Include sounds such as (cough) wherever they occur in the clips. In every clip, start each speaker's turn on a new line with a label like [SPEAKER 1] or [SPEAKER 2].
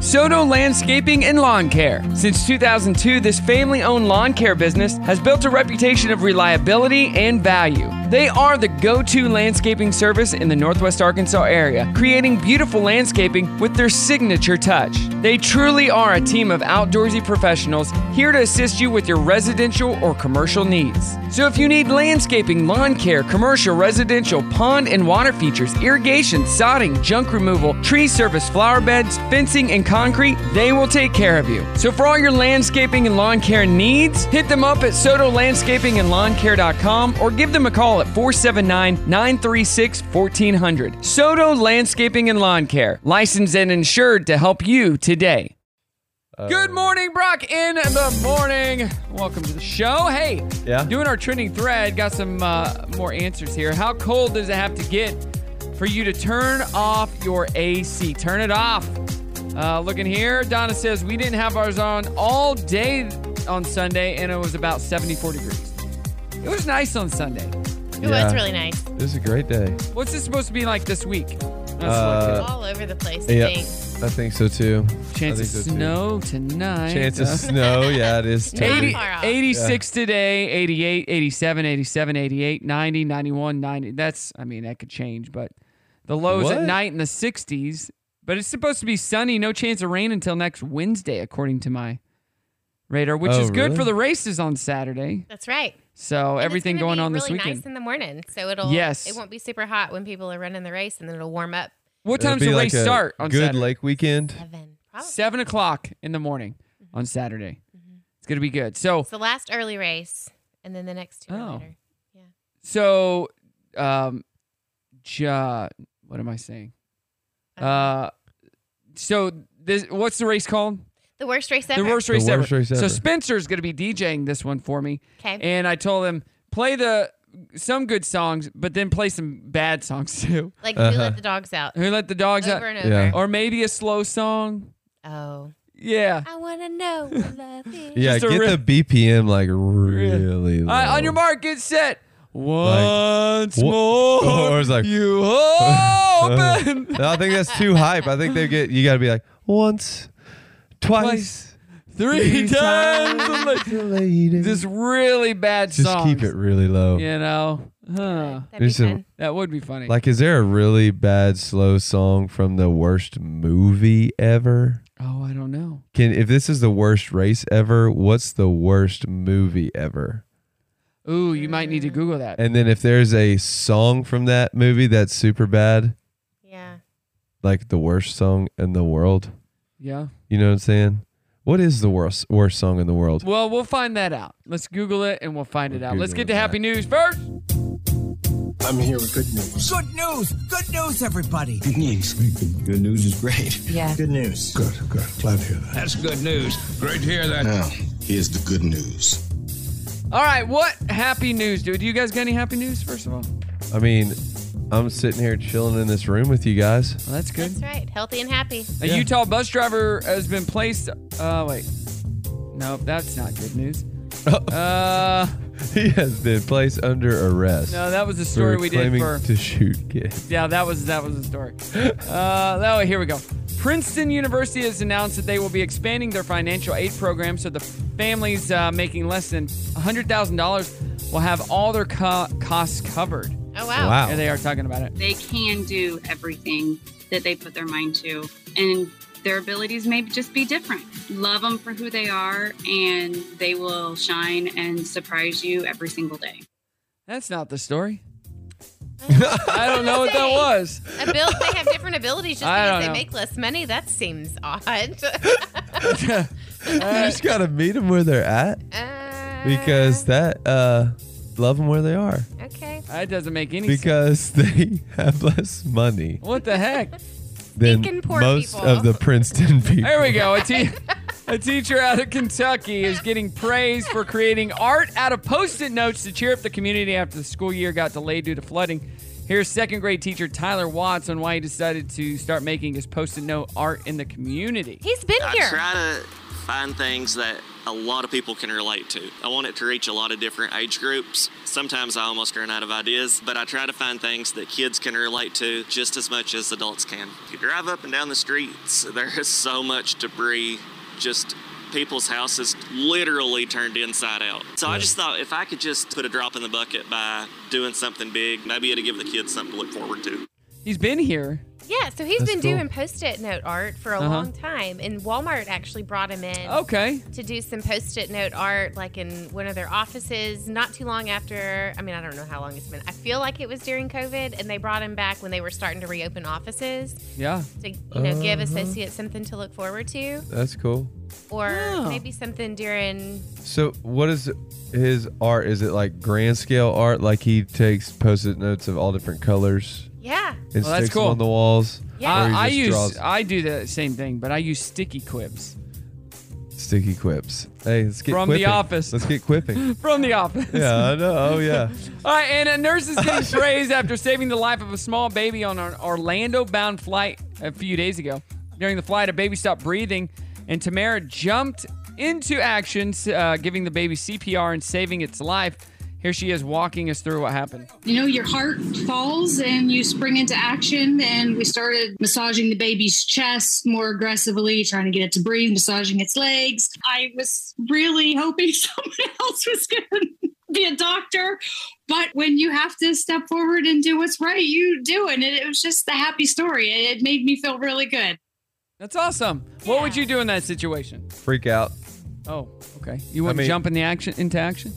[SPEAKER 1] Soto Landscaping and Lawn Care. Since 2002, this family owned lawn care business has built a reputation of reliability and value. They are the go to landscaping service in the Northwest Arkansas area, creating beautiful landscaping with their signature touch. They truly are a team of outdoorsy professionals here to assist you with your residential or commercial needs. So if you need landscaping, lawn care, commercial, residential, pond and water features, irrigation, sodding, junk removal, tree service, flower beds, fencing, and concrete, they will take care of you. So for all your landscaping and lawn care needs, hit them up at sotolandscapingandlawncare.com or give them a call at 479-936-1400. Soto Landscaping and Lawn Care, licensed and insured to help you today. Good morning, Brock. In the morning, welcome to the show. Hey,
[SPEAKER 2] Yeah?
[SPEAKER 1] doing our trending thread. Got some uh, more answers here. How cold does it have to get for you to turn off your AC? Turn it off. Uh, looking here, Donna says we didn't have ours on all day on Sunday, and it was about 74 degrees. It was nice on Sunday.
[SPEAKER 3] It
[SPEAKER 2] Yeah.
[SPEAKER 3] was really nice.
[SPEAKER 2] It was a great day.
[SPEAKER 1] What's this supposed to be like this week? Not
[SPEAKER 2] Uh,
[SPEAKER 3] All over the place, I
[SPEAKER 2] yeah.
[SPEAKER 3] think.
[SPEAKER 2] I think so too.
[SPEAKER 1] selective. chance
[SPEAKER 2] I
[SPEAKER 1] of
[SPEAKER 2] think so too.
[SPEAKER 1] snow tonight.
[SPEAKER 2] Chance
[SPEAKER 1] (laughs)
[SPEAKER 2] of
[SPEAKER 1] Uh,
[SPEAKER 2] snow. Yeah, it is.
[SPEAKER 3] Not
[SPEAKER 2] totally-
[SPEAKER 1] 80,
[SPEAKER 3] far off.
[SPEAKER 1] 86 today, 88, 87, 87, 88, 90, 91, 90. That's, I mean, that could change, but the lows at
[SPEAKER 2] What?
[SPEAKER 1] night in the 60s. But it's supposed to be sunny, no chance of rain until next Wednesday, according to my radar, which
[SPEAKER 2] Oh,
[SPEAKER 1] is good
[SPEAKER 2] really?
[SPEAKER 1] for the races on Saturday.
[SPEAKER 3] That's right.
[SPEAKER 1] So
[SPEAKER 3] And it's
[SPEAKER 1] everything
[SPEAKER 3] gonna
[SPEAKER 1] going
[SPEAKER 3] be
[SPEAKER 1] on
[SPEAKER 3] really
[SPEAKER 1] this weekend.
[SPEAKER 3] Nice in the morning, so it'll.
[SPEAKER 1] Yes.
[SPEAKER 3] It won't be super hot when people are running the race, and then it'll warm up
[SPEAKER 1] what
[SPEAKER 2] It'll
[SPEAKER 1] time's
[SPEAKER 2] be
[SPEAKER 1] the
[SPEAKER 2] like
[SPEAKER 1] race
[SPEAKER 2] a
[SPEAKER 1] start on
[SPEAKER 2] Good
[SPEAKER 1] Saturday?
[SPEAKER 2] lake weekend.
[SPEAKER 3] seven. Probably.
[SPEAKER 1] Seven o'clock in the morning on
[SPEAKER 3] Mm-hmm.
[SPEAKER 1] Saturday. It's gonna be good. So
[SPEAKER 3] It's the last early race, and then the next two
[SPEAKER 1] Oh.
[SPEAKER 3] are later.
[SPEAKER 1] So, um, ja, what am I saying? Uh, so this what's the race called?
[SPEAKER 3] The worst race ever.
[SPEAKER 1] The worst race ever.
[SPEAKER 2] worst race
[SPEAKER 1] So
[SPEAKER 2] ever.
[SPEAKER 1] Spencer's gonna be DJing this one for me,
[SPEAKER 3] Okay.
[SPEAKER 1] and I told him play the some good songs, but then play some bad songs (laughs) too.
[SPEAKER 3] like who
[SPEAKER 2] Uh-huh.
[SPEAKER 3] let the dogs out?
[SPEAKER 1] Who let the dogs
[SPEAKER 3] Over
[SPEAKER 1] out?
[SPEAKER 3] and
[SPEAKER 2] Yeah.
[SPEAKER 3] over.
[SPEAKER 1] Or maybe a slow song.
[SPEAKER 3] Oh.
[SPEAKER 1] Yeah.
[SPEAKER 3] I wanna (laughs) know what love is.
[SPEAKER 2] Yeah,
[SPEAKER 1] Just a
[SPEAKER 2] get
[SPEAKER 1] rip-
[SPEAKER 2] the BPM like really low.
[SPEAKER 1] All right, on your mark, get set. Once
[SPEAKER 2] wha- (laughs)
[SPEAKER 1] more,
[SPEAKER 2] or it's like- (laughs)
[SPEAKER 1] you open.
[SPEAKER 2] No, I think that's too hype. I think they get. You got to be like once, twice.
[SPEAKER 1] Twice. three times. a lady.
[SPEAKER 2] Lady.
[SPEAKER 1] This really bad
[SPEAKER 2] Just
[SPEAKER 1] song.
[SPEAKER 2] keep it really low.
[SPEAKER 1] You know, huh?
[SPEAKER 3] That'd be
[SPEAKER 2] There's a-
[SPEAKER 3] fun.
[SPEAKER 1] That would be funny.
[SPEAKER 2] Like, is there a really bad slow song from the worst movie ever?
[SPEAKER 1] oh, I don't know.
[SPEAKER 2] Can if this is the worst race ever, what's the worst movie ever?
[SPEAKER 1] Ooh, you might need to Google that.
[SPEAKER 2] And then if there's a song from that movie that's super bad,
[SPEAKER 3] Yeah.
[SPEAKER 2] like the worst song in the world,
[SPEAKER 1] Yeah.
[SPEAKER 2] you know what I'm saying? What is the worst worst song in the world?
[SPEAKER 1] Well, we'll find that out. Let's Google it and we'll find it
[SPEAKER 2] We'll
[SPEAKER 1] out. Let's
[SPEAKER 2] Google
[SPEAKER 1] get to
[SPEAKER 2] that.
[SPEAKER 1] happy news first.
[SPEAKER 4] I'm here with good news.
[SPEAKER 5] Good news! Good news, everybody!
[SPEAKER 4] Good news. Good news is great.
[SPEAKER 3] Yeah.
[SPEAKER 4] Good news. Good, good. Glad to hear that. That's good news. Great to hear that. Now, here's the good news.
[SPEAKER 1] All right, what happy news, dude? Do you guys got any happy news? First of all, well,
[SPEAKER 2] I mean, I'm sitting here chilling in this room with you guys. (laughs)
[SPEAKER 1] that's good.
[SPEAKER 3] That's right. Healthy and happy.
[SPEAKER 1] A
[SPEAKER 2] Yeah.
[SPEAKER 1] Utah bus driver has been placed. Uh, wait. Nope, that's not good news. uh,
[SPEAKER 2] he has been placed under arrest.
[SPEAKER 1] no, that was the story
[SPEAKER 2] for
[SPEAKER 1] we did
[SPEAKER 2] claiming
[SPEAKER 1] for
[SPEAKER 2] to shoot kids. (laughs)
[SPEAKER 1] Yeah, that was that was the story. Uh, no, here we go. Princeton University has announced that they will be expanding their financial aid program, so the families uh, making less than hundred thousand dollars will have all their co- costs covered.
[SPEAKER 3] Oh wow.
[SPEAKER 2] Wow.
[SPEAKER 1] There they are talking about it.
[SPEAKER 6] they can do everything that they put their mind to and their abilities may just be different love them for who they are and they will shine and surprise you every single day
[SPEAKER 1] That's not the story. I don't know what that was.
[SPEAKER 3] Abil- they have different abilities just
[SPEAKER 1] I don't
[SPEAKER 3] because they
[SPEAKER 1] know.
[SPEAKER 3] make less money. That seems odd. (laughs)
[SPEAKER 2] You just
[SPEAKER 1] Uh,
[SPEAKER 2] gotta meet them where they're at because that uh, love them where they are
[SPEAKER 3] Uh, okay.
[SPEAKER 1] That doesn't make any sense.
[SPEAKER 2] because (laughs) they have less money
[SPEAKER 1] What the heck?
[SPEAKER 2] than
[SPEAKER 3] Thinking poor
[SPEAKER 2] most
[SPEAKER 1] (laughs)
[SPEAKER 3] people.
[SPEAKER 2] of the Princeton people.
[SPEAKER 1] There we go. It's A teacher out of Kentucky is getting praise for creating art out of post it notes to cheer up the community after the school year got delayed due to flooding. Here's second grade teacher Tyler Watts on why he decided to start making his post it note art in the community.
[SPEAKER 3] He's been
[SPEAKER 7] I
[SPEAKER 3] here.
[SPEAKER 7] try to find things that a lot of people can relate to. I want it to reach a lot of different age groups. Sometimes I almost run out of ideas, but I try to find things that kids can relate to just as much as adults can. If you drive up and down the streets, (laughs) there is so much debris, just people's houses literally turned inside out. So I just thought if I could just put a drop in the bucket by doing something big, maybe it'd give the kids something to look forward to.
[SPEAKER 1] He's been here.
[SPEAKER 3] Yeah, so he's
[SPEAKER 2] That's
[SPEAKER 3] been
[SPEAKER 2] cool.
[SPEAKER 3] doing post-it note art for a
[SPEAKER 1] Uh-huh.
[SPEAKER 3] long time, and Walmart actually brought him in
[SPEAKER 2] Oh.
[SPEAKER 1] Okay.
[SPEAKER 3] to do some post-it note art, like in one of their offices. Not too long after, I mean, I don't know how long it's been. I feel like it was during COVID, and they brought him back when they were starting to reopen offices
[SPEAKER 1] Yeah.
[SPEAKER 3] to, you know, give
[SPEAKER 2] Uh-huh.
[SPEAKER 3] associates something to look forward to,
[SPEAKER 2] That's cool.
[SPEAKER 3] or
[SPEAKER 1] Yeah.
[SPEAKER 3] maybe something during.
[SPEAKER 2] So, what is his art? Is it like grand scale art? Like he takes post-it notes of all different colors
[SPEAKER 3] Yeah,
[SPEAKER 2] and
[SPEAKER 1] Well, that's
[SPEAKER 2] sticks
[SPEAKER 1] cool.
[SPEAKER 2] them on the walls?
[SPEAKER 3] Yeah.
[SPEAKER 2] Or he
[SPEAKER 1] I, I
[SPEAKER 2] just
[SPEAKER 1] use uh,
[SPEAKER 2] draws
[SPEAKER 1] I do the same thing, but I use sticky quips
[SPEAKER 2] sticky quips. Hey, let's get
[SPEAKER 1] From The
[SPEAKER 2] quipping.
[SPEAKER 1] Office.
[SPEAKER 2] Let's get
[SPEAKER 1] (laughs)
[SPEAKER 2] quipping.
[SPEAKER 1] from the office.
[SPEAKER 2] yeah, I know. Oh yeah.
[SPEAKER 1] All right, and a nurse is getting praised after saving the life of a small baby on an Orlando bound flight a few days ago. During the flight, a baby stopped breathing, and Tamara jumped into action, uh, giving the baby CPR and saving its life. Here she is walking us through what happened.
[SPEAKER 8] you know, your heart falls and you spring into action. And we started massaging the baby's chest more aggressively, trying to get it to breathe, massaging its legs. I was really hoping (laughs) someone else was going to be a doctor. But when you have to step forward and do what's right, you do. And it, it was just a happy story. It, it made me feel really good.
[SPEAKER 1] That's awesome. What would you do in that situation?
[SPEAKER 2] Freak out.
[SPEAKER 1] Oh, okay. You wouldn't
[SPEAKER 2] mean-
[SPEAKER 1] jump in the action into action?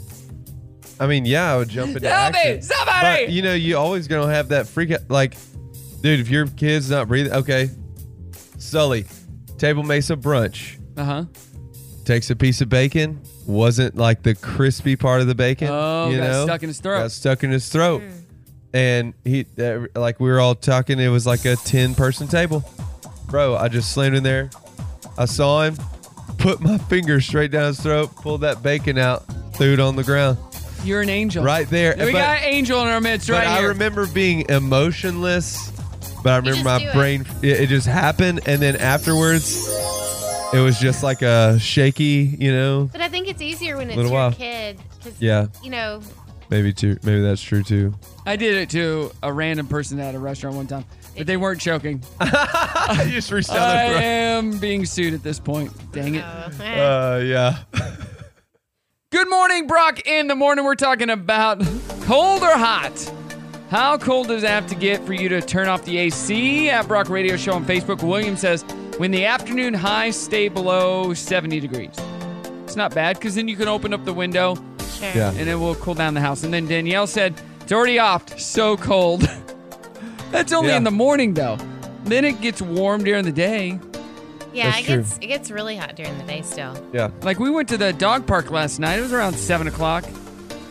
[SPEAKER 2] I mean, yeah, I would jump into
[SPEAKER 1] Help me!
[SPEAKER 2] action.
[SPEAKER 1] Somebody!
[SPEAKER 2] But, you know, you always gonna have that freak out. Like, dude, if your kid's not breathing, okay. Sully, table mesa brunch
[SPEAKER 1] Uh huh.
[SPEAKER 2] takes a piece of bacon. Wasn't like the crispy part of the bacon.
[SPEAKER 1] Oh,
[SPEAKER 2] you
[SPEAKER 1] got
[SPEAKER 2] know?
[SPEAKER 1] stuck in his throat.
[SPEAKER 2] Got stuck in his throat.
[SPEAKER 3] Mm.
[SPEAKER 2] And he, that, like, we were all talking. It was like a ten-person table. Bro, I just slammed in there. I saw him. Put my finger straight down his throat. Pulled that bacon out. Threw it on the ground.
[SPEAKER 1] You're an angel.
[SPEAKER 2] Right there.
[SPEAKER 1] We
[SPEAKER 2] But-
[SPEAKER 1] got an angel in our midst
[SPEAKER 2] but
[SPEAKER 1] right
[SPEAKER 2] I
[SPEAKER 1] here.
[SPEAKER 2] remember being emotionless. But I remember
[SPEAKER 3] just do
[SPEAKER 2] my
[SPEAKER 3] it.
[SPEAKER 2] brain, it. it just happened. And then afterwards, it was just like a shaky, you know?
[SPEAKER 3] but I think it's easier when it's your
[SPEAKER 2] Little while.
[SPEAKER 3] kid, because
[SPEAKER 2] Yeah,
[SPEAKER 3] you know,
[SPEAKER 2] maybe too. Maybe that's true too.
[SPEAKER 1] I did it to a random person at a restaurant one time, but they weren't choking.
[SPEAKER 2] (laughs) I just reached
[SPEAKER 1] I am being sued at this point. Dang it.
[SPEAKER 3] oh, eh.
[SPEAKER 2] Uh, yeah.
[SPEAKER 1] Good morning, Brock. In the morning, we're talking about cold or hot. How cold does it have to get for you to turn off the AC? At Brock Radio Show on Facebook, William says, when the afternoon highs stay below 70 degrees. It's not bad because then you can open up the window
[SPEAKER 3] (laughs) sure.
[SPEAKER 2] Yeah.
[SPEAKER 1] and it will cool down the house. And then Danielle said, it's already off. So cold. (laughs) That's only
[SPEAKER 2] Yeah.
[SPEAKER 1] in the morning, though. Then it gets warm during the day.
[SPEAKER 3] Yeah,
[SPEAKER 2] That's
[SPEAKER 3] it
[SPEAKER 2] true.
[SPEAKER 3] gets it gets really hot during the day still.
[SPEAKER 2] Yeah.
[SPEAKER 1] Like we went to the dog park last night. It was around seven o'clock,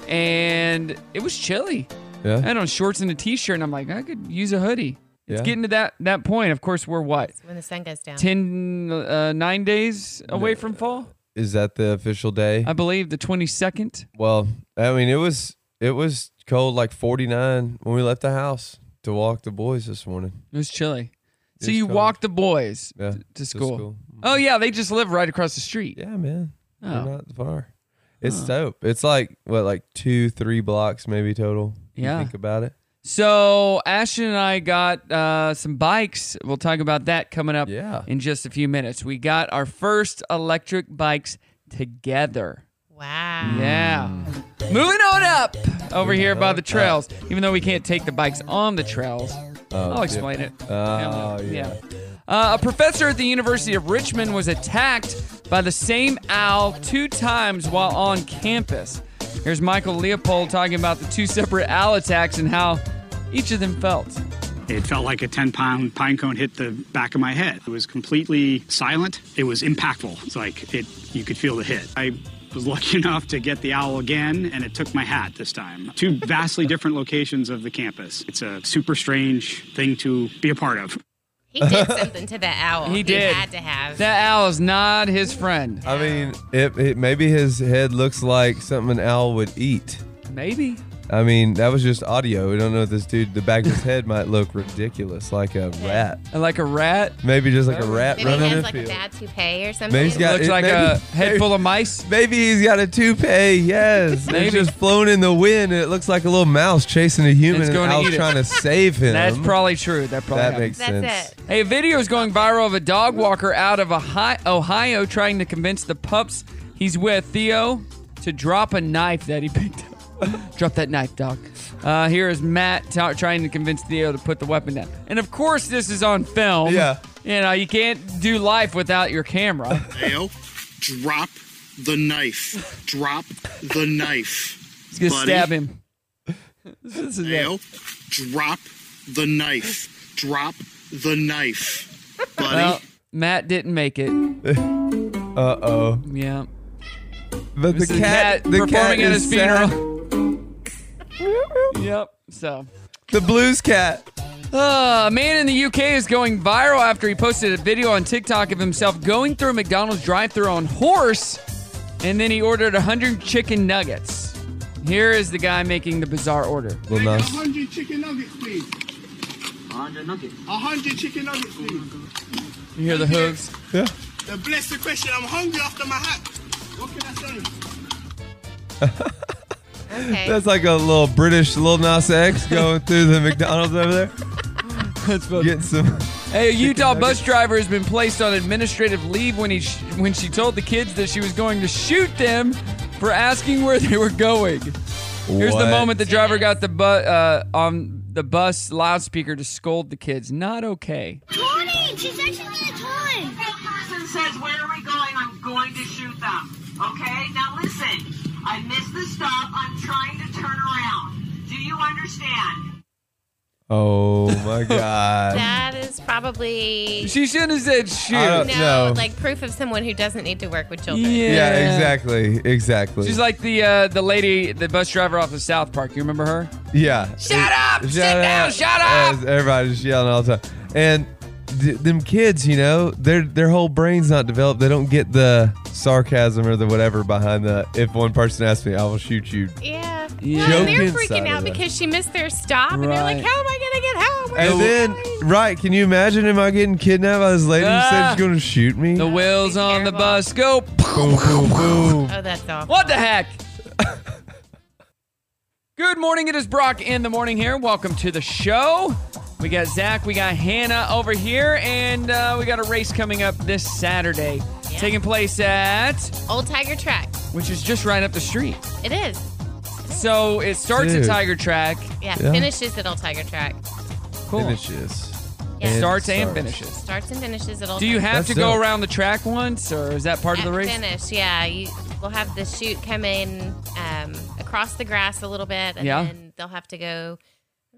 [SPEAKER 1] and it was chilly. I
[SPEAKER 2] Yeah.
[SPEAKER 1] had on shorts and a t-shirt, and I'm like, I could use a hoodie. It's
[SPEAKER 2] Yeah.
[SPEAKER 1] getting to that that point. Of course, we're what
[SPEAKER 3] When the sun goes down.
[SPEAKER 1] 10, uh, nine days away from fall,
[SPEAKER 2] Is that the official day?
[SPEAKER 1] I believe, the 22nd.
[SPEAKER 2] Well, I mean, it was it was cold, like 49 when we left the house to walk the boys this morning.
[SPEAKER 1] It was chilly. So
[SPEAKER 2] It's
[SPEAKER 1] you
[SPEAKER 2] cold.
[SPEAKER 1] walked the boys
[SPEAKER 2] Yeah.
[SPEAKER 1] t- to school. Oh yeah, they just live right across the street.
[SPEAKER 2] Yeah, man. We're
[SPEAKER 1] Oh.
[SPEAKER 2] not far. It's dope. It's like what, like two, three blocks maybe total. You
[SPEAKER 1] Yeah.
[SPEAKER 2] think about it.
[SPEAKER 1] So Ashton and I got uh, some bikes. We'll talk about that coming up
[SPEAKER 2] Yeah.
[SPEAKER 1] in just a few minutes. We got our first electric bikes together.
[SPEAKER 3] Wow.
[SPEAKER 1] Yeah. Moving on up over here by the trails. Even though we can't take the bikes on the trails, I'll explain it.
[SPEAKER 2] Oh, yeah.
[SPEAKER 1] Uh, a professor at the University of Richmond was attacked by the same owl two times while on campus. Here's Michael Leopold talking about the two separate owl attacks and how each of them felt.
[SPEAKER 9] It felt like a 10 pound pine cone hit the back of my head. It was completely silent. It was impactful. It's like it, you could feel the hit. I was lucky (laughs) enough to get the owl again, and it took my hat this time. Two vastly different locations of the campus. It's a super strange thing to be a part of.
[SPEAKER 3] He
[SPEAKER 1] (laughs)
[SPEAKER 3] did something to the owl.
[SPEAKER 1] He did.
[SPEAKER 3] had to have.
[SPEAKER 1] That owl is not his friend.
[SPEAKER 2] I mean, it, it maybe his head looks like something an owl would eat.
[SPEAKER 1] Maybe.
[SPEAKER 2] I mean, that was just audio. We don't know if this dude, the back of his head might look ridiculous, like a rat.
[SPEAKER 1] Like a rat.
[SPEAKER 2] Maybe just like a rat
[SPEAKER 3] Maybe he
[SPEAKER 2] running
[SPEAKER 3] has
[SPEAKER 2] the
[SPEAKER 3] like a
[SPEAKER 2] field.
[SPEAKER 3] bad toupee or something.
[SPEAKER 2] Maybe he's got
[SPEAKER 1] Looks
[SPEAKER 2] it-
[SPEAKER 1] like
[SPEAKER 2] maybe-
[SPEAKER 1] a head full of mice.
[SPEAKER 2] Maybe he's got a
[SPEAKER 1] (laughs)
[SPEAKER 2] toupee. Yes,
[SPEAKER 1] Maybe.
[SPEAKER 2] it's just flown in the wind, and it looks like a little mouse chasing a human,
[SPEAKER 1] It's
[SPEAKER 2] and
[SPEAKER 1] gonna
[SPEAKER 2] owl's
[SPEAKER 1] eat it.
[SPEAKER 2] trying to save
[SPEAKER 1] (laughs)
[SPEAKER 2] him.
[SPEAKER 1] That's probably true. That probably
[SPEAKER 2] that
[SPEAKER 1] happened.
[SPEAKER 2] makes
[SPEAKER 3] That's
[SPEAKER 2] sense.
[SPEAKER 3] it.
[SPEAKER 1] Hey, a video is going viral of a dog walker out of Ohio, Ohio trying to convince the pups he's with, Theo, to drop a knife that he picked up. (laughs) drop that knife, dog. Uh, here is Matt ta- trying to convince Theo to put the weapon down. And of course, this is on film.
[SPEAKER 2] Yeah.
[SPEAKER 1] You know, you can't do life without your
[SPEAKER 2] (laughs)
[SPEAKER 1] camera.
[SPEAKER 10] Dale, drop the knife. Drop the knife.
[SPEAKER 1] He's going to
[SPEAKER 10] Buddy.
[SPEAKER 1] stab him. this is it.
[SPEAKER 10] Dale, drop the knife. Drop the knife. Buddy.
[SPEAKER 1] Well, Matt didn't make it.
[SPEAKER 2] Uh oh.
[SPEAKER 1] Yeah.
[SPEAKER 2] But the
[SPEAKER 1] This is
[SPEAKER 2] cat, the cat
[SPEAKER 1] performing at
[SPEAKER 2] is
[SPEAKER 1] his
[SPEAKER 2] sad.
[SPEAKER 1] funeral. (laughs) yep. So.
[SPEAKER 2] The blues cat.
[SPEAKER 1] Uh, a man in the UK is going viral after he posted a video on TikTok of himself going through a McDonald's drive-thru on horse, and then he ordered 100 chicken nuggets. Here is the guy making the bizarre order.
[SPEAKER 2] Well, nice.
[SPEAKER 10] 100 chicken nuggets, please. 100 chicken nuggets, please.
[SPEAKER 1] You hear the hooves?
[SPEAKER 2] Yeah.
[SPEAKER 10] The blessed question. I'm hungry after my hat. What can I say?
[SPEAKER 3] Okay.
[SPEAKER 2] That's like a little British Lil Nas
[SPEAKER 1] (laughs)
[SPEAKER 2] X going through the McDonald's over there,
[SPEAKER 1] That's funny.
[SPEAKER 2] getting some.
[SPEAKER 1] Hey, a Utah
[SPEAKER 2] nuggets.
[SPEAKER 1] bus driver has been placed on administrative leave when he sh- when she told the kids that she was going to shoot them for asking where they were going. Here's the
[SPEAKER 2] What?
[SPEAKER 1] moment the driver got the bu- uh, on the bus loudspeaker to scold the kids. Not okay.
[SPEAKER 11] Tony, she's actually a toy. That person says, where are we going? I'm going to shoot them. Okay? Now listen, I missed the stop. I'm trying to turn around. Do you understand?
[SPEAKER 2] Oh my (laughs) god.
[SPEAKER 3] that is probably
[SPEAKER 1] She shouldn't have said shoot.
[SPEAKER 2] I
[SPEAKER 3] no,
[SPEAKER 2] don't- no.
[SPEAKER 3] like proof of someone who doesn't need to work with children.
[SPEAKER 1] Yeah.
[SPEAKER 2] Yeah, exactly, exactly.
[SPEAKER 1] She's like the uh, the lady, the bus driver off of South Park. You remember her?
[SPEAKER 2] Yeah.
[SPEAKER 1] Shut up! Sit down! Shut up!
[SPEAKER 2] Yes, Everybody's yelling all the time. And th- them kids, you know, their their whole brain's not developed. They don't get the sarcasm or the whatever behind the if one person asks me, I will shoot you.
[SPEAKER 3] Yeah.
[SPEAKER 1] Yeah.
[SPEAKER 3] Well, and
[SPEAKER 2] Joke
[SPEAKER 3] they're
[SPEAKER 2] inside
[SPEAKER 3] freaking
[SPEAKER 2] of
[SPEAKER 3] out
[SPEAKER 2] it.
[SPEAKER 3] because she missed their stop, and they're like,
[SPEAKER 1] Right.
[SPEAKER 3] "How am I gonna get home?"
[SPEAKER 2] And then, right, can you imagine am I getting kidnapped by this lady who said
[SPEAKER 1] Ah.
[SPEAKER 2] she's going to shoot me?
[SPEAKER 1] The wheels
[SPEAKER 3] be
[SPEAKER 1] on the
[SPEAKER 3] terrible.
[SPEAKER 1] bus go. (laughs)
[SPEAKER 2] boom, boom, boom.
[SPEAKER 3] Oh, that's awful.
[SPEAKER 1] What the heck? Good morning. It is Brock in the morning here. Welcome to the show. We got Zach, we got Hannah over here, and uh, we got a race coming up this Saturday,
[SPEAKER 3] Yeah.
[SPEAKER 1] taking place at
[SPEAKER 3] Old Tiger Track.
[SPEAKER 1] which is just right up the street.
[SPEAKER 3] It is.
[SPEAKER 1] So it starts
[SPEAKER 2] Dude.
[SPEAKER 1] at Tiger Track.
[SPEAKER 3] Yeah.
[SPEAKER 2] Yeah.
[SPEAKER 3] Finishes at Old Tiger Track.
[SPEAKER 1] Cool.
[SPEAKER 2] Finishes.
[SPEAKER 3] Yeah.
[SPEAKER 1] Starts and finishes.
[SPEAKER 3] Starts and finishes at Old.
[SPEAKER 1] Do you have
[SPEAKER 2] That's
[SPEAKER 1] to go
[SPEAKER 2] dope.
[SPEAKER 1] around the track once, or is that part
[SPEAKER 3] at
[SPEAKER 1] of the race?
[SPEAKER 3] finish? Yeah. You, we'll have the chute come in um, across the grass a little bit, and
[SPEAKER 1] Yeah.
[SPEAKER 3] then they'll have to go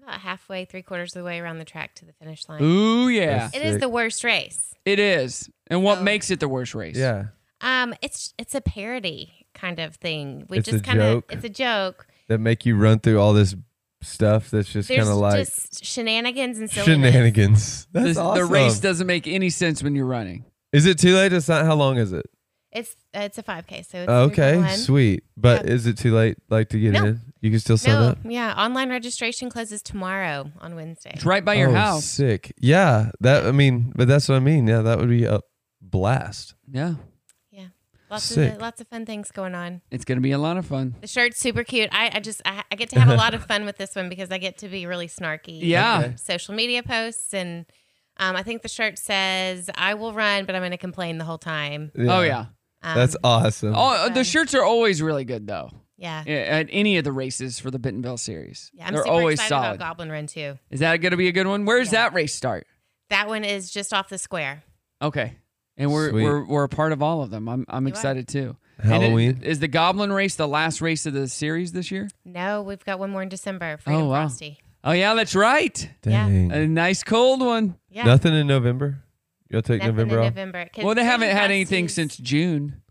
[SPEAKER 3] about halfway, three quarters of the way around the track to the finish line.
[SPEAKER 1] Ooh, yeah,
[SPEAKER 3] It is the worst race.
[SPEAKER 1] it is. And what
[SPEAKER 3] So-
[SPEAKER 1] makes it the worst race?
[SPEAKER 2] Yeah.
[SPEAKER 3] Um, it's it's a parody kind of thing. We
[SPEAKER 2] It's a
[SPEAKER 3] just kind of
[SPEAKER 2] joke.
[SPEAKER 3] it's a joke.
[SPEAKER 2] That make you run through all this stuff that's just kind
[SPEAKER 3] There's
[SPEAKER 2] of like
[SPEAKER 3] just shenanigans and silliness.
[SPEAKER 2] shenanigans. (laughs)
[SPEAKER 1] The-
[SPEAKER 2] That's
[SPEAKER 1] the,
[SPEAKER 2] awesome.
[SPEAKER 1] race doesn't make any sense when you're running.
[SPEAKER 2] Is it too late? It's not how long is it?
[SPEAKER 3] It's it's a 5K, so it's
[SPEAKER 2] Okay,
[SPEAKER 3] 3.1.
[SPEAKER 2] sweet. But
[SPEAKER 3] Yep.
[SPEAKER 2] is it too late like to get
[SPEAKER 3] No.
[SPEAKER 2] in? You can still sign
[SPEAKER 3] No,
[SPEAKER 2] up.
[SPEAKER 3] yeah. Online registration closes tomorrow on Wednesday.
[SPEAKER 1] It's right by your
[SPEAKER 2] Oh,
[SPEAKER 1] house.
[SPEAKER 2] Sick. Yeah. That I mean, but that's what I mean. Yeah, that would be a blast.
[SPEAKER 1] Yeah,
[SPEAKER 3] Yeah, lots
[SPEAKER 2] Sick.
[SPEAKER 3] of lots of fun things going on.
[SPEAKER 1] it's gonna be a lot of fun.
[SPEAKER 3] The shirt's super cute. I, I just I, I get to have a lot of fun with this one because I get to be really snarky.
[SPEAKER 1] Yeah.
[SPEAKER 3] with social media posts and. Um, I think the shirt says, "I will run, but I'm going to complain the whole time."
[SPEAKER 1] Oh yeah.
[SPEAKER 3] Um,
[SPEAKER 2] That's awesome.
[SPEAKER 1] Oh, the
[SPEAKER 3] fun.
[SPEAKER 1] shirts are always really good though.
[SPEAKER 3] yeah,
[SPEAKER 1] Yeah, At any of the races for the Bentonville series,
[SPEAKER 3] yeah. I'm
[SPEAKER 1] they're
[SPEAKER 3] super
[SPEAKER 1] always
[SPEAKER 3] excited
[SPEAKER 1] solid.
[SPEAKER 3] about Goblin Run too.
[SPEAKER 1] is that gonna be a good one? Where's that race start?
[SPEAKER 3] That one is just off the square.
[SPEAKER 1] Okay. And we're,
[SPEAKER 2] Sweet.
[SPEAKER 1] we're we're a part of all of them. I'm I'm
[SPEAKER 3] You are.
[SPEAKER 1] excited too.
[SPEAKER 2] Halloween.
[SPEAKER 1] And it- is the Goblin race the last race of the series this year?
[SPEAKER 3] No, we've got one more in December. Freedom
[SPEAKER 1] Oh, wow.
[SPEAKER 3] Frosty.
[SPEAKER 1] Oh yeah, that's right.
[SPEAKER 3] yeah.
[SPEAKER 2] Dang.
[SPEAKER 1] A nice cold one.
[SPEAKER 3] Yeah.
[SPEAKER 2] Nothing in November. You'll take
[SPEAKER 3] Nothing
[SPEAKER 2] November
[SPEAKER 3] in
[SPEAKER 2] off.
[SPEAKER 3] November. 'Cause
[SPEAKER 1] well, they haven't
[SPEAKER 3] Freedom
[SPEAKER 1] had anything
[SPEAKER 3] Frosty's-
[SPEAKER 1] since June.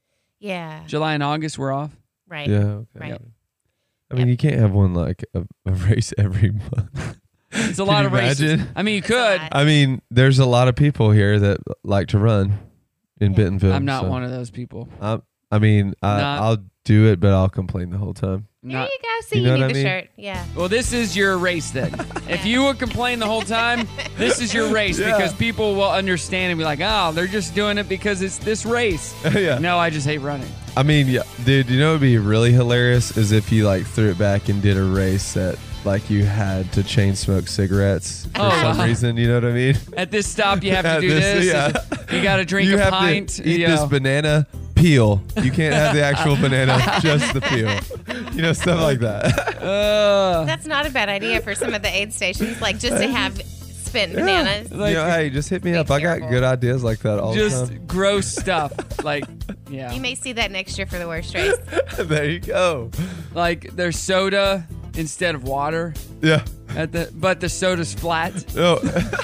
[SPEAKER 3] Yeah.
[SPEAKER 1] July and August were off.
[SPEAKER 3] Right.
[SPEAKER 2] Yeah. okay.
[SPEAKER 3] Right.
[SPEAKER 2] (laughs) I mean, you can't have one like a, a race every month.
[SPEAKER 1] It's a lot
[SPEAKER 2] you
[SPEAKER 1] of races.
[SPEAKER 2] imagine?
[SPEAKER 1] I mean, you could.
[SPEAKER 2] I mean, there's a lot of people here that like to run in Bentonville.
[SPEAKER 1] I'm not
[SPEAKER 2] so.
[SPEAKER 1] one of those people.
[SPEAKER 2] I, Uh, I mean, I,
[SPEAKER 1] Not-
[SPEAKER 2] I'll do it, but I'll complain the whole time.
[SPEAKER 1] Not-
[SPEAKER 3] you go. See,
[SPEAKER 2] You
[SPEAKER 3] you,
[SPEAKER 2] know
[SPEAKER 3] need
[SPEAKER 2] what I
[SPEAKER 3] the
[SPEAKER 2] mean?
[SPEAKER 3] shirt. Yeah.
[SPEAKER 1] Well, this is your race then. If you would complain the whole time, this is your race
[SPEAKER 2] (laughs) Yeah.
[SPEAKER 1] because people will understand and be like, oh, they're just doing it because it's this race.
[SPEAKER 2] (laughs) Yeah.
[SPEAKER 1] No, I just hate running.
[SPEAKER 2] I mean, yeah, dude, you know what would be really hilarious is if you like threw it back and did a race that like you had to chain smoke cigarettes for
[SPEAKER 1] Oh,
[SPEAKER 2] some
[SPEAKER 1] wow.
[SPEAKER 2] reason. You know what I mean?
[SPEAKER 1] At this stop, you have
[SPEAKER 2] (laughs) At
[SPEAKER 1] to do this.
[SPEAKER 2] this-
[SPEAKER 1] You
[SPEAKER 2] (laughs)
[SPEAKER 1] got to (laughs) drink
[SPEAKER 2] you
[SPEAKER 1] a
[SPEAKER 2] have
[SPEAKER 1] pint.
[SPEAKER 2] to eat
[SPEAKER 1] you
[SPEAKER 2] this
[SPEAKER 1] know.
[SPEAKER 2] banana peel. You can't have the actual banana, (laughs) just the peel. You know, stuff like that. (laughs)
[SPEAKER 1] Uh,
[SPEAKER 3] That's not a bad idea for some of the aid stations, like just to have
[SPEAKER 2] (laughs)
[SPEAKER 3] spent bananas.
[SPEAKER 2] you know, hey, just hit me up. I got good ideas like that all
[SPEAKER 1] just
[SPEAKER 2] the
[SPEAKER 1] gross stuff. Like, yeah.
[SPEAKER 3] You may see that next year for the worst
[SPEAKER 1] (laughs)
[SPEAKER 3] race.
[SPEAKER 2] time. (laughs) there you go.
[SPEAKER 1] Like, there's soda instead of water.
[SPEAKER 2] Yeah.
[SPEAKER 1] At the, but the soda's flat.
[SPEAKER 2] No. (laughs)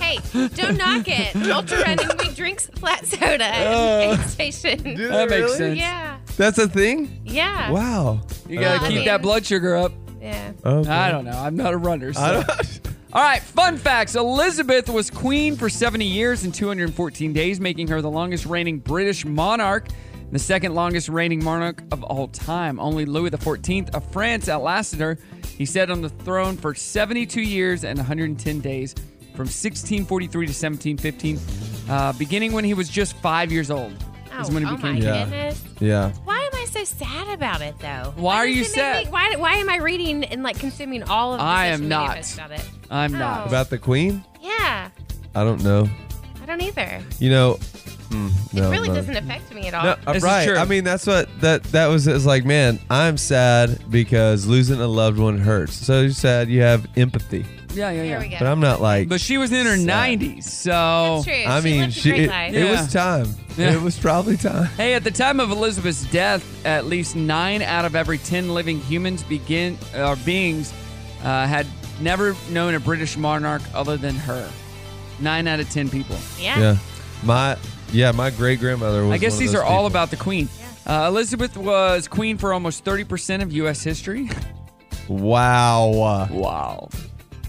[SPEAKER 3] hey, don't knock it. Ultra running, we drinks flat
[SPEAKER 2] Uh,
[SPEAKER 3] soda at aid station.
[SPEAKER 2] do That they makes really? sense.
[SPEAKER 3] Yeah.
[SPEAKER 2] That's a thing?
[SPEAKER 3] Yeah.
[SPEAKER 2] Wow.
[SPEAKER 1] You got to
[SPEAKER 3] Uh,
[SPEAKER 1] keep
[SPEAKER 3] I
[SPEAKER 1] that
[SPEAKER 3] mean-
[SPEAKER 1] blood sugar up.
[SPEAKER 3] Yeah.
[SPEAKER 2] Okay.
[SPEAKER 1] I don't know. I'm not a runner. So.
[SPEAKER 2] I don't-
[SPEAKER 1] (laughs) All right, fun facts. Elizabeth was queen for 70 years and 214 days, making her the longest reigning British monarch, and the second longest reigning monarch of all time. Only Louis XIV of France outlasted her. He sat on the throne for 72 years and 110 days from 1643 to 1715, uh, beginning when he was just five years old.
[SPEAKER 3] Oh,
[SPEAKER 1] is when he
[SPEAKER 3] oh my
[SPEAKER 1] became king.
[SPEAKER 2] Yeah.
[SPEAKER 3] goodness.
[SPEAKER 2] Yeah.
[SPEAKER 3] Why am I so sad about it though?
[SPEAKER 1] Why are you
[SPEAKER 3] does it make
[SPEAKER 1] sad?
[SPEAKER 3] me- why, why am I reading and like consuming all of the
[SPEAKER 1] I
[SPEAKER 3] social
[SPEAKER 1] am
[SPEAKER 3] media
[SPEAKER 1] not.
[SPEAKER 3] posts about it?
[SPEAKER 1] I'm not.
[SPEAKER 2] About the queen?
[SPEAKER 3] Yeah,
[SPEAKER 2] I don't know.
[SPEAKER 3] I don't either.
[SPEAKER 2] You know, mm, no,
[SPEAKER 3] it really
[SPEAKER 2] no.
[SPEAKER 3] doesn't affect me at all.
[SPEAKER 2] No, uh,
[SPEAKER 1] This is
[SPEAKER 2] right.
[SPEAKER 1] true.
[SPEAKER 2] I mean, that's what that that was. It's like, man, I'm sad because losing a loved one hurts. So you said you have empathy,
[SPEAKER 1] Yeah, yeah,
[SPEAKER 3] There
[SPEAKER 1] yeah.
[SPEAKER 3] we go.
[SPEAKER 2] but I'm not like.
[SPEAKER 1] But she was in her
[SPEAKER 2] Sad.
[SPEAKER 1] 90s, so.
[SPEAKER 3] That's true.
[SPEAKER 2] I
[SPEAKER 3] she
[SPEAKER 2] mean,
[SPEAKER 3] lived a
[SPEAKER 2] she.
[SPEAKER 3] great
[SPEAKER 2] It,
[SPEAKER 3] life.
[SPEAKER 2] it
[SPEAKER 1] Yeah.
[SPEAKER 2] was time.
[SPEAKER 1] Yeah.
[SPEAKER 2] It was probably time.
[SPEAKER 1] Hey, at the time of Elizabeth's death, at least nine out of every ten living humans begin or beings uh, had never known a British monarch other than her. Nine out of ten people.
[SPEAKER 3] yeah.
[SPEAKER 2] Yeah. My yeah, my great grandmother was.
[SPEAKER 1] I guess
[SPEAKER 2] one of
[SPEAKER 1] these
[SPEAKER 2] those
[SPEAKER 1] are all
[SPEAKER 2] people.
[SPEAKER 1] about the Queen. Uh, Elizabeth was queen for almost thirty percent of U.S. history.
[SPEAKER 2] (laughs) Wow.
[SPEAKER 1] Wow,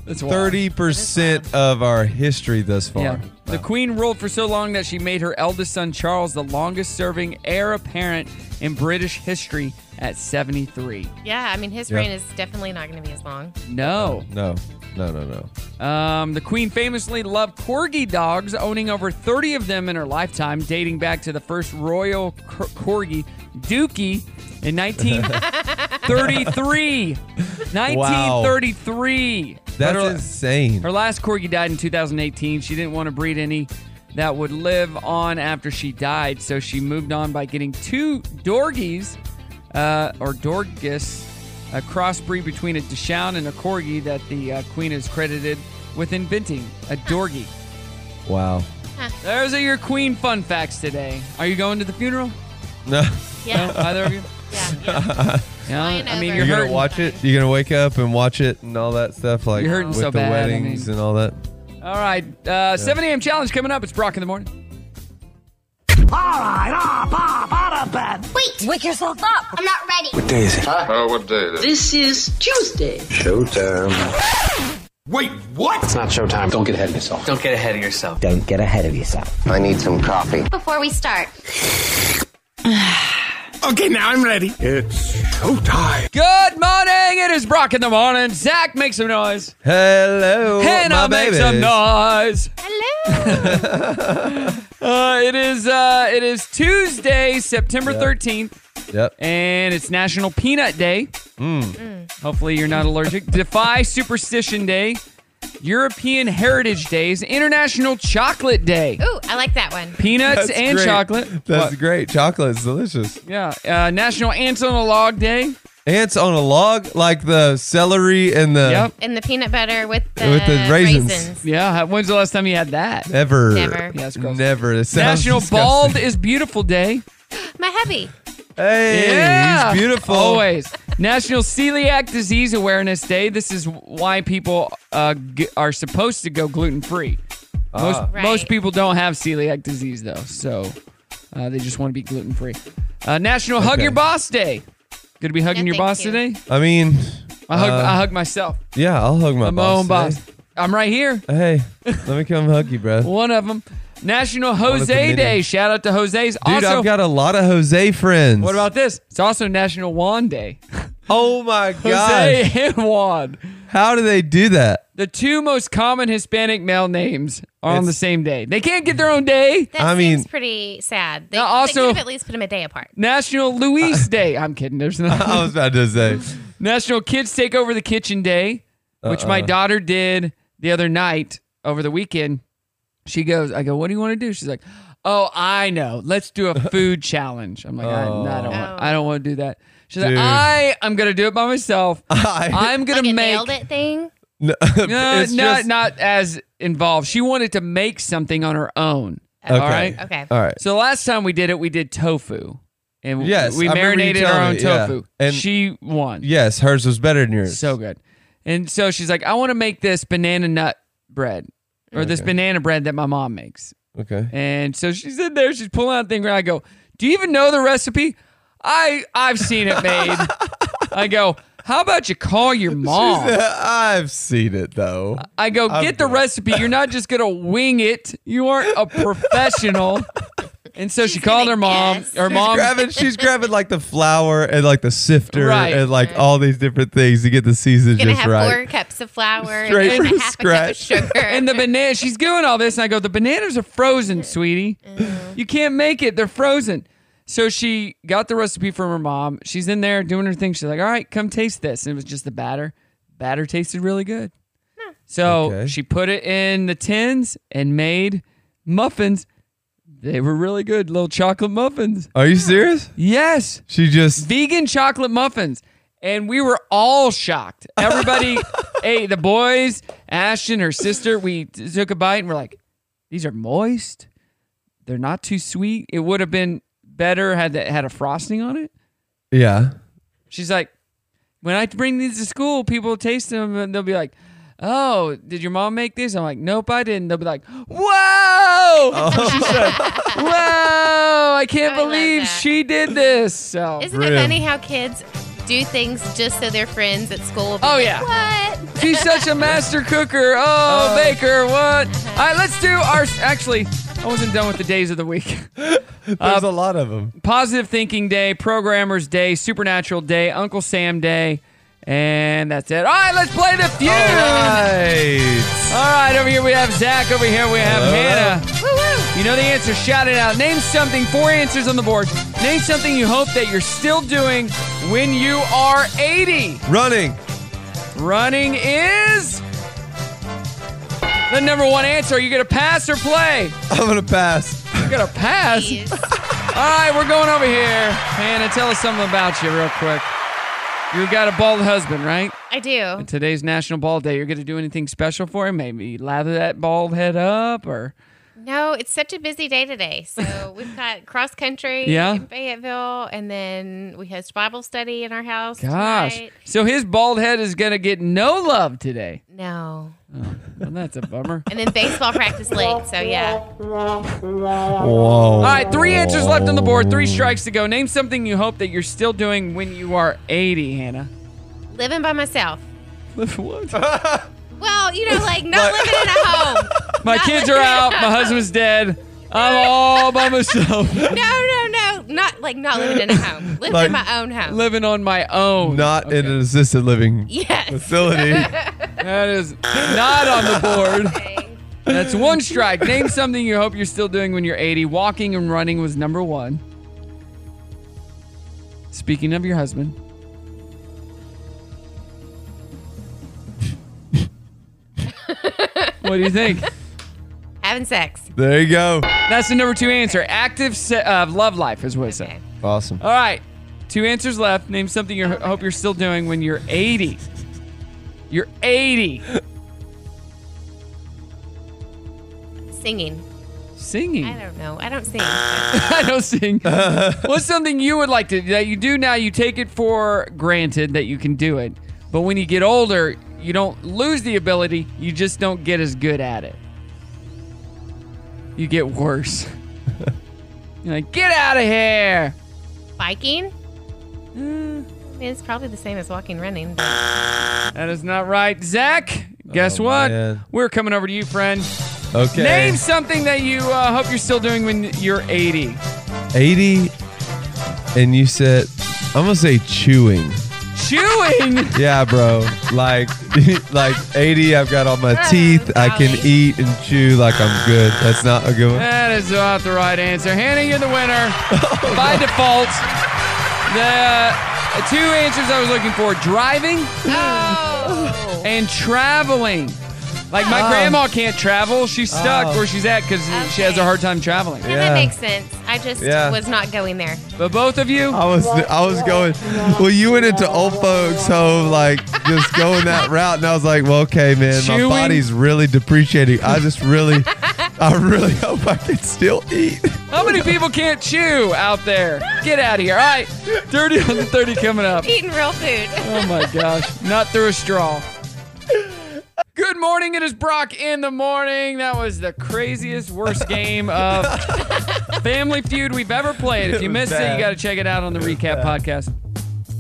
[SPEAKER 1] that's wild.
[SPEAKER 2] Thirty percent of our history thus far.
[SPEAKER 1] Yeah. The Queen ruled for so long that she made her eldest son Charles the longest serving heir apparent in British history at 73.
[SPEAKER 3] Yeah, I mean, his
[SPEAKER 2] Yeah.
[SPEAKER 3] reign is definitely not going to be as long.
[SPEAKER 1] No.
[SPEAKER 2] No, no, no, no.
[SPEAKER 1] Um, the queen famously loved corgi dogs, owning over 30 of them in her lifetime, dating back to the first royal cor- corgi, Dookie, in 1933. 1933. But
[SPEAKER 2] That's
[SPEAKER 1] her,
[SPEAKER 2] insane.
[SPEAKER 1] her last corgi died in 2018. She didn't want to breed any that would live on after she died, so she moved on by getting two dorgies, uh, or dorgis, a crossbreed between a Dachshund and a corgi that the uh, queen is credited with inventing, a dorgie.
[SPEAKER 2] (laughs) Wow.
[SPEAKER 1] Those are your queen fun facts today. Are you going to the
[SPEAKER 3] (laughs)
[SPEAKER 1] funeral?
[SPEAKER 2] No.
[SPEAKER 1] No,
[SPEAKER 2] (laughs)
[SPEAKER 3] Yeah.
[SPEAKER 1] either of you?
[SPEAKER 3] yeah, yeah.
[SPEAKER 1] No,
[SPEAKER 3] Flying
[SPEAKER 1] I mean, you're,
[SPEAKER 3] over.
[SPEAKER 2] You're gonna
[SPEAKER 1] hurting.
[SPEAKER 2] watch it. You're gonna wake up and watch it and all that stuff, like
[SPEAKER 1] You're hurting
[SPEAKER 2] with
[SPEAKER 1] so
[SPEAKER 2] the
[SPEAKER 1] bad, I
[SPEAKER 2] weddings
[SPEAKER 1] mean.
[SPEAKER 2] and all that.
[SPEAKER 1] All right. Uh, 7 a.m. challenge coming up. It's Brock in the morning.
[SPEAKER 12] Wait, wake yourself up. I'm not ready.
[SPEAKER 4] Oh, what day is it?
[SPEAKER 11] This is Tuesday.
[SPEAKER 4] Showtime.
[SPEAKER 11] Wait, what?
[SPEAKER 13] It's not showtime. Don't get ahead of yourself. Don't get ahead of yourself. Don't get ahead of yourself. I need some coffee.
[SPEAKER 12] Before we start,
[SPEAKER 13] Okay, now I'm ready.
[SPEAKER 4] It's showtime.
[SPEAKER 1] Good morning. It is Brock in the morning. Zach, make some noise.
[SPEAKER 2] Hello,
[SPEAKER 1] Hannah,
[SPEAKER 2] my
[SPEAKER 1] make
[SPEAKER 2] babies.
[SPEAKER 1] some noise.
[SPEAKER 3] Hello.
[SPEAKER 1] Uh, it is uh, it is Tuesday, September
[SPEAKER 2] Yep.
[SPEAKER 1] thirteenth,
[SPEAKER 2] Yep.
[SPEAKER 1] and it's National Peanut Day.
[SPEAKER 2] Mm.
[SPEAKER 1] Hopefully, you're not
[SPEAKER 2] (laughs)
[SPEAKER 1] allergic. Defy Superstition Day, European Heritage Days, International Chocolate Day.
[SPEAKER 3] Ooh, I like that one.
[SPEAKER 1] Peanuts
[SPEAKER 2] That's
[SPEAKER 1] and
[SPEAKER 2] great.
[SPEAKER 1] chocolate.
[SPEAKER 2] That's
[SPEAKER 1] What?
[SPEAKER 2] great. Chocolate's delicious.
[SPEAKER 1] Yeah. Uh, National Ants on a Log Day.
[SPEAKER 2] Ants on a log, like the celery and the
[SPEAKER 1] Yep.
[SPEAKER 3] And the peanut butter with the,
[SPEAKER 2] With the raisins.
[SPEAKER 1] Yeah. When's the last time you had that?
[SPEAKER 2] never,
[SPEAKER 3] Never.
[SPEAKER 1] Yeah, it's gross.
[SPEAKER 2] never. It sounds
[SPEAKER 1] National
[SPEAKER 2] disgusting. (laughs)
[SPEAKER 1] Bald is Beautiful Day.
[SPEAKER 3] My hubby.
[SPEAKER 2] Hey,
[SPEAKER 1] Yeah.
[SPEAKER 2] he's beautiful.
[SPEAKER 1] Always. National Celiac Disease Awareness Day. This is why people uh, g- are supposed to go gluten free.
[SPEAKER 2] Ah.
[SPEAKER 1] Most
[SPEAKER 3] Right.
[SPEAKER 1] most people don't have celiac disease though, so uh, they just want to be gluten free. Uh, National Hug
[SPEAKER 2] Okay.
[SPEAKER 1] Your Boss Day. Gonna be hugging
[SPEAKER 3] No,
[SPEAKER 1] your
[SPEAKER 3] thank
[SPEAKER 1] boss
[SPEAKER 3] you.
[SPEAKER 1] today.
[SPEAKER 2] I mean,
[SPEAKER 1] I hug
[SPEAKER 2] uh,
[SPEAKER 1] I hug myself.
[SPEAKER 2] yeah, I'll hug my
[SPEAKER 1] I'm my
[SPEAKER 2] boss.
[SPEAKER 1] own boss.
[SPEAKER 2] today.
[SPEAKER 1] I'm right here.
[SPEAKER 2] Hey, let me come hug
[SPEAKER 1] (laughs)
[SPEAKER 2] you, bro.
[SPEAKER 1] One of them. National
[SPEAKER 2] of the
[SPEAKER 1] Jose
[SPEAKER 2] many.
[SPEAKER 1] Day. Shout out to Jose's.
[SPEAKER 2] Dude,
[SPEAKER 1] also,
[SPEAKER 2] I've got a lot of Jose friends.
[SPEAKER 1] what about this? It's also National Juan Day.
[SPEAKER 2] Oh my
[SPEAKER 1] Jose
[SPEAKER 2] gosh.
[SPEAKER 1] and Juan.
[SPEAKER 2] How do they do that?
[SPEAKER 1] The two most common Hispanic male names are on the
[SPEAKER 2] It's-
[SPEAKER 1] same day. They can't get their own day.
[SPEAKER 3] That
[SPEAKER 2] I
[SPEAKER 3] seems
[SPEAKER 2] mean-
[SPEAKER 3] pretty sad. They, they
[SPEAKER 1] also-
[SPEAKER 3] could have at least put them a day apart.
[SPEAKER 1] National
[SPEAKER 2] Uh-uh.
[SPEAKER 1] Luis Day. I'm kidding. There's
[SPEAKER 2] I
[SPEAKER 1] no
[SPEAKER 2] was about to say.
[SPEAKER 1] (laughs) National Kids Take Over the Kitchen Day, which my
[SPEAKER 2] Uh-uh.
[SPEAKER 1] daughter did the other night over the weekend. She goes, I go, what do you want to do? She's like, oh, I know. Let's
[SPEAKER 2] (laughs)
[SPEAKER 1] do a food challenge. I'm like, I, no, I don't, want, I don't want to do that. She's
[SPEAKER 2] Oh. Dude.
[SPEAKER 1] like, I am gonna do it by
[SPEAKER 2] (laughs)
[SPEAKER 1] myself. I, am gonna
[SPEAKER 3] Like a
[SPEAKER 1] make
[SPEAKER 3] nailed it thing.
[SPEAKER 2] No,
[SPEAKER 1] no,
[SPEAKER 2] it's
[SPEAKER 1] not
[SPEAKER 2] just-
[SPEAKER 1] not as involved. She wanted to make something on her own.
[SPEAKER 2] Okay.
[SPEAKER 1] All right.
[SPEAKER 3] Okay.
[SPEAKER 2] All right.
[SPEAKER 1] So last time we did it, we did tofu, and w-
[SPEAKER 2] Yes,
[SPEAKER 1] we
[SPEAKER 2] I remember you
[SPEAKER 1] marinated our
[SPEAKER 2] telling
[SPEAKER 1] own
[SPEAKER 2] me, yeah.
[SPEAKER 1] tofu,
[SPEAKER 2] And-
[SPEAKER 1] and she won.
[SPEAKER 2] Yes, hers was better than yours.
[SPEAKER 1] So good. And so she's like, I want to make this banana nut bread, or this
[SPEAKER 2] Okay.
[SPEAKER 1] banana bread that my mom makes.
[SPEAKER 2] Okay.
[SPEAKER 1] And so she's in there, she's pulling out things, and I go, Do you even know the recipe? I I've seen it made. I go, How about you call your mom?
[SPEAKER 2] I've seen it though.
[SPEAKER 1] I go,
[SPEAKER 2] I'm
[SPEAKER 1] get the
[SPEAKER 2] done.
[SPEAKER 1] recipe. You're not just gonna wing it. You aren't a professional. And so she called her mom. Her
[SPEAKER 2] She's
[SPEAKER 1] mom
[SPEAKER 2] grabbing, she's grabbing like the flour and like the sifter
[SPEAKER 1] Right.
[SPEAKER 2] and like all these different things to get the season
[SPEAKER 3] You're gonna
[SPEAKER 2] just
[SPEAKER 3] have
[SPEAKER 2] right.
[SPEAKER 3] four cups of flour
[SPEAKER 2] Straight
[SPEAKER 3] and
[SPEAKER 2] from
[SPEAKER 3] a half
[SPEAKER 2] scratch.
[SPEAKER 3] a cup of (laughs) sugar.
[SPEAKER 1] and the banana. She's doing all this, and I go, the bananas are frozen, sweetie. You can't make it. They're frozen. So she got the recipe from her mom. She's in there doing her thing. She's like, all right, come taste this. And it was just the batter. Batter tasted really good. So
[SPEAKER 2] Okay.
[SPEAKER 1] she put it in the tins and made muffins. They were really good, little chocolate muffins.
[SPEAKER 2] Are you serious?
[SPEAKER 1] Yes.
[SPEAKER 2] She just
[SPEAKER 1] vegan chocolate muffins. And we were all shocked.
[SPEAKER 3] (laughs)
[SPEAKER 1] Everybody ate the boys, Ashton, her sister. We t- took a bite and we're like, these are moist. They're not too sweet. It would have been better had that had a frosting on it.
[SPEAKER 2] yeah.
[SPEAKER 1] She's like, when I bring these to school, people taste them and they'll be like, oh, did your mom make this? I'm like, nope, I didn't. They'll be like, whoa, (laughs) whoa, I can't
[SPEAKER 3] I love
[SPEAKER 1] believe
[SPEAKER 3] that.
[SPEAKER 1] she did this. So
[SPEAKER 3] Isn't it funny how kids do things just so their friends at school will be
[SPEAKER 1] Oh,
[SPEAKER 3] like,
[SPEAKER 1] yeah.
[SPEAKER 3] What?
[SPEAKER 1] (laughs) She's such a master cooker. Oh,
[SPEAKER 2] Uh,
[SPEAKER 1] baker, what? All right, let's do our. Actually, I wasn't done with the days of the week. (laughs)
[SPEAKER 2] There's a lot of them.
[SPEAKER 1] Positive Thinking Day, Programmers Day, Supernatural Day, Uncle Sam Day, and that's it. All right, let's play the feud.
[SPEAKER 2] All right.
[SPEAKER 1] All right, over here we have Zach. Over here we have
[SPEAKER 2] Hello.
[SPEAKER 1] Hannah. You know the answer. Shout it out. Name something. Four answers on the board. Name something you hope that you're still doing when you are 80.
[SPEAKER 2] Running.
[SPEAKER 1] Running is the number one answer. Are you gonna pass or play?
[SPEAKER 2] I'm gonna pass.
[SPEAKER 1] You're gonna pass. All right, we're going over here. Hannah, tell us something about you real quick. You've got a bald husband, right?
[SPEAKER 3] I do.
[SPEAKER 1] Today's National Bald Day. You're gonna do anything special for him? Maybe lather that bald head up, or
[SPEAKER 3] No, it's such a busy day today. So (laughs) we've got cross country
[SPEAKER 1] Yeah.
[SPEAKER 3] in Fayetteville, and then we host Bible study in our house.
[SPEAKER 1] gosh.
[SPEAKER 3] tonight.
[SPEAKER 1] So his bald head is gonna get no love today.
[SPEAKER 3] No.
[SPEAKER 1] Well, that's a bummer.
[SPEAKER 3] And then baseball practice late. So yeah.
[SPEAKER 2] Whoa.
[SPEAKER 1] All right, three answers left on the board. Three strikes to go. Name something you hope that you're still doing when you are 80, Hannah.
[SPEAKER 3] Living by myself.
[SPEAKER 1] what?
[SPEAKER 3] Well, you know, like not living in a home.
[SPEAKER 1] My kids are out. My husband's dead. I'm all by myself, (laughs)
[SPEAKER 3] No, no, no. Not like not living in a home. Living
[SPEAKER 2] Like-
[SPEAKER 3] in my own home.
[SPEAKER 1] living on my own.
[SPEAKER 2] Not in an assisted
[SPEAKER 3] (laughs)
[SPEAKER 2] living (laughs)
[SPEAKER 3] yes.
[SPEAKER 2] facility.
[SPEAKER 1] That is not on the board.
[SPEAKER 3] Okay.
[SPEAKER 1] That's one strike. Name something you hope you're still doing when you're 80. Walking and running was number one. Speaking of your husband, what do you think?
[SPEAKER 3] Having sex.
[SPEAKER 2] there you go.
[SPEAKER 1] That's the number two answer. Active se- uh, love life is what it said.
[SPEAKER 3] Okay.
[SPEAKER 2] Awesome.
[SPEAKER 1] All right. Two answers left. Name something you ho- hope you're still doing when you're 80. You're 80.
[SPEAKER 3] Singing.
[SPEAKER 1] Singing.
[SPEAKER 3] I don't know. I don't sing.
[SPEAKER 1] (laughs) I don't sing. What's something you would like to that you do now? You take it for granted that you can do it, but when you get older, you don't lose the ability. You just don't get as good at it. You get worse. (laughs) You're like, get out of here.
[SPEAKER 3] Biking? Mm, I mean, it's probably the same as walking, running. but
[SPEAKER 1] That is not right, Zach. Guess what? We're coming over to you, friend.
[SPEAKER 2] Okay.
[SPEAKER 1] Name something that you uh, hope you're still doing when you're 80.
[SPEAKER 2] 80, and you said, I'm going to say chewing.
[SPEAKER 1] Chewing.
[SPEAKER 2] Yeah, bro. Like, (laughs) like 80, I've got all my teeth. I can eat and chew like I'm good. That's not a good one.
[SPEAKER 1] That is not the right answer. Hannah, you're the winner by default. The uh, two answers I was looking for: driving and traveling. Like my
[SPEAKER 3] Oh.
[SPEAKER 1] grandma can't travel; she's stuck
[SPEAKER 3] Oh.
[SPEAKER 1] where she's at because she has a hard time traveling.
[SPEAKER 3] (laughs) That makes sense. I just
[SPEAKER 2] Yeah.
[SPEAKER 3] was not going there.
[SPEAKER 1] But both of you,
[SPEAKER 2] I was I was going. Well, you went into old folks home, like just going that route, and I was like, well, okay, man,
[SPEAKER 1] Chewing?
[SPEAKER 2] my body's really depreciating. I just really, I really hope I can still eat.
[SPEAKER 1] How many people can't chew out there? Get out of here! All right, thirty on the thirty coming up.
[SPEAKER 3] Eating real food. (laughs)
[SPEAKER 1] Oh my gosh. Not through a straw. Good morning. It is Brock in the morning. That was the craziest, worst game (laughs) of Family Feud we've ever played. If
[SPEAKER 14] It
[SPEAKER 1] you
[SPEAKER 14] was
[SPEAKER 1] missed it,
[SPEAKER 14] bad.
[SPEAKER 1] you got to check it out on the recap podcast.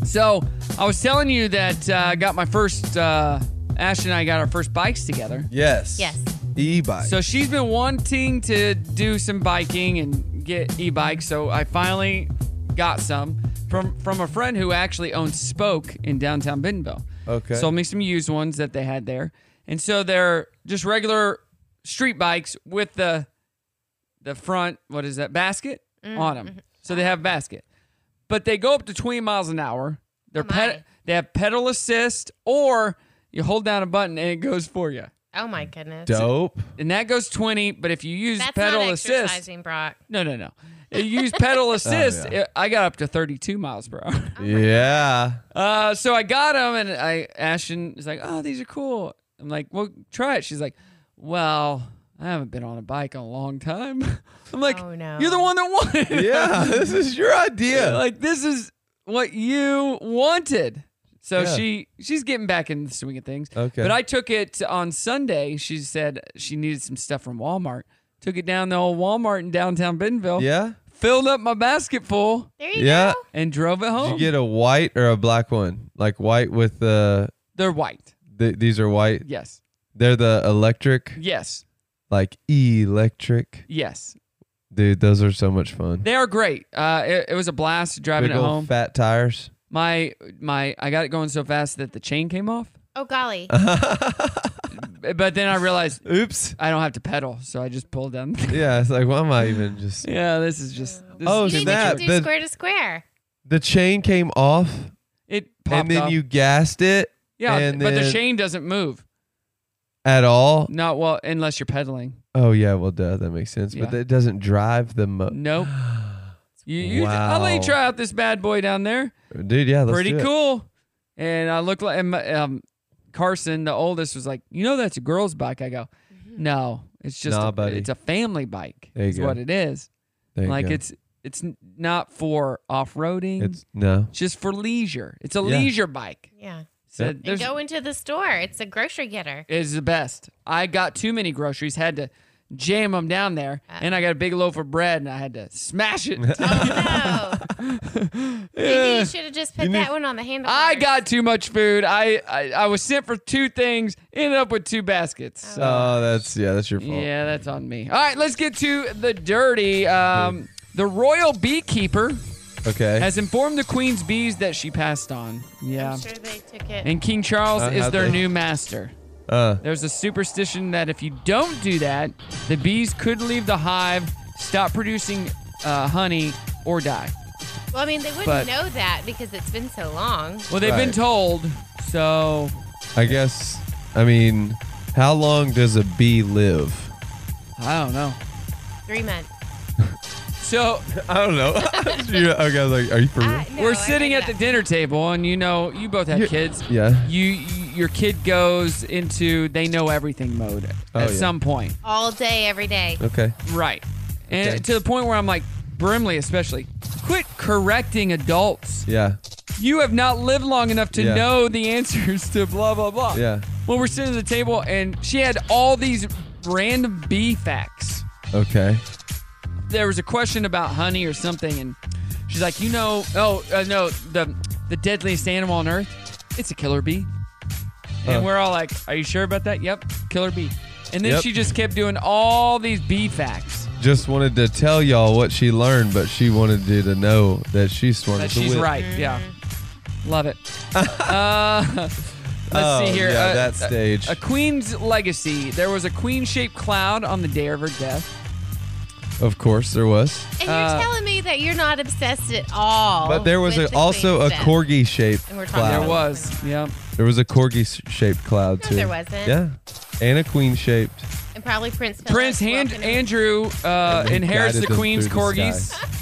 [SPEAKER 1] So I was telling you that uh, I got my first, uh, Ash and I got our first bikes together.
[SPEAKER 2] Yes.
[SPEAKER 3] Yes.
[SPEAKER 2] E-bike.
[SPEAKER 1] So she's been wanting to do some biking and get e-bikes. So I finally got some from from a friend who actually owns Spoke in downtown Bentonville.
[SPEAKER 2] Okay.
[SPEAKER 1] Sold me some used ones that they had there, and so they're just regular street bikes with the the front what is that basket
[SPEAKER 14] Mm,
[SPEAKER 1] on them. So they have basket, but they go up to 20 miles an hour. They're ped- they have pedal assist, or you hold down a button and it goes for you.
[SPEAKER 3] Oh my goodness.
[SPEAKER 2] Dope.
[SPEAKER 1] And that goes 20, but if you use
[SPEAKER 3] That's
[SPEAKER 1] pedal
[SPEAKER 3] not
[SPEAKER 1] assist,
[SPEAKER 3] exercising, Brock.
[SPEAKER 1] no, no, no. If you use
[SPEAKER 2] (laughs)
[SPEAKER 1] pedal assist,
[SPEAKER 2] Oh, yeah.
[SPEAKER 1] it- I got up to 32 miles per hour. (laughs)
[SPEAKER 2] yeah.
[SPEAKER 1] Uh, so I got them, and I Ashton is like, "Oh, these are cool." I'm like, "Well, try it." She's like, "Well, I haven't been on a bike in a long time." (laughs) I'm like,
[SPEAKER 3] Oh,
[SPEAKER 1] "You're the one that wanted." (laughs)
[SPEAKER 2] Yeah, (laughs) this is your idea.
[SPEAKER 1] Like this is what you wanted. So
[SPEAKER 2] Yeah.
[SPEAKER 1] she she's getting back in the swing of things.
[SPEAKER 2] Okay.
[SPEAKER 1] But I took it on Sunday. She said she needed some stuff from Walmart. Took it down the old Walmart in downtown Bentonville.
[SPEAKER 2] Yeah.
[SPEAKER 1] Filled up my basket full. There
[SPEAKER 2] you Yeah. go.
[SPEAKER 1] And drove it
[SPEAKER 2] Did
[SPEAKER 1] home.
[SPEAKER 2] you get a white or a black one? Like white with the.
[SPEAKER 1] They're white.
[SPEAKER 2] th- these are white.
[SPEAKER 1] Yes.
[SPEAKER 2] They're the electric.
[SPEAKER 1] Yes.
[SPEAKER 2] Like electric.
[SPEAKER 1] Yes.
[SPEAKER 2] Dude, those are so much fun.
[SPEAKER 1] They are great. Uh, it, it was a blast driving
[SPEAKER 2] Big
[SPEAKER 1] it
[SPEAKER 2] old
[SPEAKER 1] home.
[SPEAKER 2] fat tires.
[SPEAKER 1] my my I got it going so fast that the chain came off.
[SPEAKER 3] Oh golly.
[SPEAKER 1] But then I realized,
[SPEAKER 2] oops,
[SPEAKER 1] I don't have to pedal, so I just pulled down.
[SPEAKER 2] Yeah, it's like why am
[SPEAKER 1] (laughs)
[SPEAKER 2] I even just?
[SPEAKER 1] Yeah, this is just. This
[SPEAKER 2] Oh
[SPEAKER 1] is
[SPEAKER 3] you
[SPEAKER 2] snap!
[SPEAKER 3] didn't even do
[SPEAKER 2] The,
[SPEAKER 3] square to square.
[SPEAKER 2] the chain came off,
[SPEAKER 1] It popped
[SPEAKER 2] and then
[SPEAKER 1] up.
[SPEAKER 2] you gassed it.
[SPEAKER 1] yeah,
[SPEAKER 2] and
[SPEAKER 1] but the
[SPEAKER 2] then-
[SPEAKER 1] chain doesn't move.
[SPEAKER 2] at all.
[SPEAKER 1] Not well, unless you're pedaling.
[SPEAKER 2] Oh yeah, well duh, that makes sense. But
[SPEAKER 1] Yeah.
[SPEAKER 2] that doesn't drive the mo- (gasps)
[SPEAKER 1] Nope. You, you I'll let you
[SPEAKER 2] Wow.
[SPEAKER 1] try out this bad boy down there.
[SPEAKER 2] dude. Yeah, let's
[SPEAKER 1] Pretty
[SPEAKER 2] do it.
[SPEAKER 1] cool. And I look like and my- um, Carson, the oldest, was like, "You know, that's a girl's bike." I go, "No, it's just
[SPEAKER 2] Nah,
[SPEAKER 1] a,
[SPEAKER 2] buddy.
[SPEAKER 1] it's a family bike.
[SPEAKER 2] There you
[SPEAKER 1] It's
[SPEAKER 2] go.
[SPEAKER 1] what it is.
[SPEAKER 2] There you
[SPEAKER 1] like
[SPEAKER 2] go.
[SPEAKER 1] it's it's n- not for off roading.
[SPEAKER 2] It's no.
[SPEAKER 1] just for leisure. It's a
[SPEAKER 2] Yeah.
[SPEAKER 1] leisure bike.
[SPEAKER 3] Yeah.
[SPEAKER 1] So
[SPEAKER 2] Yep. And
[SPEAKER 1] there's-
[SPEAKER 3] And go into the store. It's a grocery getter.
[SPEAKER 1] (laughs) is the best. I got too many groceries, had to jam them down there,
[SPEAKER 3] Ah.
[SPEAKER 1] and I got a big loaf of bread, and I had to smash
[SPEAKER 2] (laughs)
[SPEAKER 1] it. (laughs)
[SPEAKER 3] Maybe
[SPEAKER 1] Yeah.
[SPEAKER 3] you should have just put
[SPEAKER 1] You need-
[SPEAKER 3] that one on the handle.
[SPEAKER 1] I got too much food. I, I I was sent for two things, ended up with two baskets. So.
[SPEAKER 2] Oh, that's yeah, that's your fault.
[SPEAKER 1] Yeah, that's on me. All right, let's get to the dirty. Um, the royal beekeeper
[SPEAKER 2] Okay.
[SPEAKER 1] has informed the queen's bees that she passed on. Yeah.
[SPEAKER 3] I'm sure they took it.
[SPEAKER 1] And King Charles
[SPEAKER 2] Uh,
[SPEAKER 1] is
[SPEAKER 2] how'd
[SPEAKER 1] their
[SPEAKER 2] they-
[SPEAKER 1] new master.
[SPEAKER 2] Uh.
[SPEAKER 1] There's a superstition that if you don't do that, the bees could leave the hive, stop producing uh, honey, or die.
[SPEAKER 3] Well, I mean, they wouldn't
[SPEAKER 1] But-
[SPEAKER 3] know that because it's been so long.
[SPEAKER 1] Well, they've been
[SPEAKER 2] Right.
[SPEAKER 1] told, so
[SPEAKER 2] I guess. I mean, how long does a bee live?
[SPEAKER 1] I don't know.
[SPEAKER 3] Three months.
[SPEAKER 1] So
[SPEAKER 2] I
[SPEAKER 1] (laughs)
[SPEAKER 2] don't know. (laughs) You- okay, I was like, are you for real?
[SPEAKER 1] We're sitting at the dinner table, and you know, you both have
[SPEAKER 2] Yeah.
[SPEAKER 1] kids.
[SPEAKER 2] Yeah.
[SPEAKER 1] You, you- your kid goes into they know everything mode
[SPEAKER 2] Oh,
[SPEAKER 1] at
[SPEAKER 2] yeah.
[SPEAKER 1] some point.
[SPEAKER 3] All day, every day.
[SPEAKER 2] Okay.
[SPEAKER 1] Right. And
[SPEAKER 2] Okay.
[SPEAKER 1] to the point where I'm like, Brimley especially, quit correcting adults.
[SPEAKER 2] Yeah.
[SPEAKER 1] You have not lived long enough to
[SPEAKER 2] Yeah.
[SPEAKER 1] know the answers to blah blah blah.
[SPEAKER 2] Yeah.
[SPEAKER 1] Well, we're sitting at the table, and she had all these random bee facts.
[SPEAKER 2] Okay.
[SPEAKER 1] There was a question about honey or something, and she's like, "You know, oh uh, no, the the deadliest animal on earth, it's a killer bee." and we're all like, "Are you sure about that?" Yep, killer bee. And then
[SPEAKER 2] Yep.
[SPEAKER 1] she just kept doing all these bee facts
[SPEAKER 2] Just wanted to tell y'all what she learned, but she wanted you to know that she's one
[SPEAKER 1] that
[SPEAKER 2] of the
[SPEAKER 1] she's
[SPEAKER 2] wit.
[SPEAKER 1] right. Yeah, love
[SPEAKER 2] (laughs)
[SPEAKER 1] it. uh, (laughs) let's
[SPEAKER 2] Oh,
[SPEAKER 1] see here.
[SPEAKER 2] yeah,
[SPEAKER 1] Uh,
[SPEAKER 2] that
[SPEAKER 1] a-
[SPEAKER 2] stage.
[SPEAKER 1] A, queen's legacy. There was a queen-shaped cloud on the day of her death.
[SPEAKER 2] Of course, there was.
[SPEAKER 3] And you're
[SPEAKER 1] uh,
[SPEAKER 3] telling me that you're not obsessed at all.
[SPEAKER 2] But there was
[SPEAKER 3] with
[SPEAKER 2] a,
[SPEAKER 3] the
[SPEAKER 2] also
[SPEAKER 3] queen's
[SPEAKER 2] a
[SPEAKER 3] death.
[SPEAKER 2] corgi shaped
[SPEAKER 3] And we're talking
[SPEAKER 2] cloud.
[SPEAKER 3] about- There
[SPEAKER 1] was. Yep.
[SPEAKER 2] There was a corgi shaped cloud
[SPEAKER 3] No,
[SPEAKER 2] too.
[SPEAKER 3] there wasn't.
[SPEAKER 2] Yeah, and a queen shaped.
[SPEAKER 3] And probably Prince.
[SPEAKER 1] Prince Han- Andrew uh,
[SPEAKER 2] And
[SPEAKER 1] inherits
[SPEAKER 2] guided
[SPEAKER 1] the
[SPEAKER 2] them
[SPEAKER 1] queen's
[SPEAKER 2] through the
[SPEAKER 1] corgis.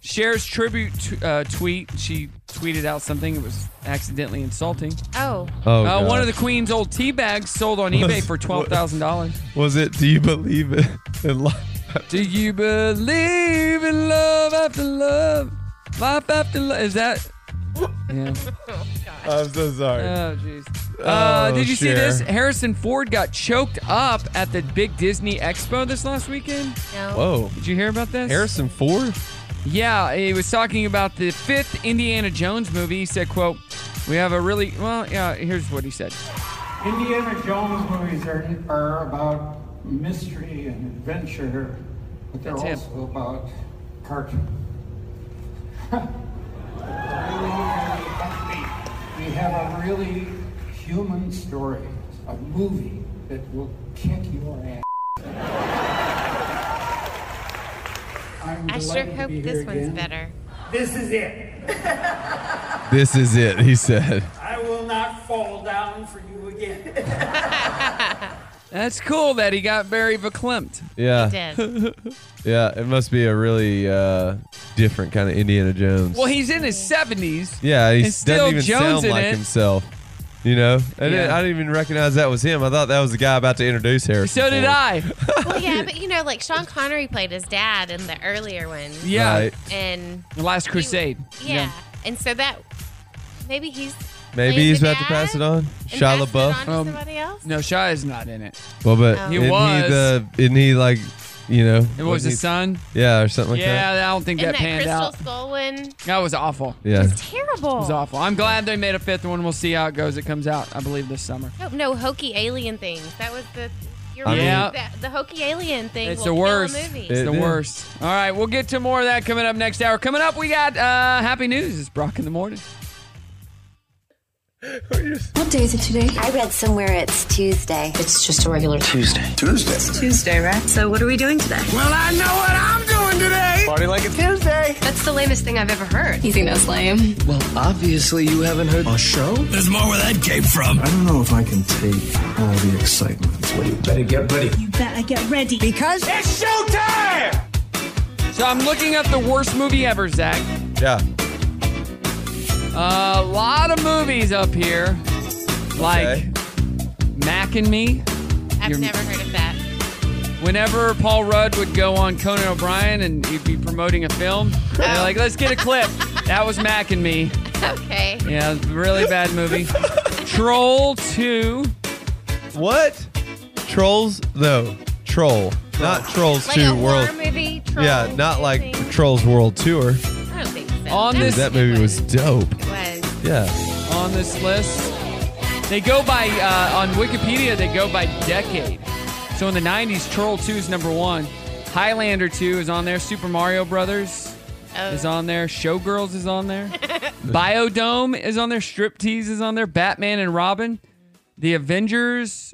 [SPEAKER 1] Shares tribute t- uh, tweet. She tweeted out something. It was accidentally insulting.
[SPEAKER 3] Oh.
[SPEAKER 2] Oh,
[SPEAKER 1] Uh, one
[SPEAKER 2] God.
[SPEAKER 1] of the queen's old tea bags sold on eBay
[SPEAKER 2] (laughs)
[SPEAKER 1] for twelve thousand dollars.
[SPEAKER 2] Was it? Do you believe it? (laughs) In life?
[SPEAKER 1] Do you believe in love after love, life after love? Is that? Yeah.
[SPEAKER 2] I'm so sorry.
[SPEAKER 1] Oh, jeez. Uh,
[SPEAKER 2] Oh,
[SPEAKER 1] did you see
[SPEAKER 2] Cher.
[SPEAKER 1] this? Harrison Ford got choked up at the big Disney Expo this last weekend.
[SPEAKER 3] No.
[SPEAKER 2] Whoa.
[SPEAKER 1] Did you hear about this?
[SPEAKER 2] Harrison Ford?
[SPEAKER 1] Yeah, he was talking about the fifth Indiana Jones movie. He said, "quote We have a really well. Yeah, here's what he said.
[SPEAKER 14] Indiana Jones movies are, are about mystery and adventure, but they're
[SPEAKER 1] That's
[SPEAKER 14] also about cartoon. (laughs) we have a really human story, a movie that will kick your ass. I'm
[SPEAKER 3] I sure
[SPEAKER 14] delighted to
[SPEAKER 3] hope
[SPEAKER 14] be
[SPEAKER 3] this
[SPEAKER 14] here
[SPEAKER 3] one's
[SPEAKER 14] again.
[SPEAKER 3] better.
[SPEAKER 14] This is it.
[SPEAKER 2] This is it, he said.
[SPEAKER 14] I will not fall down for you again.
[SPEAKER 1] That's cool that he got very verklempt.
[SPEAKER 2] Yeah. Yeah, it must be a really uh, different kind of Indiana Jones.
[SPEAKER 1] well, he's in his seventies.
[SPEAKER 2] yeah, he
[SPEAKER 1] and
[SPEAKER 2] doesn't
[SPEAKER 1] still
[SPEAKER 2] even
[SPEAKER 1] Jones
[SPEAKER 2] sound
[SPEAKER 1] in
[SPEAKER 2] like
[SPEAKER 1] it.
[SPEAKER 2] himself. You know? I didn't,
[SPEAKER 1] Yeah.
[SPEAKER 2] I didn't even recognize that was him. I thought that was the guy about to introduce Harrison.
[SPEAKER 1] So did
[SPEAKER 2] Ford. (laughs)
[SPEAKER 1] I. (laughs)
[SPEAKER 3] Well, yeah, but you know, like Sean Connery played his dad in the earlier one.
[SPEAKER 1] Yeah. Right.
[SPEAKER 3] And
[SPEAKER 1] The Last Crusade.
[SPEAKER 3] yeah. And so that maybe he's
[SPEAKER 2] Maybe
[SPEAKER 3] playing
[SPEAKER 2] he's
[SPEAKER 3] the
[SPEAKER 2] about to
[SPEAKER 3] dad
[SPEAKER 2] pass it on.
[SPEAKER 3] and
[SPEAKER 2] Shia
[SPEAKER 3] passing it
[SPEAKER 2] LaBeouf.
[SPEAKER 3] on to somebody else.
[SPEAKER 1] Um, No, Shia is not in it.
[SPEAKER 2] Well, but
[SPEAKER 1] Oh. He
[SPEAKER 2] isn't he
[SPEAKER 1] was.
[SPEAKER 2] the? Isn't he like, you know?
[SPEAKER 1] It
[SPEAKER 2] wasn't
[SPEAKER 1] was
[SPEAKER 2] he-
[SPEAKER 1] his son.
[SPEAKER 2] Yeah, or something like
[SPEAKER 1] yeah,
[SPEAKER 2] that.
[SPEAKER 1] I don't think
[SPEAKER 3] and
[SPEAKER 1] that, panned
[SPEAKER 3] Crystal
[SPEAKER 1] out.
[SPEAKER 3] Skull one.
[SPEAKER 1] That was awful.
[SPEAKER 2] Yeah.
[SPEAKER 1] It
[SPEAKER 3] Terrible.
[SPEAKER 1] was awful. I'm glad they made a fifth one. We'll see how it goes. It comes out, I believe, this summer.
[SPEAKER 3] No, no hokey alien things. That was the. You're
[SPEAKER 1] I
[SPEAKER 3] right.
[SPEAKER 1] mean- Yeah.
[SPEAKER 3] that, the hokey alien thing.
[SPEAKER 1] It's the
[SPEAKER 3] will kill a
[SPEAKER 1] worst.
[SPEAKER 3] movie.
[SPEAKER 1] It's the worst. All right, we'll get to more of that coming up next hour. Coming up, we got uh, happy news. It's Brock in the morning.
[SPEAKER 15] What day is it today? I read somewhere it's Tuesday. It's just a regular Tuesday. Tuesday. It's Tuesday, right? So what are we doing today?
[SPEAKER 5] Well, I know what I'm doing today.
[SPEAKER 15] Party like it's Tuesday. That's the lamest thing I've ever heard. You think that's lame?
[SPEAKER 5] Well, obviously you haven't heard our show. There's more where that came from.
[SPEAKER 16] I don't know if I can take all the excitement. Well, you better get ready.
[SPEAKER 5] You better get ready because it's showtime.
[SPEAKER 1] So I'm looking up the worst movie ever, Zach.
[SPEAKER 2] Yeah.
[SPEAKER 1] A lot of movies up here, like Mac and Me.
[SPEAKER 3] I've
[SPEAKER 1] You're-
[SPEAKER 3] never heard of that. (laughs)
[SPEAKER 1] Whenever Paul Rudd would go on Conan O'Brien and he'd be promoting a film, they're like, "Let's get a clip." That was Mac and Me.
[SPEAKER 3] Okay.
[SPEAKER 1] Yeah, really bad movie. Troll Two.
[SPEAKER 2] What? Trolls though. Troll. Not Trolls
[SPEAKER 3] Like
[SPEAKER 2] Two
[SPEAKER 3] a
[SPEAKER 2] World.
[SPEAKER 3] horror movie.
[SPEAKER 2] yeah,
[SPEAKER 3] Troll
[SPEAKER 2] not like
[SPEAKER 3] thing.
[SPEAKER 2] Trolls World Tour.
[SPEAKER 3] I don't think so.
[SPEAKER 1] On
[SPEAKER 2] Dude,
[SPEAKER 1] this
[SPEAKER 2] that movie was dope.
[SPEAKER 3] It was.
[SPEAKER 2] Yeah.
[SPEAKER 1] on this list. They go by uh, on Wikipedia. They go by decade. So in the '90s, Troll Two is number one. Highlander Two is on there. Super Mario Brothers
[SPEAKER 2] Oh.
[SPEAKER 1] is on there. Showgirls is on
[SPEAKER 2] (laughs)
[SPEAKER 1] there. Biodome is on there. Striptease is on there. Batman and Robin. The Avengers.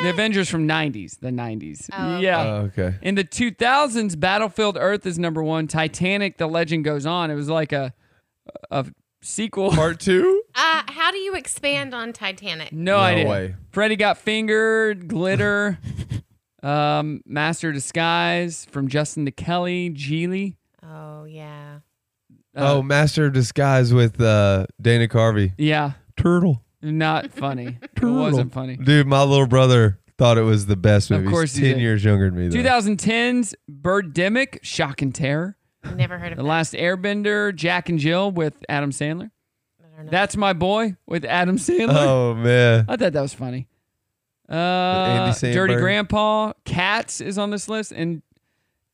[SPEAKER 1] The Avengers from '90s. The '90s. yeah.
[SPEAKER 2] Oh, okay.
[SPEAKER 1] In the 2000s, Battlefield Earth is number one. Titanic: The Legend Goes On. It was like a a sequel. (laughs)
[SPEAKER 2] Part two.
[SPEAKER 3] Uh, how do you expand on Titanic?
[SPEAKER 1] No,
[SPEAKER 2] No
[SPEAKER 1] idea.
[SPEAKER 2] way.
[SPEAKER 1] Freddy got fingered,
[SPEAKER 2] (laughs)
[SPEAKER 1] glitter, um, master disguise from Justin to Kelly, Geely. Uh,
[SPEAKER 3] Oh yeah.
[SPEAKER 2] oh, Master of Disguise with uh, Dana Carvey.
[SPEAKER 1] Yeah,
[SPEAKER 2] Turtle.
[SPEAKER 1] not
[SPEAKER 2] (laughs)
[SPEAKER 1] funny. it wasn't funny.
[SPEAKER 2] Dude, my little brother thought it was the best
[SPEAKER 1] Of
[SPEAKER 2] movie.
[SPEAKER 1] course
[SPEAKER 2] He's
[SPEAKER 1] he
[SPEAKER 2] ten
[SPEAKER 1] did.
[SPEAKER 2] years younger than me. Though.
[SPEAKER 1] 2010's Birdemic, Shock and Terror.
[SPEAKER 3] Never heard of
[SPEAKER 1] The Last Airbender, Jack and Jill with Adam Sandler. That's my boy with Adam Sandler.
[SPEAKER 2] Oh man.
[SPEAKER 1] I thought that was funny.
[SPEAKER 2] Andy
[SPEAKER 1] Uh, Dirty
[SPEAKER 2] Samberg.
[SPEAKER 1] Grandpa, Cats is on this list, and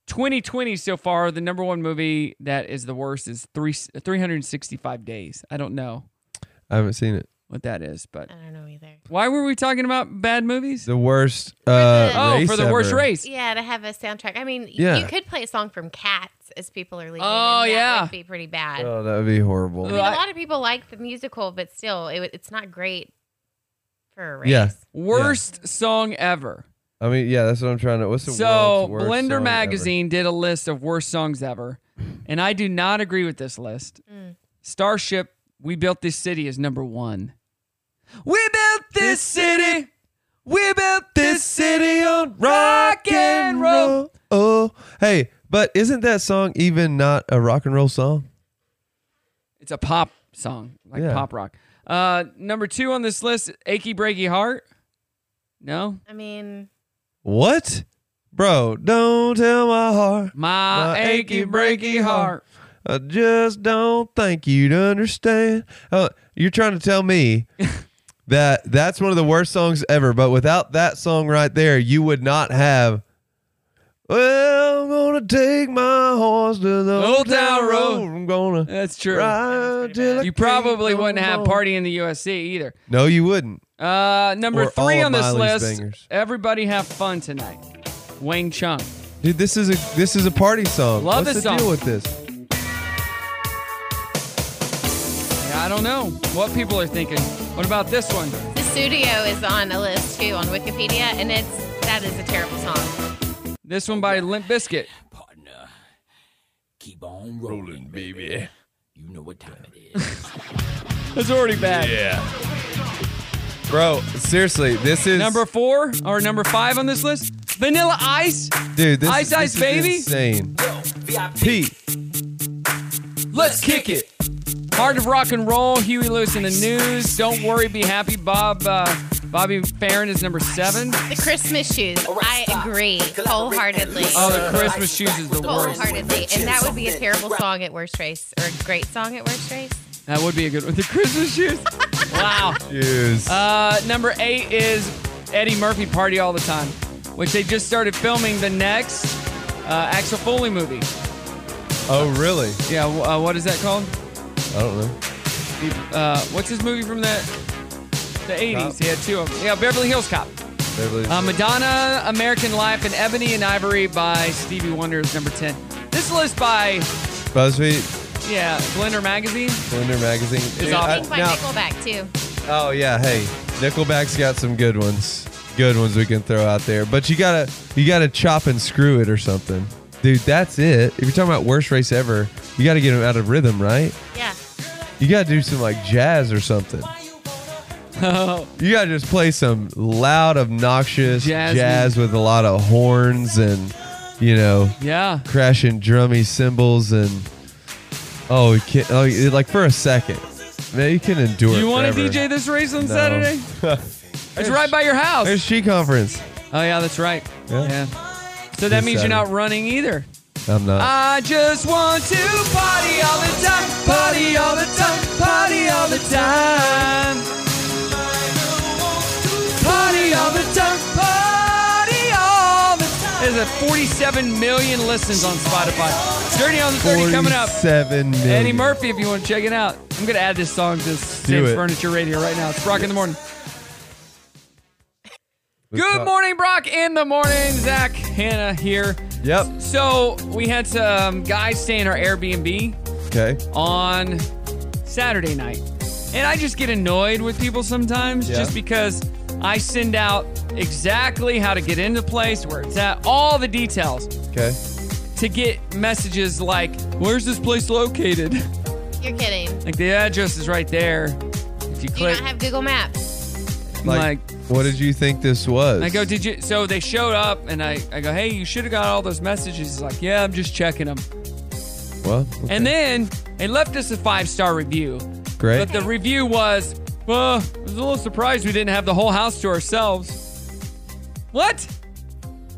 [SPEAKER 1] 2020 so far, the number one movie that is the worst is three 365 Days. I don't know.
[SPEAKER 2] I haven't seen it.
[SPEAKER 1] what that is, but I
[SPEAKER 3] don't know either.
[SPEAKER 1] Why were we talking about bad movies?
[SPEAKER 2] The worst uh,
[SPEAKER 1] oh,
[SPEAKER 2] race
[SPEAKER 1] for the worst
[SPEAKER 2] ever.
[SPEAKER 1] race.
[SPEAKER 3] Yeah, to have a soundtrack. I mean, y- you
[SPEAKER 2] Yeah.
[SPEAKER 3] could play a song from Cats as people are leaving.
[SPEAKER 1] Oh,
[SPEAKER 3] and that
[SPEAKER 1] yeah.
[SPEAKER 3] would be pretty bad.
[SPEAKER 2] Oh, that would be horrible.
[SPEAKER 3] I
[SPEAKER 1] Uh,
[SPEAKER 3] mean, a lot of people like the musical, but still, it, wa- it's not great for a race.
[SPEAKER 2] Yeah.
[SPEAKER 1] Worst song ever.
[SPEAKER 2] I mean, yeah, that's what I'm trying to. What's the
[SPEAKER 1] so
[SPEAKER 2] world's worst song
[SPEAKER 1] Blender
[SPEAKER 2] ever?
[SPEAKER 1] magazine did a list of worst songs ever, and I do not agree with this list. Starship, we built this city is number one. We built this city. We built this city on rock and roll.
[SPEAKER 2] Oh, hey, but isn't that song even not a rock and roll song?
[SPEAKER 1] It's a pop song, like
[SPEAKER 2] Yeah.
[SPEAKER 1] pop rock. Uh, number two on this list, "Achy Breaky Heart." No,
[SPEAKER 3] I mean,
[SPEAKER 2] What, bro? Don't tell my heart,
[SPEAKER 1] My achy breaky heart.
[SPEAKER 2] I just don't think you'd understand. Uh, you're trying to
[SPEAKER 1] (laughs)
[SPEAKER 2] tell me that that's one of the worst songs ever, but without that song right there, you would not have. Well, I'm gonna take my horse to the
[SPEAKER 1] Old Town Road.
[SPEAKER 2] I'm gonna.
[SPEAKER 1] That's true.
[SPEAKER 2] Ride till I
[SPEAKER 1] you probably
[SPEAKER 2] can't no
[SPEAKER 1] wouldn't have
[SPEAKER 2] more.
[SPEAKER 1] "Party in the USC" either.
[SPEAKER 2] No, you wouldn't.
[SPEAKER 1] Uh, number
[SPEAKER 2] Or
[SPEAKER 1] three on
[SPEAKER 2] all of
[SPEAKER 1] this
[SPEAKER 2] Miley's
[SPEAKER 1] list.
[SPEAKER 2] bangers.
[SPEAKER 1] Everybody have fun tonight. Wang Chung.
[SPEAKER 2] Dude, this is a this is a party song.
[SPEAKER 1] Love
[SPEAKER 2] What's
[SPEAKER 1] this
[SPEAKER 2] the
[SPEAKER 1] song.
[SPEAKER 2] deal with this?
[SPEAKER 1] Yeah, I don't know what people are thinking. What about this one?
[SPEAKER 3] the studio is on a list too on Wikipedia, and it's that is a terrible song.
[SPEAKER 1] This one by Limp Bizkit.
[SPEAKER 17] Keep on rolling, baby. You know what time it
[SPEAKER 1] (laughs) It's already bad.
[SPEAKER 17] Yeah.
[SPEAKER 2] Bro, seriously, this is
[SPEAKER 1] Number four or number five on this list? Vanilla Ice.
[SPEAKER 2] dude. This,
[SPEAKER 1] Ice
[SPEAKER 2] this
[SPEAKER 1] Ice
[SPEAKER 2] is
[SPEAKER 1] Baby.
[SPEAKER 2] insane. Pete,
[SPEAKER 1] Let's kick it. Heart of Rock and Roll. Huey Lewis in the news. Don't worry, be happy. Bob. Uh, Bobby Farron is number seven.
[SPEAKER 3] The Christmas shoes. I agree wholeheartedly.
[SPEAKER 1] Oh, the Christmas shoes is the worst.
[SPEAKER 3] Wholeheartedly, and that would be a terrible song at worst race, or a great song at worst race.
[SPEAKER 1] That would be a good one. The Christmas shoes. wow.
[SPEAKER 2] Shoes.
[SPEAKER 1] Uh, number eight is Eddie Murphy Party All the Time, which they just started filming the next uh, Axel Foley movie.
[SPEAKER 2] Oh, really?
[SPEAKER 1] Yeah, w- uh, what is that called?
[SPEAKER 2] I don't know.
[SPEAKER 1] Uh, what's his movie from the, the 80s?
[SPEAKER 2] Cop?
[SPEAKER 1] He had two of them. Yeah, Beverly Hills Cop.
[SPEAKER 2] Beverly-
[SPEAKER 1] Uh, Madonna, American Life, and Ebony and Ivory by Stevie Wonder is number 10. This list by,
[SPEAKER 2] BuzzFeed,
[SPEAKER 1] yeah, Blender Magazine. (laughs)
[SPEAKER 2] Blender magazine. Dude, I-
[SPEAKER 3] Think by
[SPEAKER 2] now-
[SPEAKER 3] Nickelback too.
[SPEAKER 2] Oh yeah, hey, Nickelback's got some good ones. Good ones we can throw out there, but you gotta you gotta chop and screw it or something, dude. That's it. If you're talking about worst race ever, you gotta get them out of rhythm, right?
[SPEAKER 3] Yeah.
[SPEAKER 2] You gotta do some like jazz or something.
[SPEAKER 1] Oh,
[SPEAKER 2] You gotta just play some loud, obnoxious
[SPEAKER 1] Jazz
[SPEAKER 2] jazz with a lot of horns and you know,
[SPEAKER 1] Yeah.
[SPEAKER 2] crashing drummy cymbals and oh, you can't, oh, you- like for a second, man, you can endure.
[SPEAKER 1] Do you
[SPEAKER 2] want to
[SPEAKER 1] DJ this race on Saturday? It's right by your house.
[SPEAKER 2] There's she conference.
[SPEAKER 1] Oh yeah, that's right.
[SPEAKER 2] Yeah.
[SPEAKER 1] So that
[SPEAKER 2] This
[SPEAKER 1] means you're
[SPEAKER 2] Saturday.
[SPEAKER 1] not running either.
[SPEAKER 2] I'm not.
[SPEAKER 1] I just want to party all the time, party all the time, party all the time. Party all the time, party all the time. There's a 47 million listens on Spotify. Journey on the 30 coming up.
[SPEAKER 2] Seven million.
[SPEAKER 1] Eddie Murphy, if you want to check it out. I'm going to add this song to Sam's
[SPEAKER 2] it.
[SPEAKER 1] Furniture Radio right now. It's Brock in the Morning.
[SPEAKER 2] Let's
[SPEAKER 1] Good
[SPEAKER 2] talk-
[SPEAKER 1] morning, Brock in the morning. Zach, Hannah here.
[SPEAKER 2] Yep.
[SPEAKER 1] So we had some guys stay in our Airbnb
[SPEAKER 2] Okay.
[SPEAKER 1] on Saturday night. And I just get annoyed with people sometimes
[SPEAKER 2] Yeah.
[SPEAKER 1] just because I send out exactly how to get into place, where it's at, all the details
[SPEAKER 2] Okay.
[SPEAKER 1] to get messages like, Where's this place located? (laughs)
[SPEAKER 3] You're kidding.
[SPEAKER 1] Like the address is right there. If you
[SPEAKER 3] Do you
[SPEAKER 1] click,
[SPEAKER 3] not have Google Maps?
[SPEAKER 1] like,
[SPEAKER 2] what did you think this was?
[SPEAKER 1] I go, did you? So they showed up, and I, I go, hey, you should have got all those messages. He's like, yeah, I'm just checking them.
[SPEAKER 2] Well,
[SPEAKER 1] And then they left us a five star review.
[SPEAKER 2] Great.
[SPEAKER 1] But the review was, well, I was a little surprised we didn't have the whole house to ourselves. What?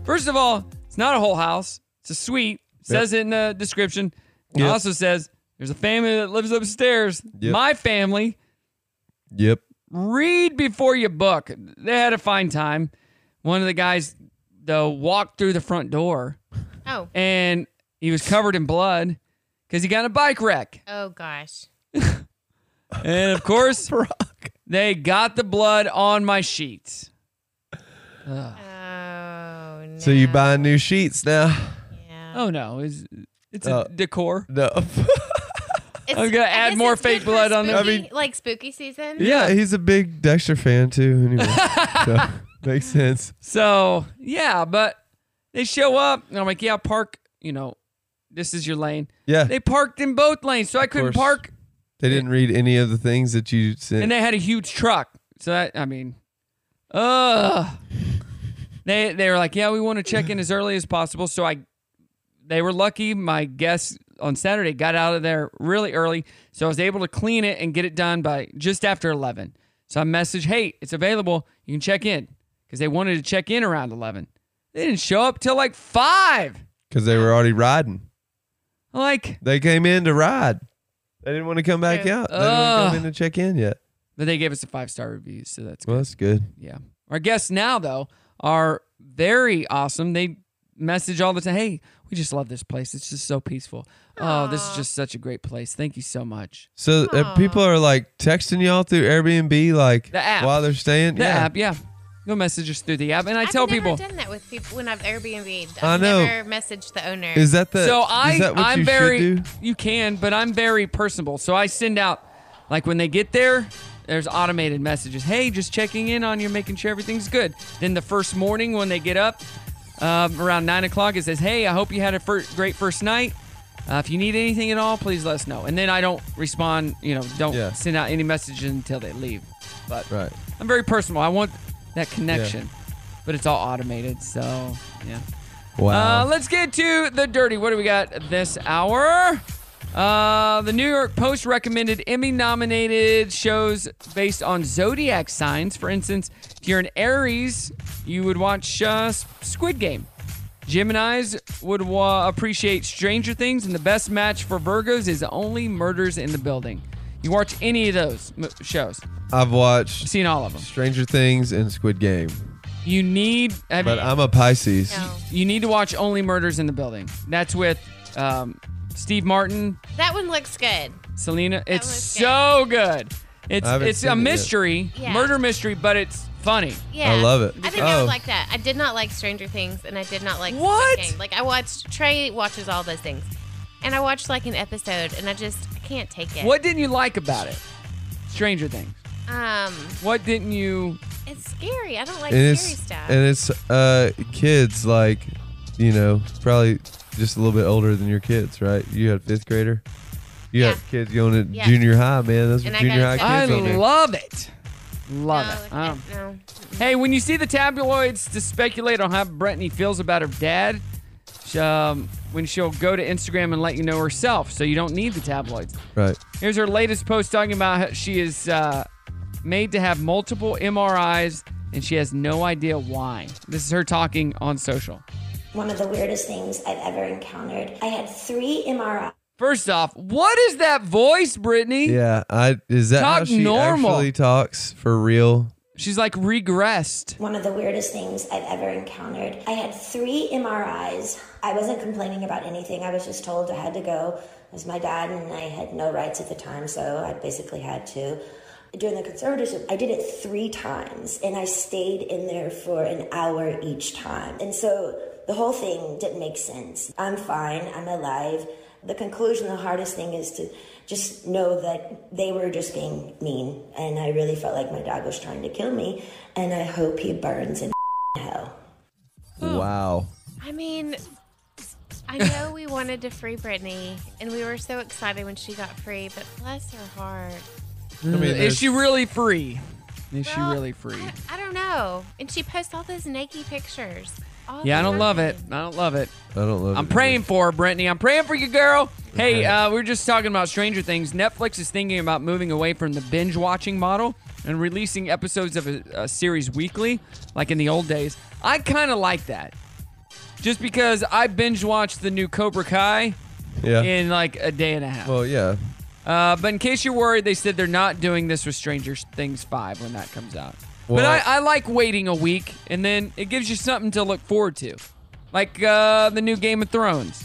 [SPEAKER 1] First of all, it's not a whole house. It's a suite. It
[SPEAKER 2] Yep.
[SPEAKER 1] says it in the description. It
[SPEAKER 2] Yep.
[SPEAKER 1] also says there's a family that lives upstairs.
[SPEAKER 2] Yep.
[SPEAKER 1] My family.
[SPEAKER 2] yep.
[SPEAKER 1] read before you book. They had a fine time. One of the guys, though, walked through the front door
[SPEAKER 3] Oh.
[SPEAKER 1] and he was covered in blood because he got in a bike wreck.
[SPEAKER 3] Oh gosh.
[SPEAKER 1] (laughs) And of course, They got the blood on my sheets. Ugh.
[SPEAKER 2] So you buy new sheets now? (laughs)
[SPEAKER 1] Oh no, it's it's
[SPEAKER 2] Uh,
[SPEAKER 1] a decor. (laughs)
[SPEAKER 2] No. (laughs)
[SPEAKER 3] It's-
[SPEAKER 1] I'm gonna
[SPEAKER 3] I
[SPEAKER 1] add
[SPEAKER 3] guess
[SPEAKER 1] more
[SPEAKER 3] it's good
[SPEAKER 1] fake
[SPEAKER 3] for
[SPEAKER 1] blood on there.
[SPEAKER 3] spooky- like spooky season.
[SPEAKER 2] Yeah, he's a big Dexter fan too.
[SPEAKER 1] (laughs)
[SPEAKER 2] Anyway, so, makes sense.
[SPEAKER 1] So yeah, but they show up and I'm like, yeah, park. You know, this is your lane.
[SPEAKER 2] Yeah.
[SPEAKER 1] They parked in both lanes, so I couldn't
[SPEAKER 2] course.
[SPEAKER 1] park.
[SPEAKER 2] They didn't read any of the things that you sent.
[SPEAKER 1] And they had a huge truck. So that I mean, uh They they were like, yeah, we want to check in as early as possible. So I, they were lucky. My guests on Saturday got out of there really early, so I was able to clean it and get it done by just after eleven. So I messaged, hey, it's available. You can check in because they wanted to check in around eleven. They didn't show up till like five.
[SPEAKER 2] because they were already riding.
[SPEAKER 1] Like,
[SPEAKER 2] They came in to ride. They didn't want to come back out. They didn't want
[SPEAKER 1] Ugh.
[SPEAKER 2] to come in to check in yet.
[SPEAKER 1] but they gave us a five star review, so that's
[SPEAKER 2] Well, that's good.
[SPEAKER 1] Yeah. Our guests now, though, are very awesome. They message all the time. Hey, we just love this place. It's just so peaceful. Oh, this is just such a great place. Thank you so much.
[SPEAKER 2] So uh, people are like texting y'all through Airbnb, like
[SPEAKER 1] The app.
[SPEAKER 2] while they're staying.
[SPEAKER 1] The
[SPEAKER 2] yeah.
[SPEAKER 1] app, yeah. Go message us through the app, and I
[SPEAKER 3] I've
[SPEAKER 1] tell
[SPEAKER 3] never
[SPEAKER 1] people.
[SPEAKER 3] done that with people when I've Airbnb'd. I've
[SPEAKER 2] I know.
[SPEAKER 3] Never messaged the owner.
[SPEAKER 2] Is that the-
[SPEAKER 1] so
[SPEAKER 2] is
[SPEAKER 1] I
[SPEAKER 2] that what
[SPEAKER 1] I'm
[SPEAKER 2] you should
[SPEAKER 1] very
[SPEAKER 2] do?
[SPEAKER 1] you can, but I'm very personable. So I send out like when they get there, there's automated messages. Hey, just checking in on you, making sure everything's good. Then the first morning when they get up, um, around nine o'clock, it says, Hey, I hope you had a fir- great first night. Uh, if you need anything at all, please let us know. And then I don't respond, you know, don't
[SPEAKER 2] Yeah.
[SPEAKER 1] send out any messages until they leave. But
[SPEAKER 2] right.
[SPEAKER 1] I'm very personal. I want that connection, but it's all automated. So yeah.
[SPEAKER 2] Wow.
[SPEAKER 1] Uh, let's get to the dirty. What do we got this hour? Uh, the New York Post recommended Emmy nominated shows based on zodiac signs. For instance, if you're an Aries, you would watch uh, S- Squid Game. Geminis would wa- appreciate Stranger Things, and the best match for Virgos is Only Murders in the Building. You watch any of those m- shows,
[SPEAKER 2] I've watched
[SPEAKER 1] seen all of them.
[SPEAKER 2] Stranger Things and Squid Game,
[SPEAKER 1] You need. have
[SPEAKER 2] but
[SPEAKER 1] you-
[SPEAKER 2] I'm a Pisces.
[SPEAKER 1] you need to watch Only Murders in the Building. That's with um, Steve Martin,
[SPEAKER 3] That one looks good.
[SPEAKER 1] Selena. It's so good. It's
[SPEAKER 2] I haven't
[SPEAKER 1] it's
[SPEAKER 2] seen
[SPEAKER 1] a
[SPEAKER 2] it yet.
[SPEAKER 1] mystery,
[SPEAKER 3] Yeah.
[SPEAKER 1] murder mystery, but it's funny.
[SPEAKER 3] Yeah,
[SPEAKER 2] I love it.
[SPEAKER 3] I think I
[SPEAKER 2] Oh.
[SPEAKER 3] would like that. I did not like Stranger Things, and I did not like
[SPEAKER 1] What?
[SPEAKER 3] Squid Game. Like I watched Trey watches all those things, and I watched like an episode, and I just I can't take it.
[SPEAKER 1] What didn't you like about it? Stranger Things.
[SPEAKER 3] Um,
[SPEAKER 1] What didn't you?
[SPEAKER 3] it's scary. I don't like
[SPEAKER 2] and
[SPEAKER 3] scary
[SPEAKER 2] it's
[SPEAKER 3] stuff.
[SPEAKER 2] and it's uh kids like you know probably just a little bit older than your kids right you had fifth grader you have kids going to
[SPEAKER 1] Yeah.
[SPEAKER 2] junior high man those are
[SPEAKER 1] And I
[SPEAKER 2] junior high
[SPEAKER 1] gotta
[SPEAKER 2] kids
[SPEAKER 1] say-
[SPEAKER 2] on there.
[SPEAKER 1] I love it. Love it. I don't-
[SPEAKER 3] No.
[SPEAKER 1] Hey, when you see the tabloids to speculate on how Brittany feels about her dad, sh- um, when she'll go to Instagram and let you know herself, so you don't need the tabloids.
[SPEAKER 2] right
[SPEAKER 1] Here's her latest post talking about how she is uh, made to have multiple MRIs and she has no idea why. This is her talking on social.
[SPEAKER 18] One of the weirdest things I've ever encountered. I had three MRIs.
[SPEAKER 1] First off, what is that voice, Brittany?
[SPEAKER 2] yeah i is that how
[SPEAKER 1] Talk
[SPEAKER 2] she
[SPEAKER 1] normal.
[SPEAKER 2] actually talks for real
[SPEAKER 1] She's like regressed.
[SPEAKER 18] One of the weirdest things I've ever encountered. I had three MRIs. I wasn't complaining about anything. I was just told I had to go. It was my dad, and I had no rights at the time, so I basically had to. During the conservatorship, I did it three times, and I stayed in there for an hour each time. And so the whole thing didn't make sense. I'm fine. I'm alive. The conclusion, the hardest thing is to just know that they were just being mean, and I really felt like my dog was trying to kill me, and I hope he burns in hell.
[SPEAKER 2] wow
[SPEAKER 3] I mean, I know we wanted to free Brittany, and we were so excited when she got free, but bless her heart.
[SPEAKER 2] I mean,
[SPEAKER 1] is
[SPEAKER 2] there's-
[SPEAKER 1] she really free? Is she
[SPEAKER 3] Well,
[SPEAKER 1] really free?
[SPEAKER 3] I don't know. And she posts all those naked pictures. All
[SPEAKER 1] Yeah, I
[SPEAKER 3] the
[SPEAKER 1] don't
[SPEAKER 3] time.
[SPEAKER 1] love it. I don't love it.
[SPEAKER 2] i don't love
[SPEAKER 1] I'm
[SPEAKER 2] it.
[SPEAKER 1] praying for her, Brittany. I'm praying for you, girl. Hey, uh, we were just talking about Stranger Things. Netflix is thinking about moving away from the binge watching model and releasing episodes of a, a series weekly, like in the old days. I kind of like that. Just because I binge watched the new Cobra Kai
[SPEAKER 2] Yeah.
[SPEAKER 1] in like a day and a half.
[SPEAKER 2] well yeah
[SPEAKER 1] Uh, but in case you're worried, they said they're not doing this with Stranger Things 5 when that comes out. but
[SPEAKER 2] Well-
[SPEAKER 1] I, I like waiting a week, and then it gives you something to look forward to. Like uh, the new Game of Thrones.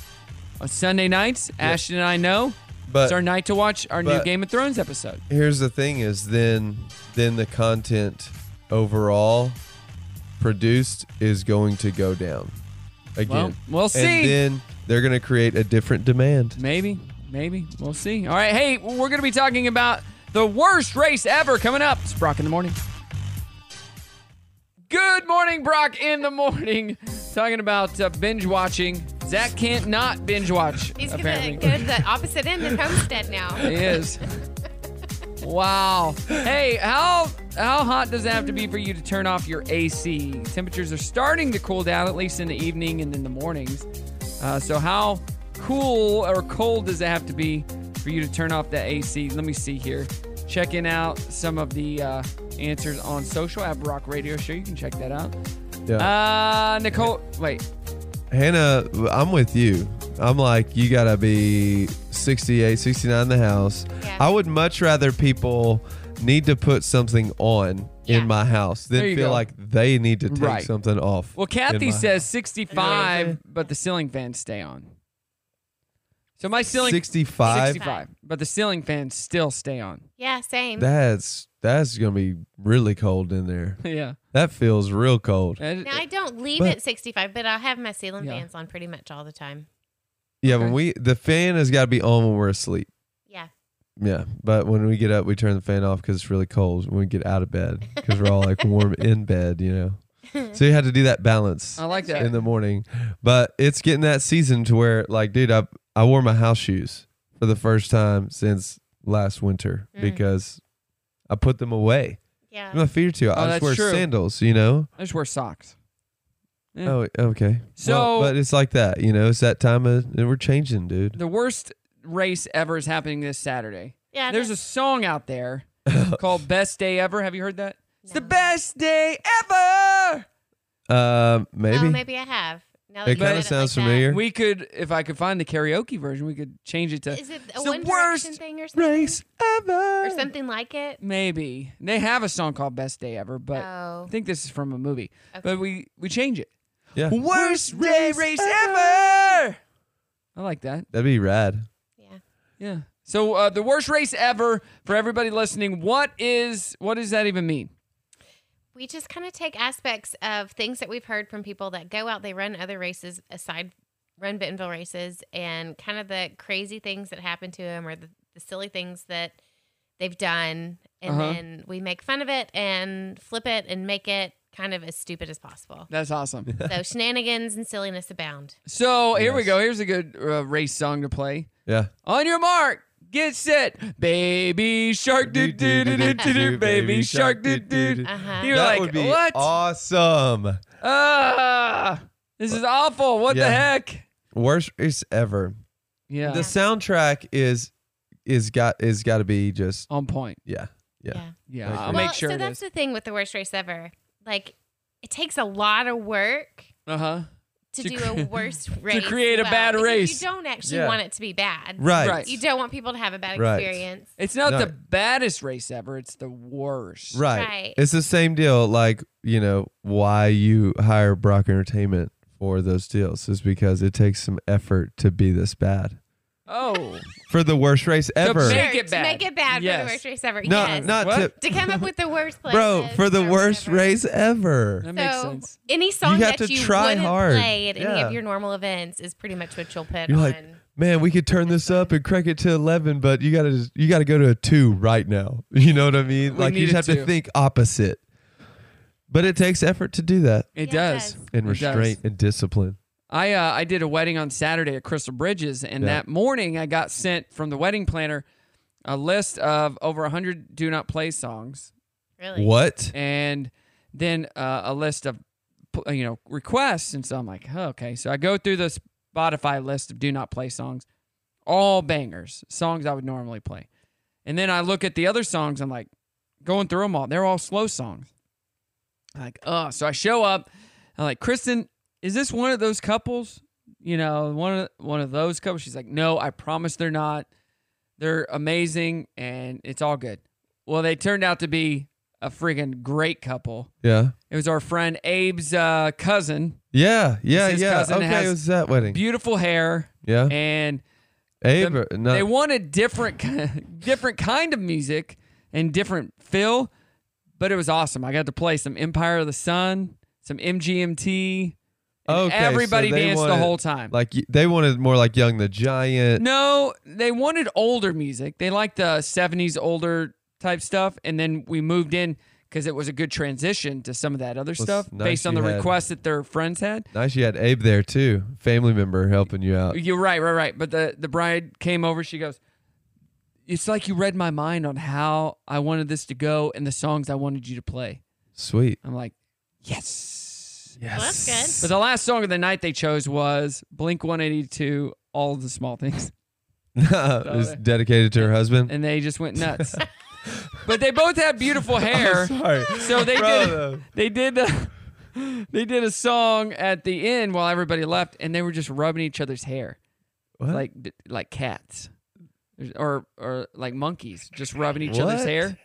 [SPEAKER 1] On Sunday nights, Ashton and I know,
[SPEAKER 2] But-
[SPEAKER 1] it's our night to watch our new
[SPEAKER 2] but-
[SPEAKER 1] Game of Thrones episode.
[SPEAKER 2] Here's the thing: is then then the content overall produced is going to go down again.
[SPEAKER 1] Well, we'll see.
[SPEAKER 2] And then they're going to create a different demand.
[SPEAKER 1] Maybe, maybe we'll see. All right, hey, we're gonna be talking about the worst race ever coming up. It's Brock in the morning. Good morning, Brock in the morning. (laughs) Talking about uh, binge watching. Zach can't not binge watch.
[SPEAKER 3] He's going
[SPEAKER 1] apparently.
[SPEAKER 3] to go to the opposite end of Homestead
[SPEAKER 1] (laughs)
[SPEAKER 3] now.
[SPEAKER 1] He is. wow. Hey, how how hot does it have to be for you to turn off your AC? Temperatures are starting to cool down, at least in the evening and in the mornings. Uh, so how cool or cold does it have to be for you to turn off that AC? Let me see here. Checking out some of the uh, answers on social at Rock Radio Show. You can check that out. Uh, Nicole, wait.
[SPEAKER 2] Hannah, I'm with you. I'm like, you got to be 68, 69 in the house. I would much rather people need to put something on in my house
[SPEAKER 1] There
[SPEAKER 2] than
[SPEAKER 1] you
[SPEAKER 2] feel
[SPEAKER 1] go.
[SPEAKER 2] like they need to take
[SPEAKER 1] Right.
[SPEAKER 2] something off.
[SPEAKER 1] Well,
[SPEAKER 2] in my
[SPEAKER 1] Kathy
[SPEAKER 2] house.
[SPEAKER 1] says 65, but the ceiling fans stay on. So my ceiling
[SPEAKER 2] 65?
[SPEAKER 1] 65, but the ceiling fans still stay on.
[SPEAKER 3] Yeah, same.
[SPEAKER 1] Mm-hmm.
[SPEAKER 2] that's that's going to be really cold in there.
[SPEAKER 1] Yeah.
[SPEAKER 2] That feels real cold.
[SPEAKER 3] now, I don't leave
[SPEAKER 2] But-
[SPEAKER 3] at 65, but I have my ceiling
[SPEAKER 2] Yeah.
[SPEAKER 3] fans on pretty much all the time.
[SPEAKER 2] Yeah, when we the fan has got to be on when we're asleep.
[SPEAKER 3] Yeah.
[SPEAKER 2] Yeah, but when we get up, we turn the fan off because it's really cold. When we get out of bed, because we're all
[SPEAKER 1] (laughs)
[SPEAKER 2] like warm in bed, you know. So you had to do that balance.
[SPEAKER 1] I like that.
[SPEAKER 2] in the morning, but it's getting that season to where, like, dude, I I wore my house shoes for the first time since last winter
[SPEAKER 1] Mm.
[SPEAKER 2] because I put them away.
[SPEAKER 3] Yeah,
[SPEAKER 2] my feet are too.
[SPEAKER 1] Oh,
[SPEAKER 2] I
[SPEAKER 1] that's
[SPEAKER 2] just wear
[SPEAKER 1] true.
[SPEAKER 2] sandals, you know.
[SPEAKER 1] I just wear socks. Yeah.
[SPEAKER 2] Oh, okay.
[SPEAKER 1] So-
[SPEAKER 2] Well, but it's like that, you know. It's that time of and we're changing, dude.
[SPEAKER 1] The worst race ever is happening this Saturday.
[SPEAKER 3] Yeah.
[SPEAKER 1] There's a song out there called Best Day Ever. Have you heard that? It's the best day ever.
[SPEAKER 2] Um, maybe.
[SPEAKER 3] Well, Oh, maybe I have. Now that
[SPEAKER 2] It
[SPEAKER 3] you
[SPEAKER 2] kind
[SPEAKER 3] said
[SPEAKER 2] of sounds
[SPEAKER 3] like that.
[SPEAKER 2] familiar.
[SPEAKER 1] We could, if I could find the karaoke version, we could change it to
[SPEAKER 3] Is it a
[SPEAKER 1] the
[SPEAKER 3] One
[SPEAKER 1] worst
[SPEAKER 3] Direction thing or something?
[SPEAKER 1] race ever.
[SPEAKER 3] Or something like it?
[SPEAKER 1] Maybe they have a song called "Best Day Ever," but
[SPEAKER 3] Oh.
[SPEAKER 1] I think this is from a movie. But we we change it.
[SPEAKER 2] Yeah.
[SPEAKER 1] (laughs) Worst day race ever. I like that.
[SPEAKER 2] That'd be rad.
[SPEAKER 1] Yeah. So uh, the worst race ever for everybody listening. What is what does that even mean?
[SPEAKER 3] We just kind of take aspects of things that we've heard from people that go out, they run other races aside, run Bentonville races, and kind of the crazy things that happen to them or the, the silly things that they've done. And
[SPEAKER 1] Uh-huh.
[SPEAKER 3] then we make fun of it and flip it and make it kind of as stupid as
[SPEAKER 1] (laughs)
[SPEAKER 3] possible.
[SPEAKER 1] That's awesome.
[SPEAKER 3] so shenanigans and silliness
[SPEAKER 1] (laughs)
[SPEAKER 3] abound.
[SPEAKER 1] So here we go. Here's a good uh, race song to play.
[SPEAKER 2] Yeah.
[SPEAKER 1] On your mark, get set, baby shark, do do do do do, do, (laughs) baby shark, do do. do.
[SPEAKER 3] Uh-huh.
[SPEAKER 1] You're
[SPEAKER 2] that
[SPEAKER 1] like,
[SPEAKER 2] would be
[SPEAKER 1] what?
[SPEAKER 2] awesome.
[SPEAKER 1] Ah, this is awful. What the
[SPEAKER 2] Yeah.
[SPEAKER 1] heck?
[SPEAKER 2] Worst race ever.
[SPEAKER 1] Yeah.
[SPEAKER 2] The soundtrack is is got is got to be just
[SPEAKER 1] on point.
[SPEAKER 2] Yeah. Yeah.
[SPEAKER 3] Yeah.
[SPEAKER 1] Yeah.
[SPEAKER 2] I
[SPEAKER 1] I'll
[SPEAKER 2] agree.
[SPEAKER 1] make sure
[SPEAKER 3] so
[SPEAKER 1] it
[SPEAKER 3] that's
[SPEAKER 1] is.
[SPEAKER 3] the thing with the worst race ever. Like, it takes a lot of work
[SPEAKER 1] Uh huh.
[SPEAKER 3] to,
[SPEAKER 1] To (laughs)
[SPEAKER 3] do
[SPEAKER 1] cre-
[SPEAKER 3] a worse
[SPEAKER 1] to
[SPEAKER 3] race.
[SPEAKER 1] create a
[SPEAKER 3] well,
[SPEAKER 1] bad
[SPEAKER 3] because
[SPEAKER 1] race.
[SPEAKER 3] You don't actually
[SPEAKER 1] Yeah.
[SPEAKER 3] want it to be bad.
[SPEAKER 1] Right. Right.
[SPEAKER 3] You don't want people to have a bad
[SPEAKER 2] Right.
[SPEAKER 3] experience.
[SPEAKER 1] It's not
[SPEAKER 2] No.
[SPEAKER 1] the baddest race ever. It's the worst.
[SPEAKER 2] Right.
[SPEAKER 3] Right.
[SPEAKER 2] It's the same deal. Like you know why you hire Brock Entertainment for those deals is because it takes some effort to be this bad
[SPEAKER 1] Oh.
[SPEAKER 2] for the worst race ever.
[SPEAKER 1] make it
[SPEAKER 3] To
[SPEAKER 1] bad.
[SPEAKER 3] make it bad for
[SPEAKER 1] Yes.
[SPEAKER 3] the worst race ever.
[SPEAKER 2] No,
[SPEAKER 3] yes.
[SPEAKER 2] not What?
[SPEAKER 3] to, come up with the worst
[SPEAKER 2] (laughs)
[SPEAKER 3] place.
[SPEAKER 2] Bro, for the worst race ever.
[SPEAKER 1] That
[SPEAKER 3] so any song
[SPEAKER 2] You have
[SPEAKER 3] that
[SPEAKER 2] to
[SPEAKER 3] you
[SPEAKER 2] try
[SPEAKER 3] wouldn't
[SPEAKER 2] hard.
[SPEAKER 3] play at any
[SPEAKER 2] Yeah.
[SPEAKER 3] of your normal events is pretty much what you'll put
[SPEAKER 2] You're
[SPEAKER 3] on.
[SPEAKER 2] like, man, we could turn this up and crank it to eleven, but you gotta you gotta go to a two right now. (laughs) You know what I mean?
[SPEAKER 1] We
[SPEAKER 2] like you
[SPEAKER 1] needed
[SPEAKER 2] just have to.
[SPEAKER 1] to.
[SPEAKER 2] think opposite. But it takes effort to do that.
[SPEAKER 1] It Yeah, it does. does.
[SPEAKER 2] And
[SPEAKER 1] It does.
[SPEAKER 2] restraint and discipline.
[SPEAKER 1] I uh, I did a wedding on Saturday at Crystal Bridges, and
[SPEAKER 2] Yeah.
[SPEAKER 1] that morning I got sent from the wedding planner a list of over hundred do not play songs.
[SPEAKER 3] Really?
[SPEAKER 2] What?
[SPEAKER 1] And then uh, a list of pl- you know requests, and so I'm like, oh, okay. So I go through the Spotify list of do not play songs, all bangers, songs I would normally play, and then I look at the other songs. I'm like, going through them all. They're all slow songs. I'm like, oh, so I show up. I'm like, Kristen, is this one of those couples? You know, one of one of those couples. She's like, no, I promise they're not. They're amazing, and it's all good. Well, they turned out to be a friggin' great couple.
[SPEAKER 2] Yeah.
[SPEAKER 1] It was our friend Abe's uh, cousin.
[SPEAKER 2] Yeah.
[SPEAKER 1] It's
[SPEAKER 2] Yeah.
[SPEAKER 1] his
[SPEAKER 2] Yeah.
[SPEAKER 1] cousin that
[SPEAKER 2] Okay,
[SPEAKER 1] has
[SPEAKER 2] it was that wedding.
[SPEAKER 1] Beautiful hair.
[SPEAKER 2] Yeah.
[SPEAKER 1] And
[SPEAKER 2] Abra- no.
[SPEAKER 1] They wanted different, ki- (laughs) different kind of music and different feel, but it was awesome. I got to play some Empire of the Sun, some MGMT. and
[SPEAKER 2] Okay, so
[SPEAKER 1] everybody
[SPEAKER 2] they
[SPEAKER 1] danced the
[SPEAKER 2] wanted-
[SPEAKER 1] whole time.
[SPEAKER 2] Like y- they wanted more like Young the Giant.
[SPEAKER 1] No, they wanted older music. They liked the 70s older type stuff. And then we moved in because it was a good transition to some of that other
[SPEAKER 2] Well,
[SPEAKER 1] stuff
[SPEAKER 2] nice
[SPEAKER 1] based on the
[SPEAKER 2] you had-
[SPEAKER 1] requests that their friends had.
[SPEAKER 2] Nice, you had Abe there too, family member helping you out.
[SPEAKER 1] You're right, right, right. But the, the bride came over. She goes, It's like you read my mind on how I wanted this to go and the songs I wanted you to play.
[SPEAKER 2] Sweet.
[SPEAKER 1] I'm like, Yes.
[SPEAKER 2] Yes.
[SPEAKER 3] that's good.
[SPEAKER 1] But the last song of the night they chose was Blink 182, All the Small Things.
[SPEAKER 2] (laughs) it was dedicated to her
[SPEAKER 1] (laughs)
[SPEAKER 2] husband.
[SPEAKER 1] and they just went
[SPEAKER 2] (laughs)
[SPEAKER 1] nuts. but they both had beautiful hair.
[SPEAKER 2] sorry.
[SPEAKER 1] So they
[SPEAKER 2] Bro,
[SPEAKER 1] did they did the, (laughs) they did a song at the end while everybody left and they were just rubbing each other's hair.
[SPEAKER 2] What?
[SPEAKER 1] Like like cats. Or or like monkeys just rubbing each other's
[SPEAKER 2] What?
[SPEAKER 1] hair.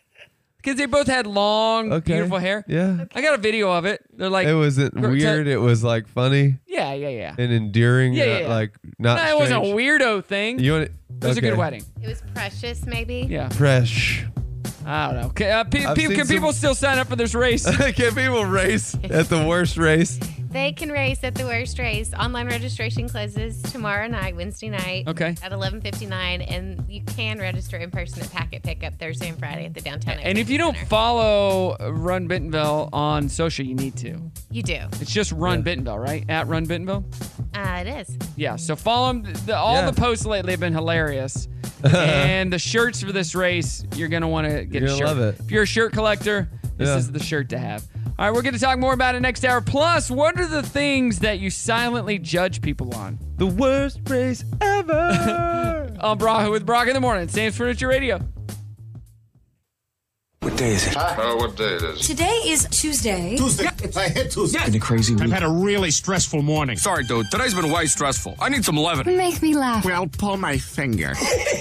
[SPEAKER 1] Because they both had long,
[SPEAKER 2] Okay.
[SPEAKER 1] beautiful hair.
[SPEAKER 2] Yeah.
[SPEAKER 1] I got a video of it. They're like
[SPEAKER 2] it wasn't
[SPEAKER 1] gr- t-
[SPEAKER 2] weird. it was like funny
[SPEAKER 1] yeah, yeah, yeah.
[SPEAKER 2] and enduring.
[SPEAKER 1] Yeah,
[SPEAKER 2] Yeah,
[SPEAKER 1] yeah, yeah.
[SPEAKER 2] Like not.
[SPEAKER 1] that was a
[SPEAKER 2] strange.
[SPEAKER 1] weirdo thing.
[SPEAKER 2] You
[SPEAKER 1] it
[SPEAKER 2] want it?
[SPEAKER 1] was a good
[SPEAKER 2] okay.
[SPEAKER 1] wedding.
[SPEAKER 3] It was precious, maybe.
[SPEAKER 1] Yeah.
[SPEAKER 2] Fresh. (laughs)
[SPEAKER 1] I don't know. Can, uh, pe-
[SPEAKER 2] I've
[SPEAKER 1] pe-
[SPEAKER 2] seen
[SPEAKER 1] can people still sign up for this
[SPEAKER 2] (laughs)
[SPEAKER 1] race?
[SPEAKER 2] can people race at the worst race?
[SPEAKER 3] They can race at the worst race. Online registration closes tomorrow night, Wednesday night.
[SPEAKER 1] Okay.
[SPEAKER 3] At 11:59, and you can register in person at Packet Pickup Thursday and Friday at the downtown.
[SPEAKER 1] And if you don't follow Run Bentonville on social, you need to.
[SPEAKER 3] you do,
[SPEAKER 1] It's just Run Bentonville, right? At Run Bentonville.
[SPEAKER 3] uh, it is.
[SPEAKER 1] Yeah. So follow them. The, all
[SPEAKER 3] Yeah.
[SPEAKER 1] the posts lately have been
[SPEAKER 2] (laughs)
[SPEAKER 1] hilarious. and the shirts for this race, you're gonna want to get
[SPEAKER 2] You're
[SPEAKER 1] a
[SPEAKER 2] gonna
[SPEAKER 1] shirt.
[SPEAKER 2] love it.
[SPEAKER 1] If you're a shirt collector, this
[SPEAKER 2] Yeah.
[SPEAKER 1] is the shirt to have. All right, we're gonna talk more about it next hour. Plus, what are the things that you silently judge people on?
[SPEAKER 2] The worst race ever.
[SPEAKER 1] on Brock with Brock in the morning, Sam's Furniture Radio.
[SPEAKER 16] What day is it?
[SPEAKER 19] Oh, (laughs) what day it is?
[SPEAKER 15] Today is Tuesday. Tuesday. It's a hit Tuesday.
[SPEAKER 16] Been a crazy week. I've had a really stressful morning. Sorry, dude. Today's been way stressful. I need some leaven.
[SPEAKER 15] Make me laugh.
[SPEAKER 16] Well, pull my finger.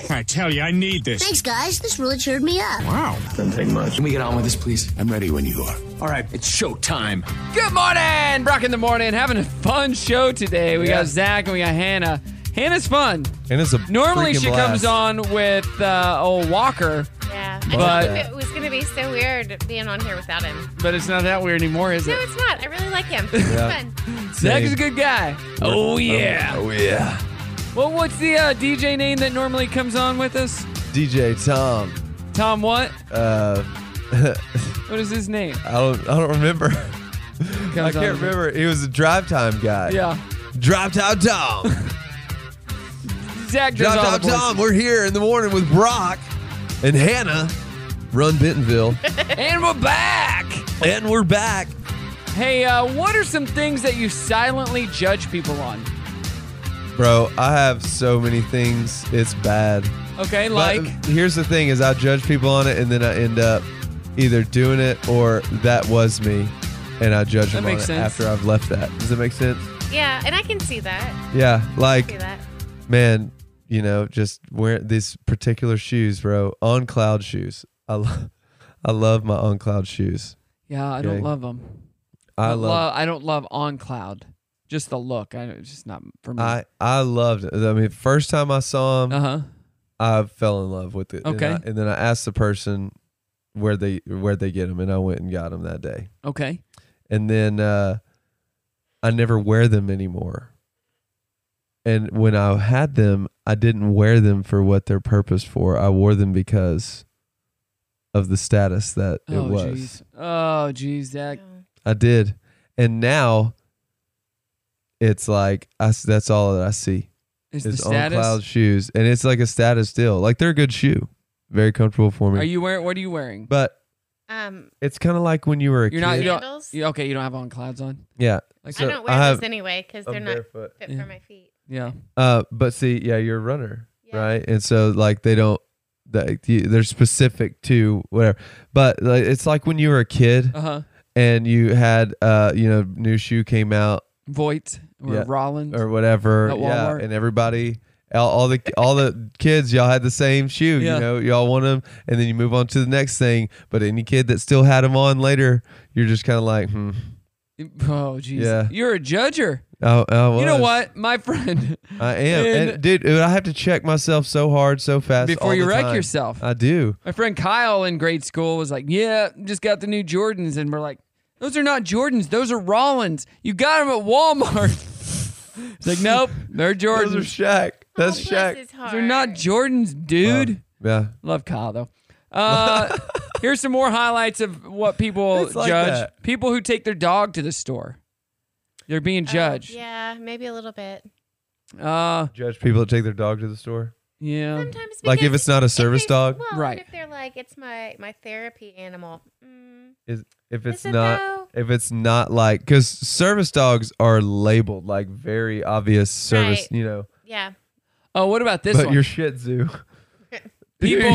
[SPEAKER 16] I tell you, I need this.
[SPEAKER 15] Thanks, guys. This really cheered me up.
[SPEAKER 16] Wow. Doesn't take much. Can we get on with this, please? I'm ready when you are. All right, it's showtime.
[SPEAKER 1] Good morning, Brock in the morning. Having a fun show today. We
[SPEAKER 2] Yeah.
[SPEAKER 1] got Zach and we got Hannah. Hannah's fun.
[SPEAKER 2] And it's a
[SPEAKER 1] Normally
[SPEAKER 2] freaking
[SPEAKER 1] she
[SPEAKER 2] blast.
[SPEAKER 1] comes on with uh, old Walker,
[SPEAKER 3] Yeah.
[SPEAKER 1] But-
[SPEAKER 3] I think it was gonna be so weird being on here without him.
[SPEAKER 1] but it's not that weird anymore, is
[SPEAKER 3] No,
[SPEAKER 1] it?
[SPEAKER 3] it's not. I really like him. He's
[SPEAKER 1] Yeah.
[SPEAKER 3] fun.
[SPEAKER 1] Zach is a good guy. Oh yeah.
[SPEAKER 2] Oh yeah.
[SPEAKER 1] Well, what's the uh, DJ name that normally comes on with us?
[SPEAKER 2] DJ Tom.
[SPEAKER 1] Tom what?
[SPEAKER 2] Uh, (laughs)
[SPEAKER 1] What is his name?
[SPEAKER 2] I don't. I don't remember. I
[SPEAKER 1] on.
[SPEAKER 2] can't remember. He was a drive time guy.
[SPEAKER 1] Yeah.
[SPEAKER 2] Drive time Tom.
[SPEAKER 1] Zach does
[SPEAKER 2] drive
[SPEAKER 1] all the
[SPEAKER 2] time
[SPEAKER 1] voices.
[SPEAKER 2] Tom. We're here in the morning with Brock and Hannah. Run Bentonville.
[SPEAKER 1] and we're back.
[SPEAKER 2] and we're back.
[SPEAKER 1] Hey, uh, what are some things that you silently judge people on?
[SPEAKER 2] Bro, I have so many things. It's bad.
[SPEAKER 1] Okay,
[SPEAKER 2] But um,
[SPEAKER 1] like
[SPEAKER 2] here's the thing: is I judge people on it, and then I end up either doing it or that was me, and I judge
[SPEAKER 3] That
[SPEAKER 2] them on
[SPEAKER 3] makes
[SPEAKER 2] it
[SPEAKER 3] sense.
[SPEAKER 2] after I've left that. Does that make sense?
[SPEAKER 3] Yeah, and I can see that.
[SPEAKER 2] Yeah,
[SPEAKER 3] I can
[SPEAKER 2] like
[SPEAKER 3] see that.
[SPEAKER 2] man, you know, just wear these particular shoes, bro. On cloud shoes. I love, (laughs) I love my on cloud shoes.
[SPEAKER 1] yeah, I don't
[SPEAKER 2] Okay.
[SPEAKER 1] love them.
[SPEAKER 2] I
[SPEAKER 1] But
[SPEAKER 2] love.
[SPEAKER 1] lo- I don't love on cloud. Just the look. I it's just not for me.
[SPEAKER 2] I I loved. It. I mean, first time I saw them,
[SPEAKER 1] Uh-huh.
[SPEAKER 2] I fell in love with it. And
[SPEAKER 1] Okay.
[SPEAKER 2] I- and then I asked the person where they where they get them, and I went and got them that day.
[SPEAKER 1] okay.
[SPEAKER 2] and then uh, I never wear them anymore. And when I had them, I didn't wear them for what they're purposed for. I wore them because of the status that it
[SPEAKER 1] oh
[SPEAKER 2] was.
[SPEAKER 1] jeez. Oh jeez, Zach.
[SPEAKER 2] I did, and now it's like I s that's all that I see.
[SPEAKER 1] Is
[SPEAKER 2] It's
[SPEAKER 1] the
[SPEAKER 2] on
[SPEAKER 1] status?
[SPEAKER 2] cloud shoes, and it's like a status deal. Like they're a good shoe, very comfortable for me.
[SPEAKER 1] Are you wearing? What are you wearing?
[SPEAKER 2] but
[SPEAKER 3] Um,
[SPEAKER 2] it's kind of like when you were a
[SPEAKER 1] You're
[SPEAKER 2] kid.
[SPEAKER 1] not. You don't,
[SPEAKER 3] Sandals?
[SPEAKER 1] you, okay, you don't have on clouds on.
[SPEAKER 2] yeah,
[SPEAKER 1] Like-
[SPEAKER 2] So
[SPEAKER 3] I don't wear
[SPEAKER 2] I have-
[SPEAKER 3] those anyway because
[SPEAKER 2] I'm
[SPEAKER 3] they're not
[SPEAKER 2] barefoot.
[SPEAKER 3] fit
[SPEAKER 1] Yeah.
[SPEAKER 3] for my feet.
[SPEAKER 1] Yeah.
[SPEAKER 2] Uh, but see, yeah, you're a runner, right? And so like they don't, they, they're specific to whatever. But like, it's like when you were a kid
[SPEAKER 1] Uh-huh.
[SPEAKER 2] and you had, uh, you know, new shoe came out
[SPEAKER 1] Voight or
[SPEAKER 2] yeah,
[SPEAKER 1] Rollins
[SPEAKER 2] or whatever,
[SPEAKER 1] at
[SPEAKER 2] yeah,
[SPEAKER 1] Walmart.
[SPEAKER 2] and everybody. All, all the all the kids, y'all had the same shoe,
[SPEAKER 1] Yeah.
[SPEAKER 2] you know. Y'all want them, and then you move on to the next thing. But any kid that still had them on later, you're just kind of like, hmm,
[SPEAKER 1] Oh jeez.
[SPEAKER 2] Yeah.
[SPEAKER 1] You're a judger.
[SPEAKER 2] Oh, I
[SPEAKER 1] You know
[SPEAKER 2] was.
[SPEAKER 1] what, my friend?
[SPEAKER 2] I am,
[SPEAKER 1] And-
[SPEAKER 2] and, dude, dude, I have to check myself so hard, so fast
[SPEAKER 1] Before
[SPEAKER 2] all
[SPEAKER 1] you
[SPEAKER 2] the
[SPEAKER 1] wreck
[SPEAKER 2] time.
[SPEAKER 1] yourself.
[SPEAKER 2] I do.
[SPEAKER 1] My friend Kyle in grade school was like, "Yeah, just got the new Jordans," and we're like, "Those are not Jordans. Those are Rollins. You got them at Walmart." (laughs) It's like, "Nope, they're Jordans.
[SPEAKER 2] Those are Shaq. That's
[SPEAKER 3] Oh,
[SPEAKER 2] Shaq. Um,
[SPEAKER 1] Those are not Jordans, dude."
[SPEAKER 2] Yeah.
[SPEAKER 1] Love Kyle though. Uh, here's some more highlights of what people
[SPEAKER 3] It's like
[SPEAKER 1] judge.
[SPEAKER 3] that.
[SPEAKER 1] People who take their dog to the store, they're being judged.
[SPEAKER 3] Oh, Yeah, maybe a little bit.
[SPEAKER 1] Uh,
[SPEAKER 2] Judge people that take their dog to the store.
[SPEAKER 1] Yeah.
[SPEAKER 3] Sometimes
[SPEAKER 2] Um, Like if
[SPEAKER 3] because
[SPEAKER 2] it's not a service
[SPEAKER 3] they-
[SPEAKER 2] dog,
[SPEAKER 3] well, and If they're like, it's my my therapy animal. Mm,
[SPEAKER 2] Is if it's
[SPEAKER 3] Is it
[SPEAKER 2] not if it's not like because service dogs are labeled like very obvious service,
[SPEAKER 3] Right.
[SPEAKER 2] you know.
[SPEAKER 3] yeah,
[SPEAKER 1] Oh, what about this
[SPEAKER 2] but
[SPEAKER 1] one?
[SPEAKER 2] your Shih Tzu.
[SPEAKER 1] people,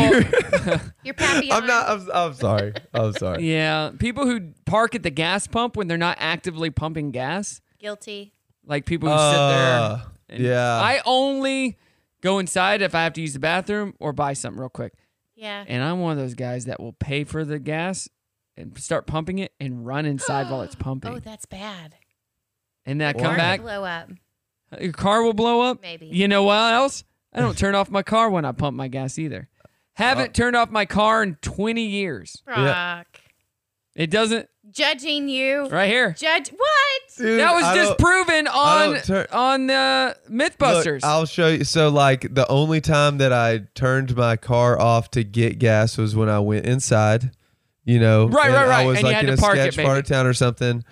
[SPEAKER 3] your
[SPEAKER 2] (laughs)
[SPEAKER 3] pappy.
[SPEAKER 2] I'm not. I'm, I'm sorry.
[SPEAKER 1] (laughs)
[SPEAKER 2] I'm sorry.
[SPEAKER 1] yeah, people who park at the gas pump when they're not actively pumping gas,
[SPEAKER 3] guilty.
[SPEAKER 1] like people who
[SPEAKER 2] Uh,
[SPEAKER 1] sit there. and-
[SPEAKER 2] yeah.
[SPEAKER 1] I only go inside if I have to use the bathroom or buy something real quick.
[SPEAKER 3] Yeah.
[SPEAKER 1] And I'm one of those guys that will pay for the gas and start pumping it and run inside while it's pumping.
[SPEAKER 3] (gasps) Oh, that's bad.
[SPEAKER 1] and then I
[SPEAKER 3] Or
[SPEAKER 1] come back,
[SPEAKER 3] Blow up.
[SPEAKER 1] your car will blow up.
[SPEAKER 3] Maybe.
[SPEAKER 1] You know what else? I don't turn off my car when I pump my gas either.
[SPEAKER 2] Uh,
[SPEAKER 1] Haven't turned off my car in 20 years.
[SPEAKER 3] Brock.
[SPEAKER 1] It doesn't.
[SPEAKER 3] Judging you.
[SPEAKER 1] Right here.
[SPEAKER 3] Judge what?
[SPEAKER 1] that was
[SPEAKER 2] I don't-
[SPEAKER 1] disproven
[SPEAKER 2] I don't
[SPEAKER 1] on
[SPEAKER 2] turn-
[SPEAKER 1] on the
[SPEAKER 2] Look,
[SPEAKER 1] MythBusters.
[SPEAKER 2] I'll show you. So, like, the only time that I turned my car off to get gas was when I went inside. You know,
[SPEAKER 1] Right,
[SPEAKER 2] and
[SPEAKER 1] right, right.
[SPEAKER 2] I was
[SPEAKER 1] And you
[SPEAKER 2] like
[SPEAKER 1] had
[SPEAKER 2] in
[SPEAKER 1] to
[SPEAKER 2] a
[SPEAKER 1] park it,
[SPEAKER 2] sketch part of
[SPEAKER 1] baby.
[SPEAKER 2] town or something.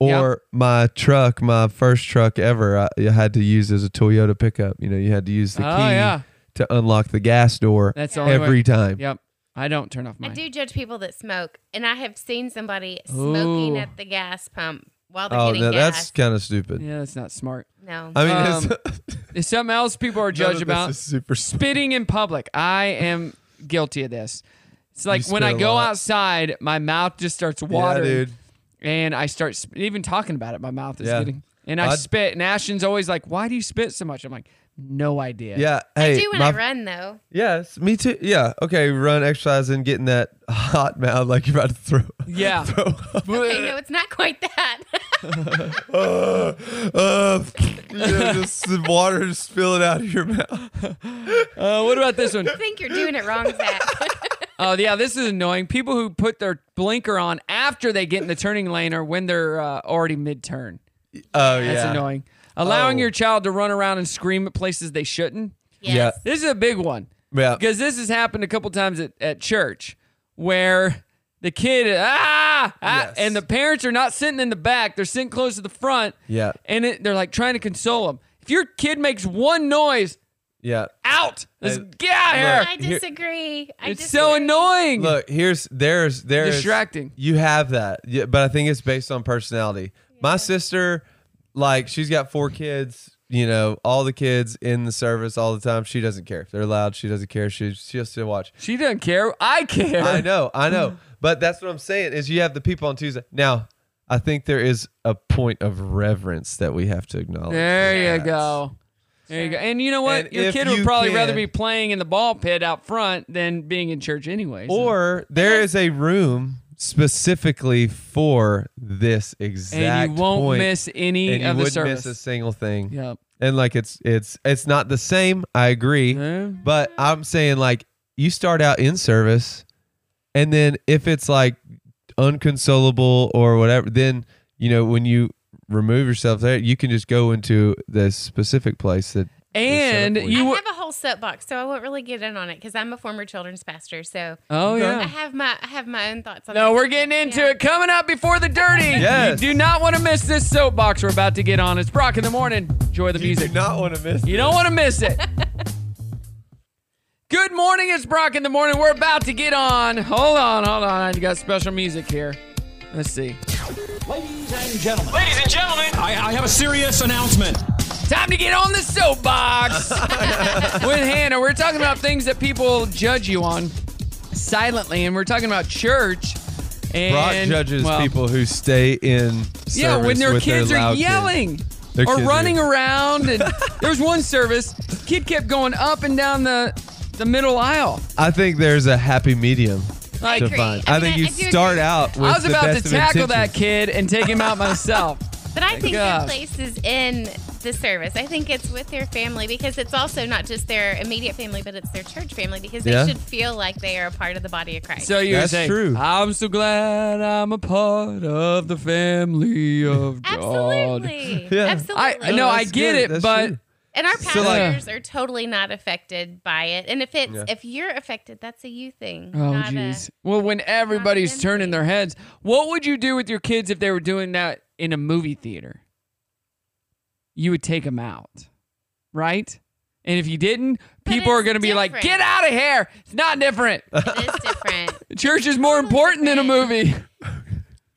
[SPEAKER 1] Yeah.
[SPEAKER 2] Or my truck, my first truck ever, I, I had to use as a Toyota pickup. You know, you had to use the
[SPEAKER 1] Oh,
[SPEAKER 2] key
[SPEAKER 1] yeah.
[SPEAKER 2] to unlock the gas door
[SPEAKER 1] That's the only way-
[SPEAKER 2] every time.
[SPEAKER 1] Yep. I don't turn off
[SPEAKER 3] I
[SPEAKER 1] mine.
[SPEAKER 3] do judge people that smoke, and I have seen somebody smoking
[SPEAKER 1] Ooh.
[SPEAKER 3] at the gas pump while they're
[SPEAKER 2] Oh,
[SPEAKER 3] getting
[SPEAKER 2] no,
[SPEAKER 3] gas.
[SPEAKER 2] that's kind of stupid.
[SPEAKER 1] Yeah, that's not smart.
[SPEAKER 3] No.
[SPEAKER 2] (laughs) I mean, it's-
[SPEAKER 1] there's something else people
[SPEAKER 2] (laughs)
[SPEAKER 1] are
[SPEAKER 2] of
[SPEAKER 1] judged
[SPEAKER 2] this
[SPEAKER 1] about.
[SPEAKER 2] is super
[SPEAKER 1] Spitting in public. I am guilty of this. It's like
[SPEAKER 2] You
[SPEAKER 1] when I
[SPEAKER 2] spit a
[SPEAKER 1] go
[SPEAKER 2] lot.
[SPEAKER 1] outside, my mouth just starts watering.
[SPEAKER 2] dude.
[SPEAKER 1] And I start sp- even talking about it. My mouth is
[SPEAKER 2] Yeah.
[SPEAKER 1] getting. And I
[SPEAKER 2] I'd-
[SPEAKER 1] spit. And Ashton's always like, "Why do you spit so much?" I'm like, "No idea."
[SPEAKER 2] Yeah. Hey,
[SPEAKER 3] I do when
[SPEAKER 2] my,
[SPEAKER 3] I run though.
[SPEAKER 2] Yes, me too. Yeah. Okay. Run, exercise, and getting that hot mouth like you're about to throw.
[SPEAKER 1] (laughs) Yeah. (laughs)
[SPEAKER 3] Okay, no, it's not quite that.
[SPEAKER 2] (laughs)
[SPEAKER 3] (laughs)
[SPEAKER 2] uh, uh, you know, (laughs) just the water just spilling out of your mouth.
[SPEAKER 1] Uh, what about this one?
[SPEAKER 3] I think you're doing it wrong,
[SPEAKER 1] (laughs)
[SPEAKER 3] Zach.
[SPEAKER 1] Oh yeah, this is annoying. People who put their blinker on after they get in the turning lane or when they're uh, already mid turn.
[SPEAKER 2] Oh yeah,
[SPEAKER 1] That's annoying. Allowing
[SPEAKER 2] Oh.
[SPEAKER 1] your child to run around and scream at places they shouldn't.
[SPEAKER 2] Yeah.
[SPEAKER 1] This is a big one.
[SPEAKER 2] Yeah.
[SPEAKER 1] Because this has happened a couple times at, at church where the kid, ah, ah, and the parents are not sitting in the back. They're sitting close to the front
[SPEAKER 2] Yeah.
[SPEAKER 1] and it, they're like trying to console them. If your kid makes one noise,
[SPEAKER 2] Yeah.
[SPEAKER 1] out. Let's
[SPEAKER 2] And-
[SPEAKER 1] get out of here.
[SPEAKER 3] I
[SPEAKER 2] Here-
[SPEAKER 3] disagree. I
[SPEAKER 1] it's
[SPEAKER 3] disagree.
[SPEAKER 1] so annoying.
[SPEAKER 2] Look, here's there's there's
[SPEAKER 1] Distracting.
[SPEAKER 2] You have that, yeah, but I think it's based on personality. My sister, like, she's got four kids. You know, all the kids in the service all the time. She doesn't care if they're loud. She doesn't care. She she has to watch.
[SPEAKER 1] She doesn't care. I care. (laughs)
[SPEAKER 2] I know, I know. But that's what I'm saying is you have the people on Tuesday. Now, I think there is a point of reverence that we have to acknowledge.
[SPEAKER 1] There you go. There you go. And you know what?
[SPEAKER 2] And
[SPEAKER 1] Your
[SPEAKER 2] if
[SPEAKER 1] kid would
[SPEAKER 2] you
[SPEAKER 1] probably
[SPEAKER 2] can-
[SPEAKER 1] rather be playing in the ball pit out front than being in church anyway. so-
[SPEAKER 2] Or there is a room specifically for this exact
[SPEAKER 1] and you won't
[SPEAKER 2] point,
[SPEAKER 1] miss any
[SPEAKER 2] and you
[SPEAKER 1] of the
[SPEAKER 2] wouldn't
[SPEAKER 1] service.
[SPEAKER 2] miss a single thing.
[SPEAKER 1] Yep.
[SPEAKER 2] And like it's it's it's not the same, I agree. But I'm saying like you start out in service and then if it's like unconsolable or whatever, then you know when you remove yourself there, you can just go into this specific place that
[SPEAKER 1] and you
[SPEAKER 3] I
[SPEAKER 1] w-
[SPEAKER 3] have a whole soapbox, so I won't really get in on it because I'm a former children's pastor. So
[SPEAKER 1] Oh, yeah.
[SPEAKER 3] I have my I have my own thoughts on
[SPEAKER 1] no,
[SPEAKER 3] this.
[SPEAKER 1] we're getting into it. Coming up before the
[SPEAKER 2] (laughs)
[SPEAKER 1] dirty.
[SPEAKER 2] Yes.
[SPEAKER 1] You do not want to miss this soapbox we're about to get on. It's Brock in the morning. Enjoy the music.
[SPEAKER 2] do not want to miss.
[SPEAKER 1] You don't want to miss
[SPEAKER 2] (laughs)
[SPEAKER 1] it. Good morning, it's Brock in the morning. We're about to get on. Hold on, hold on. You got special music here. Let's see.
[SPEAKER 16] Ladies and gentlemen. Ladies and gentlemen. I, I have a serious announcement.
[SPEAKER 1] Time to get on the
[SPEAKER 2] (laughs)
[SPEAKER 1] soapbox with Hannah. We're talking about things that people judge you on silently, and we're talking about church. And,
[SPEAKER 2] Brock judges
[SPEAKER 1] well,
[SPEAKER 2] people who stay in service
[SPEAKER 1] Yeah, when their
[SPEAKER 2] with
[SPEAKER 1] kids are
[SPEAKER 2] loud kids.
[SPEAKER 1] yelling
[SPEAKER 2] Their
[SPEAKER 1] or
[SPEAKER 2] kids are-
[SPEAKER 1] running around,
[SPEAKER 2] (laughs)
[SPEAKER 1] and there was one service kid kept going up and down the the middle aisle.
[SPEAKER 2] I think there's a happy medium
[SPEAKER 1] I
[SPEAKER 2] to
[SPEAKER 1] agree.
[SPEAKER 2] find.
[SPEAKER 1] I mean,
[SPEAKER 2] I, think
[SPEAKER 1] I-
[SPEAKER 2] you
[SPEAKER 1] I do
[SPEAKER 2] start
[SPEAKER 1] agree.
[SPEAKER 2] out with
[SPEAKER 1] I was
[SPEAKER 2] the
[SPEAKER 1] about to
[SPEAKER 2] best of
[SPEAKER 1] tackle that
[SPEAKER 2] intentions. (laughs)
[SPEAKER 1] kid and take him out myself.
[SPEAKER 3] But I think
[SPEAKER 1] Yeah.
[SPEAKER 3] their place is in the service. I think it's with their family because it's also not just their immediate family, but it's their church family because they
[SPEAKER 1] Yeah.
[SPEAKER 3] should feel like they are a part of the body of Christ.
[SPEAKER 1] So you
[SPEAKER 2] That's
[SPEAKER 1] say,
[SPEAKER 2] true.
[SPEAKER 1] I'm so glad I'm a part of the family of God.
[SPEAKER 3] Absolutely.
[SPEAKER 1] Yeah. I,
[SPEAKER 3] Absolutely.
[SPEAKER 1] no,
[SPEAKER 3] No,
[SPEAKER 1] I
[SPEAKER 3] that's
[SPEAKER 1] get
[SPEAKER 3] good.
[SPEAKER 1] it,
[SPEAKER 3] That's
[SPEAKER 1] but
[SPEAKER 3] true. and our
[SPEAKER 1] So, like-
[SPEAKER 3] pastors are totally not affected by it. And if it's
[SPEAKER 1] Yeah.
[SPEAKER 3] if you're affected, that's a you thing.
[SPEAKER 1] Oh
[SPEAKER 3] not a-
[SPEAKER 1] jeez. Well, when everybody's turning their heads, what would you do with your kids if they were doing that in a movie theater? You would take them out, right? And if you didn't, people are going to be like,
[SPEAKER 3] different.
[SPEAKER 1] "Get out of here! It's not different.
[SPEAKER 3] it is
[SPEAKER 1] (laughs)
[SPEAKER 3] different.
[SPEAKER 1] Church is more important than a movie."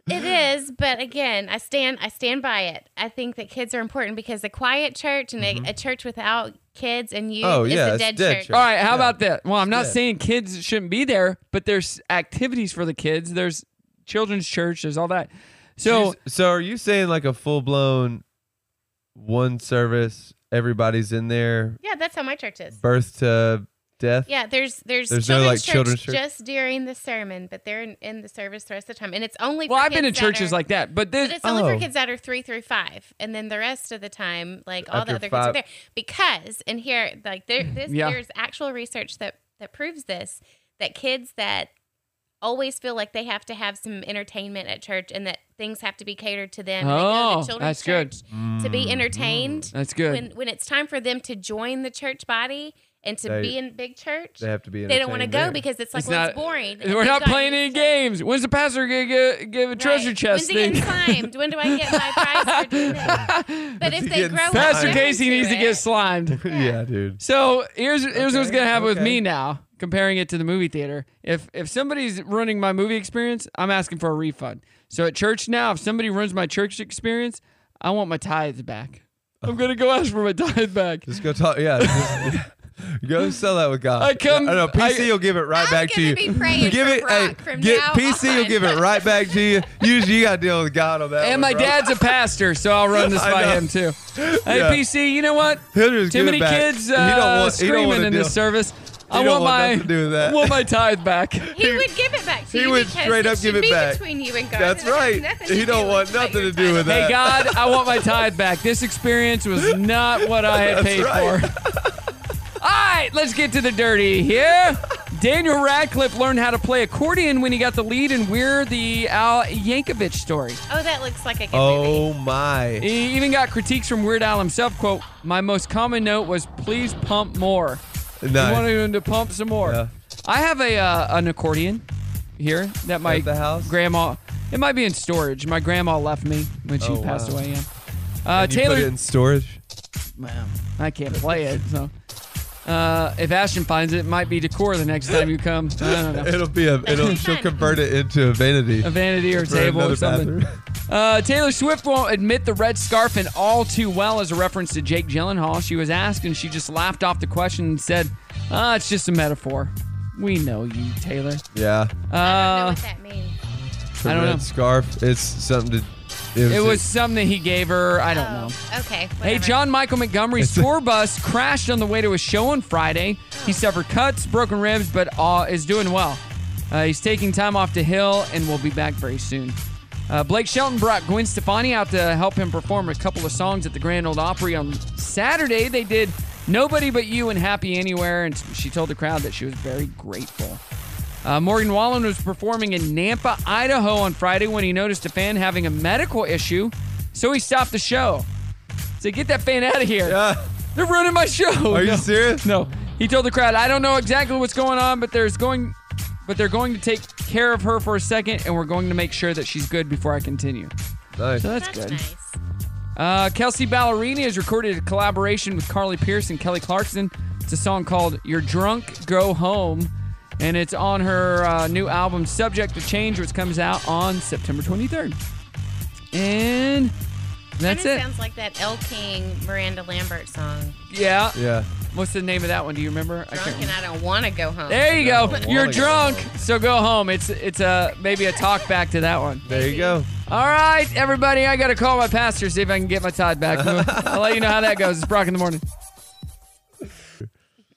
[SPEAKER 3] It is, but again, I stand I stand by it. I think that kids are important because a quiet church and a, a church without kids and youth
[SPEAKER 1] Mm-hmm. Oh,
[SPEAKER 3] is
[SPEAKER 1] yeah,
[SPEAKER 3] a
[SPEAKER 1] it's
[SPEAKER 3] dead,
[SPEAKER 1] dead
[SPEAKER 3] church.
[SPEAKER 1] church. All right, how about that? Well, I'm not
[SPEAKER 3] dead.
[SPEAKER 1] saying kids shouldn't be there, but there's activities for the kids. There's children's church. There's all that. So
[SPEAKER 2] She's- so are you saying like a full blown one service? Everybody's in there,
[SPEAKER 3] Yeah, that's how my church is.
[SPEAKER 2] birth to death.
[SPEAKER 3] Yeah, there's there's,
[SPEAKER 2] There's no,
[SPEAKER 3] children's,
[SPEAKER 2] like,
[SPEAKER 3] church
[SPEAKER 2] children's church?
[SPEAKER 3] just during the sermon, but they're in, in the service the rest of the time, and it's only.
[SPEAKER 1] Well,
[SPEAKER 3] for
[SPEAKER 1] I've been
[SPEAKER 3] kids
[SPEAKER 1] to
[SPEAKER 3] that
[SPEAKER 1] churches
[SPEAKER 3] are-
[SPEAKER 1] like that, but this-
[SPEAKER 3] it's only
[SPEAKER 1] Oh.
[SPEAKER 3] for kids that are three through five, and then the rest of the time, like all
[SPEAKER 1] After
[SPEAKER 3] the other kids are
[SPEAKER 1] five-
[SPEAKER 3] there because, and here, like there, this,
[SPEAKER 1] Yeah.
[SPEAKER 3] there's actual research that that proves this that kids that always feel like they have to have some entertainment at church and that things have to be catered to them. and they go to
[SPEAKER 1] oh,
[SPEAKER 3] children's
[SPEAKER 1] that's good.
[SPEAKER 3] to
[SPEAKER 2] Mm-hmm.
[SPEAKER 3] be entertained.
[SPEAKER 1] That's good.
[SPEAKER 3] When when it's time for them to join the church body and to
[SPEAKER 1] They-
[SPEAKER 3] be in big church,
[SPEAKER 1] they have to be
[SPEAKER 3] They don't want to
[SPEAKER 1] entertained
[SPEAKER 3] go
[SPEAKER 1] there.
[SPEAKER 3] because it's like
[SPEAKER 1] It's
[SPEAKER 3] well,
[SPEAKER 1] not-
[SPEAKER 3] it's boring.
[SPEAKER 1] We're not playing any games. When's the pastor gonna give, give a treasure chest
[SPEAKER 3] When's
[SPEAKER 1] thing?
[SPEAKER 3] it getting slimed? When do I get my prize for doing this? But if they grow
[SPEAKER 1] (laughs) Pastor
[SPEAKER 3] up,
[SPEAKER 1] Casey needs to get slimed.
[SPEAKER 2] (laughs) yeah, dude.
[SPEAKER 1] So here's here's what's
[SPEAKER 2] Okay,
[SPEAKER 1] gonna happen with
[SPEAKER 2] okay.
[SPEAKER 1] me now. Comparing it to the movie theater, if if somebody's ruining my movie experience, I'm asking for a refund. So at church now, if somebody ruins my church experience, I want my tithes back. I'm gonna go ask for my tithe back.
[SPEAKER 2] Just go talk. Yeah. just- (laughs) Go sell that with God.
[SPEAKER 1] I come-
[SPEAKER 2] I know PC will give it right back to you.
[SPEAKER 1] be praying
[SPEAKER 2] give
[SPEAKER 1] for
[SPEAKER 2] it. hey,
[SPEAKER 1] Brock from
[SPEAKER 2] get
[SPEAKER 1] now
[SPEAKER 2] PC will give it right back to you. Usually you got to deal with God on that.
[SPEAKER 1] And
[SPEAKER 2] one,
[SPEAKER 1] my
[SPEAKER 2] bro.
[SPEAKER 1] dad's a pastor, so I'll run this
[SPEAKER 2] (laughs) I
[SPEAKER 1] by
[SPEAKER 2] know.
[SPEAKER 1] him too. Hey,
[SPEAKER 2] Yeah.
[SPEAKER 1] PC, you know what?
[SPEAKER 2] give
[SPEAKER 1] Too
[SPEAKER 2] it
[SPEAKER 1] many
[SPEAKER 2] back.
[SPEAKER 1] kids
[SPEAKER 2] He don't
[SPEAKER 1] uh,
[SPEAKER 2] want- he don't
[SPEAKER 1] screaming
[SPEAKER 2] wanna
[SPEAKER 1] in
[SPEAKER 2] deal-
[SPEAKER 1] this service.
[SPEAKER 2] he
[SPEAKER 1] I
[SPEAKER 2] don't
[SPEAKER 1] want
[SPEAKER 2] want
[SPEAKER 1] my
[SPEAKER 2] nothing to do
[SPEAKER 1] (laughs)
[SPEAKER 2] with that.
[SPEAKER 1] want my tithe
[SPEAKER 2] (laughs)
[SPEAKER 1] back.
[SPEAKER 3] he would give it back to
[SPEAKER 2] He
[SPEAKER 3] you.
[SPEAKER 2] would
[SPEAKER 3] because
[SPEAKER 2] straight
[SPEAKER 3] it
[SPEAKER 2] up
[SPEAKER 3] should
[SPEAKER 2] give it
[SPEAKER 3] be
[SPEAKER 2] back.
[SPEAKER 3] between you and God.
[SPEAKER 2] That's
[SPEAKER 3] It has
[SPEAKER 2] right.
[SPEAKER 3] nothing to
[SPEAKER 2] He
[SPEAKER 3] do
[SPEAKER 2] don't
[SPEAKER 3] with
[SPEAKER 2] want nothing to do with
[SPEAKER 1] Hey
[SPEAKER 2] that.
[SPEAKER 1] God, I want my tithe back. This experience was not what I had
[SPEAKER 2] That's
[SPEAKER 1] paid
[SPEAKER 2] right.
[SPEAKER 1] for.
[SPEAKER 2] (laughs)
[SPEAKER 1] All right, let's get to the dirty here. Daniel Radcliffe learned how to play accordion when he got the lead in We're the Al Yankovic story.
[SPEAKER 3] Oh, that looks like a good
[SPEAKER 2] Oh my.
[SPEAKER 1] He even got critiques from Weird Al himself. "Quote: My most common note was please pump more.
[SPEAKER 2] Nice.
[SPEAKER 1] I wanted him to pump some more.
[SPEAKER 2] Yeah.
[SPEAKER 1] I have a uh, an accordion here that my
[SPEAKER 2] the house?
[SPEAKER 1] grandma. It might be in storage. My grandma left me when she
[SPEAKER 2] Oh,
[SPEAKER 1] passed
[SPEAKER 2] wow.
[SPEAKER 1] away. Yeah. Uh,
[SPEAKER 2] And you
[SPEAKER 1] Taylor,
[SPEAKER 2] put it in storage.
[SPEAKER 1] Well, I can't play it. So, uh, if Ashton finds it, it might be decor the next time you come. I don't know.
[SPEAKER 2] It'll be a.
[SPEAKER 1] (laughs)
[SPEAKER 2] It'll. She'll convert it into a vanity.
[SPEAKER 1] A vanity
[SPEAKER 2] (laughs)
[SPEAKER 1] or
[SPEAKER 2] For
[SPEAKER 1] table or
[SPEAKER 2] another
[SPEAKER 1] something.
[SPEAKER 2] bathroom. (laughs)
[SPEAKER 1] Uh, Taylor Swift won't admit the red scarf and all too well as a reference to Jake Gyllenhaal. She was asked and she just laughed off the question and said, "Ah, it's just a metaphor. We know you, Taylor."
[SPEAKER 2] Yeah.
[SPEAKER 1] Uh, I don't know what
[SPEAKER 3] that means.
[SPEAKER 2] The
[SPEAKER 1] I don't
[SPEAKER 2] red
[SPEAKER 1] know.
[SPEAKER 2] scarf. It's something to.
[SPEAKER 1] It was something that he gave her. I don't know.
[SPEAKER 3] Oh, Okay.
[SPEAKER 1] Hey, John Michael Montgomery's tour bus crashed on the way to a show on Friday. He suffered cuts, broken ribs, but uh, is doing well. Uh, he's taking time off to heal and will be back very soon. Uh, Blake Shelton brought Gwen Stefani out to help him perform a couple of songs at the Grand Old Opry on Saturday. They did Nobody But You and Happy Anywhere, and she told the crowd that she was very grateful. Uh, Morgan Wallen was performing in Nampa, Idaho on Friday when he noticed a fan having a medical issue, so he stopped the show. So get that fan out of here.
[SPEAKER 2] (laughs)
[SPEAKER 1] They're ruining my show.
[SPEAKER 2] Ah, Are you
[SPEAKER 1] No.
[SPEAKER 2] serious?
[SPEAKER 1] No. He told the crowd, I don't know exactly what's going on, but there's going but they're going to take care of her for a second and we're going to make sure that she's good before I continue.
[SPEAKER 2] Nice.
[SPEAKER 1] So that's, good. Uh, Kelsey Ballerini has recorded a collaboration with Carly Pierce and Kelly Clarkson. It's a song called You're Drunk, Go Home. And it's on her uh, new album, Subject to Change, which comes out on September 23rd. And that's
[SPEAKER 3] Kinda
[SPEAKER 1] it.
[SPEAKER 3] Sounds like that El King Miranda Lambert song.
[SPEAKER 1] Yeah.
[SPEAKER 2] Yeah.
[SPEAKER 1] What's the name of that one? Do you remember? I
[SPEAKER 3] Drunk and I don't want to go home.
[SPEAKER 1] There you go. You're
[SPEAKER 3] wanna go
[SPEAKER 1] drunk, so go home. It's it's a maybe a talk back to that one.
[SPEAKER 2] There you go.
[SPEAKER 1] All right, everybody, I got to call my pastor see if I can get my tide back. I'll let you know how that goes. It's Brock in the morning.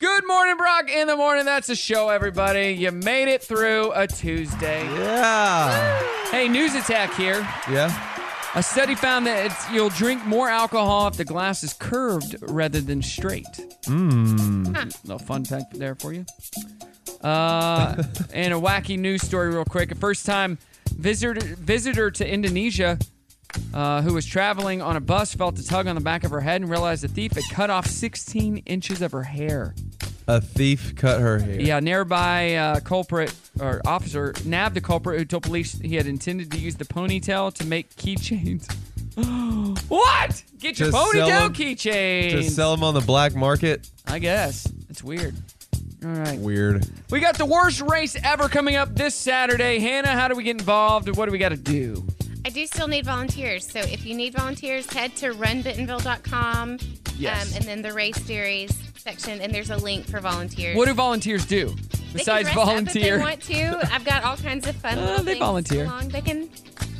[SPEAKER 1] Good morning, Brock in the morning. That's a show, everybody. You made it through a Tuesday.
[SPEAKER 2] Yeah.
[SPEAKER 1] Hey, news attack here.
[SPEAKER 2] Yeah.
[SPEAKER 1] A study found that it's, you'll drink more alcohol if the glass is curved rather than straight.
[SPEAKER 2] Mmm.
[SPEAKER 1] A little fun fact there for you. Uh, and a wacky news story, real quick. A first time visitor, visitor to Indonesia uh, who was traveling on a bus felt a tug on the back of her head and realized the thief had cut off 16 inches of her hair.
[SPEAKER 2] A thief cut her hair.
[SPEAKER 1] Yeah, nearby uh, culprit or officer nabbed the culprit who told police he had intended to use the ponytail to make keychains. (gasps) what? Get your
[SPEAKER 2] To sell
[SPEAKER 1] ponytail
[SPEAKER 2] 'em-
[SPEAKER 1] keychains.
[SPEAKER 2] To sell them on the black market.
[SPEAKER 1] I guess. It's weird. All right.
[SPEAKER 2] Weird.
[SPEAKER 1] We got the worst race ever coming up this Saturday. Hannah, how do we get involved? What do we got to do?
[SPEAKER 3] I do still need volunteers. So if you need volunteers, head to runbittonville.com.
[SPEAKER 1] Yes.
[SPEAKER 3] Um, and then the race series section, and there's a link for volunteers.
[SPEAKER 1] What do volunteers do
[SPEAKER 3] They can
[SPEAKER 1] besides
[SPEAKER 3] dress up if
[SPEAKER 1] volunteer?
[SPEAKER 3] they want to. I've got all kinds of fun.
[SPEAKER 1] Uh,
[SPEAKER 3] little
[SPEAKER 1] they
[SPEAKER 3] things
[SPEAKER 1] volunteer.
[SPEAKER 3] Along. They can,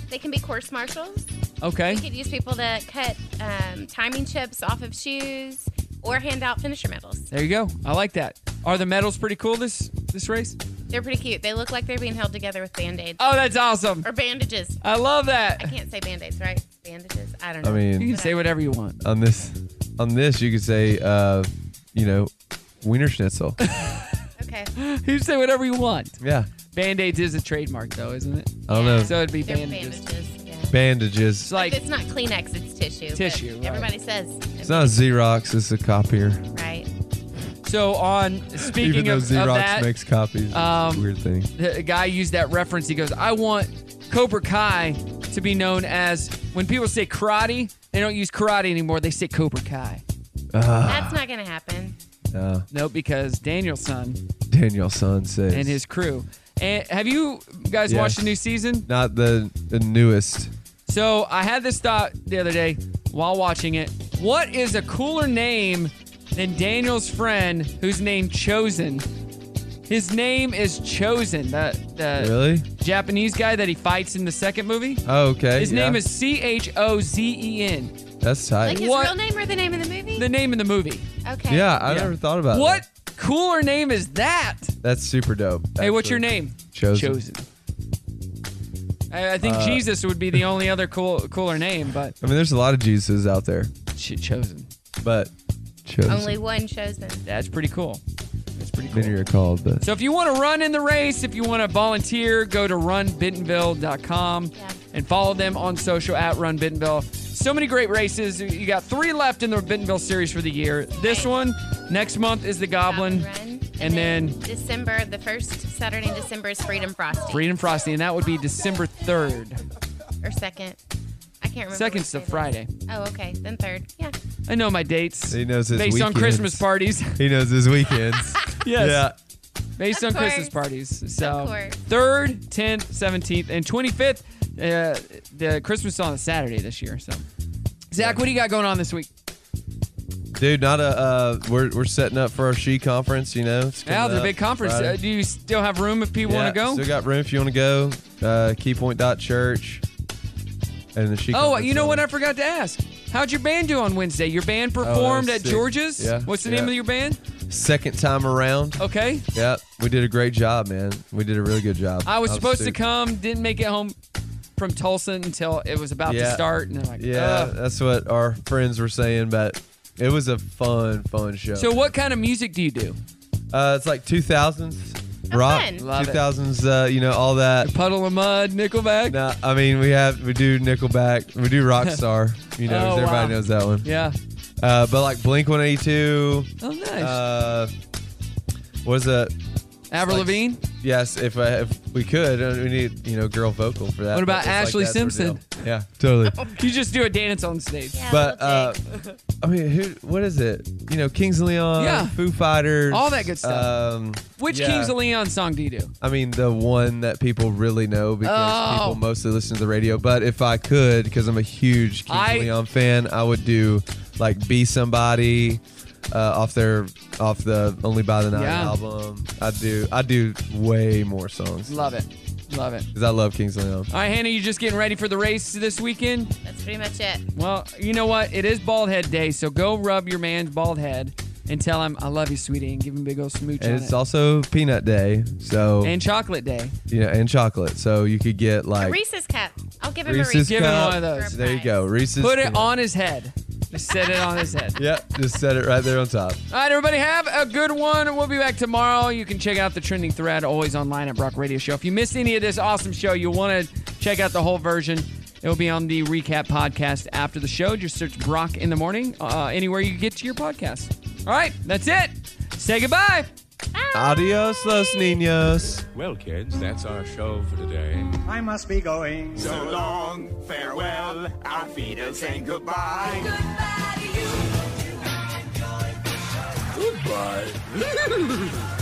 [SPEAKER 3] they can be course marshals.
[SPEAKER 1] Okay.
[SPEAKER 3] We could use people to cut um, timing chips off of shoes or hand out finisher medals.
[SPEAKER 1] There you go. I like that. Are the medals pretty cool this this race?
[SPEAKER 3] They're pretty cute. They look like they're being held together with band aids.
[SPEAKER 1] Oh, that's awesome.
[SPEAKER 3] Or bandages.
[SPEAKER 1] I love that.
[SPEAKER 3] I can't say band aids, right? Bandages. I don't know.
[SPEAKER 2] I mean,
[SPEAKER 1] you can say whatever you want. (laughs)
[SPEAKER 2] On this, on this, you could say, uh, you know,
[SPEAKER 1] (laughs)
[SPEAKER 2] Wiener Schnitzel.
[SPEAKER 3] okay.
[SPEAKER 1] You can say whatever you want.
[SPEAKER 2] Yeah.
[SPEAKER 1] Band aids is a trademark, though, isn't it?
[SPEAKER 2] I don't know.
[SPEAKER 1] So it'd be
[SPEAKER 3] They're
[SPEAKER 1] bandages.
[SPEAKER 2] Bandages.
[SPEAKER 1] It's like
[SPEAKER 3] if it's not Kleenex, it's tissue. but
[SPEAKER 1] Tissue, right.
[SPEAKER 3] Everybody says.
[SPEAKER 2] It's not a Xerox. It's a copier.
[SPEAKER 3] Right.
[SPEAKER 1] so. On speaking
[SPEAKER 2] Even though
[SPEAKER 1] of, of
[SPEAKER 2] Xerox
[SPEAKER 1] that,
[SPEAKER 2] makes copies, it's
[SPEAKER 1] um,
[SPEAKER 2] a weird thing.
[SPEAKER 1] the guy used that reference. He goes, I want Cobra Kai to be known as when people say karate, they don't use karate anymore. They say Cobra Kai. uh,
[SPEAKER 3] That's not going to happen.
[SPEAKER 2] Uh,
[SPEAKER 1] Nope, because Danielson
[SPEAKER 2] Daniel Sun says.
[SPEAKER 1] and his crew. And have you guys
[SPEAKER 2] Yes.
[SPEAKER 1] watched the new season?
[SPEAKER 2] Not the the newest.
[SPEAKER 1] So I had this thought the other day while watching it. What is a cooler name than Daniel's friend who's named Chosen? His name is Chosen, the, the
[SPEAKER 2] Really?
[SPEAKER 1] Japanese guy that he fights in the second movie.
[SPEAKER 2] Oh, okay.
[SPEAKER 1] His
[SPEAKER 2] yeah.
[SPEAKER 1] name is C H O Z E N.
[SPEAKER 2] That's tight.
[SPEAKER 3] Like his real name or the name of the movie?
[SPEAKER 1] The name in the movie.
[SPEAKER 3] Okay.
[SPEAKER 2] Yeah, I never thought about
[SPEAKER 1] What cooler name is that?
[SPEAKER 2] That's super dope.
[SPEAKER 1] Hey, what's
[SPEAKER 2] actually.
[SPEAKER 1] your name?
[SPEAKER 2] Chosen.
[SPEAKER 1] I, I think
[SPEAKER 2] Uh,
[SPEAKER 1] Jesus would be the only other cool cooler name, but
[SPEAKER 2] I mean, there's a lot of Jesus out there.
[SPEAKER 1] chosen.
[SPEAKER 2] But chosen.
[SPEAKER 3] Only one chosen.
[SPEAKER 1] that's pretty cool. That's pretty cool.
[SPEAKER 2] Many are called, but
[SPEAKER 1] So if you want to run in the race, if you want to volunteer, go to runbentonville.com and follow them on social at runbentonville. So many great races. You got three left in the Bentonville series for the year. This one, next month is the Goblin, and, then,
[SPEAKER 3] December, the first Saturday in December is Freedom Frosty.
[SPEAKER 1] Freedom Frosty, and that would be December 3rd.
[SPEAKER 3] Or second. I can't remember.
[SPEAKER 1] Second's the Friday.
[SPEAKER 3] Oh, okay. Then third. Yeah.
[SPEAKER 1] I know my dates.
[SPEAKER 2] he knows his
[SPEAKER 1] based on
[SPEAKER 2] weekends.
[SPEAKER 1] Christmas parties. (laughs)
[SPEAKER 2] He knows his weekends.
[SPEAKER 1] Yes.
[SPEAKER 2] Yeah.
[SPEAKER 1] based
[SPEAKER 3] Of
[SPEAKER 1] on Christmas
[SPEAKER 3] course.
[SPEAKER 1] parties. So
[SPEAKER 3] course.
[SPEAKER 1] third, 10th, 17th, and 25th. Uh, the Christmas is on a Saturday this year. So, Zach, what do you got going on this week?
[SPEAKER 2] Dude, not a. Uh, we're, we're setting up for our she conference. You know, it's
[SPEAKER 1] Now
[SPEAKER 2] coming
[SPEAKER 1] the
[SPEAKER 2] up
[SPEAKER 1] big conference.
[SPEAKER 2] Friday.
[SPEAKER 1] Uh, do you still have room if people want to
[SPEAKER 2] Yeah,
[SPEAKER 1] go?
[SPEAKER 2] Still got room if you want to go. Uh, keypoint.church. And the she.
[SPEAKER 1] oh,
[SPEAKER 2] conference
[SPEAKER 1] you know
[SPEAKER 2] on-
[SPEAKER 1] what? I forgot to ask. How'd your band do on Wednesday? Your band
[SPEAKER 2] Oh, that was
[SPEAKER 1] performed at
[SPEAKER 2] sick.
[SPEAKER 1] George's.
[SPEAKER 2] Yeah,
[SPEAKER 1] What's the
[SPEAKER 2] yeah.
[SPEAKER 1] name of your band?
[SPEAKER 2] Second time around.
[SPEAKER 1] Okay.
[SPEAKER 2] Yep. We did a great job, man. We did a really good job.
[SPEAKER 1] I was supposed to
[SPEAKER 2] super-
[SPEAKER 1] come, didn't make it home from Tulsa until it was about to
[SPEAKER 2] Yeah.
[SPEAKER 1] start, and I'm like,
[SPEAKER 2] Yeah,
[SPEAKER 1] "Ugh."
[SPEAKER 2] that's what our friends were saying, but it was a fun, fun show.
[SPEAKER 1] So, what kind of music do you do?
[SPEAKER 2] uh, it's like 2000s rock,
[SPEAKER 1] fun. Love it.
[SPEAKER 2] 2000s, uh, you know, all that.
[SPEAKER 1] puddle of mud, Nickelback.
[SPEAKER 2] No, I mean we have we do Nickelback, we do
[SPEAKER 1] (laughs)
[SPEAKER 2] Rockstar. You know,
[SPEAKER 1] Oh,
[SPEAKER 2] 'cause everybody
[SPEAKER 1] wow.
[SPEAKER 2] knows that one.
[SPEAKER 1] Yeah.
[SPEAKER 2] Uh, but like Blink 182.
[SPEAKER 1] Oh, nice.
[SPEAKER 2] Uh, what is that?
[SPEAKER 1] Avril Lavigne?
[SPEAKER 2] Yes, if I, if we could, uh, we need you know girl vocal for that.
[SPEAKER 1] What about
[SPEAKER 2] but it's
[SPEAKER 1] Ashley
[SPEAKER 2] like that sort of
[SPEAKER 1] Simpson?
[SPEAKER 2] deal. yeah, totally.
[SPEAKER 1] You just do a dance on stage.
[SPEAKER 2] (laughs) but uh, I mean, who? What is it? You know, Kings of Leon,
[SPEAKER 1] Yeah.
[SPEAKER 2] Foo Fighters,
[SPEAKER 1] All that good stuff.
[SPEAKER 2] Um,
[SPEAKER 1] Which
[SPEAKER 2] yeah.
[SPEAKER 1] Kings of Leon song do you do?
[SPEAKER 2] I mean, the one that people really know because
[SPEAKER 1] Oh.
[SPEAKER 2] people mostly listen to the radio. But if I could, because I'm a huge Kings
[SPEAKER 1] I-
[SPEAKER 2] of Leon fan, I would do like "Be Somebody" uh, off their off the Only by the Night
[SPEAKER 1] Yeah.
[SPEAKER 2] album. I do I do way more songs
[SPEAKER 1] Love it. Love it.
[SPEAKER 2] because I love Kings of Leon.
[SPEAKER 1] All right, Hannah, you just getting ready for the race this weekend?
[SPEAKER 3] That's pretty much it.
[SPEAKER 1] Well, you know what? It is bald head day, so go rub your man's bald head. and tell him I love you, sweetie, and give him a big old smooch. on
[SPEAKER 2] And it's
[SPEAKER 1] it.
[SPEAKER 2] also peanut day, so
[SPEAKER 1] and chocolate day.
[SPEAKER 2] yeah, and chocolate. So you could get
[SPEAKER 3] A
[SPEAKER 2] like
[SPEAKER 3] Reese's cup. I'll give him
[SPEAKER 2] Reese's
[SPEAKER 3] a Reese's
[SPEAKER 2] cup.
[SPEAKER 1] one of those.
[SPEAKER 2] There you go, Reese's.
[SPEAKER 1] Put it
[SPEAKER 2] peanut.
[SPEAKER 1] on his head. Just set it on his head.
[SPEAKER 2] Yep, just set it right there on top.
[SPEAKER 1] All right, everybody, have a good one. We'll be back tomorrow. You can check out the trending thread always online at Brock Radio Show. If you missed any of this awesome show, you'll want to check out the whole version. It will be on the recap podcast after the show. Just search Brock in the morning uh, anywhere you get to your podcast. All right, that's it. Say goodbye.
[SPEAKER 2] Adios, los niños.
[SPEAKER 19] Well, kids, that's our show for today.
[SPEAKER 9] I must be going.
[SPEAKER 19] So long, farewell, our feet are saying goodbye.
[SPEAKER 9] Goodbye.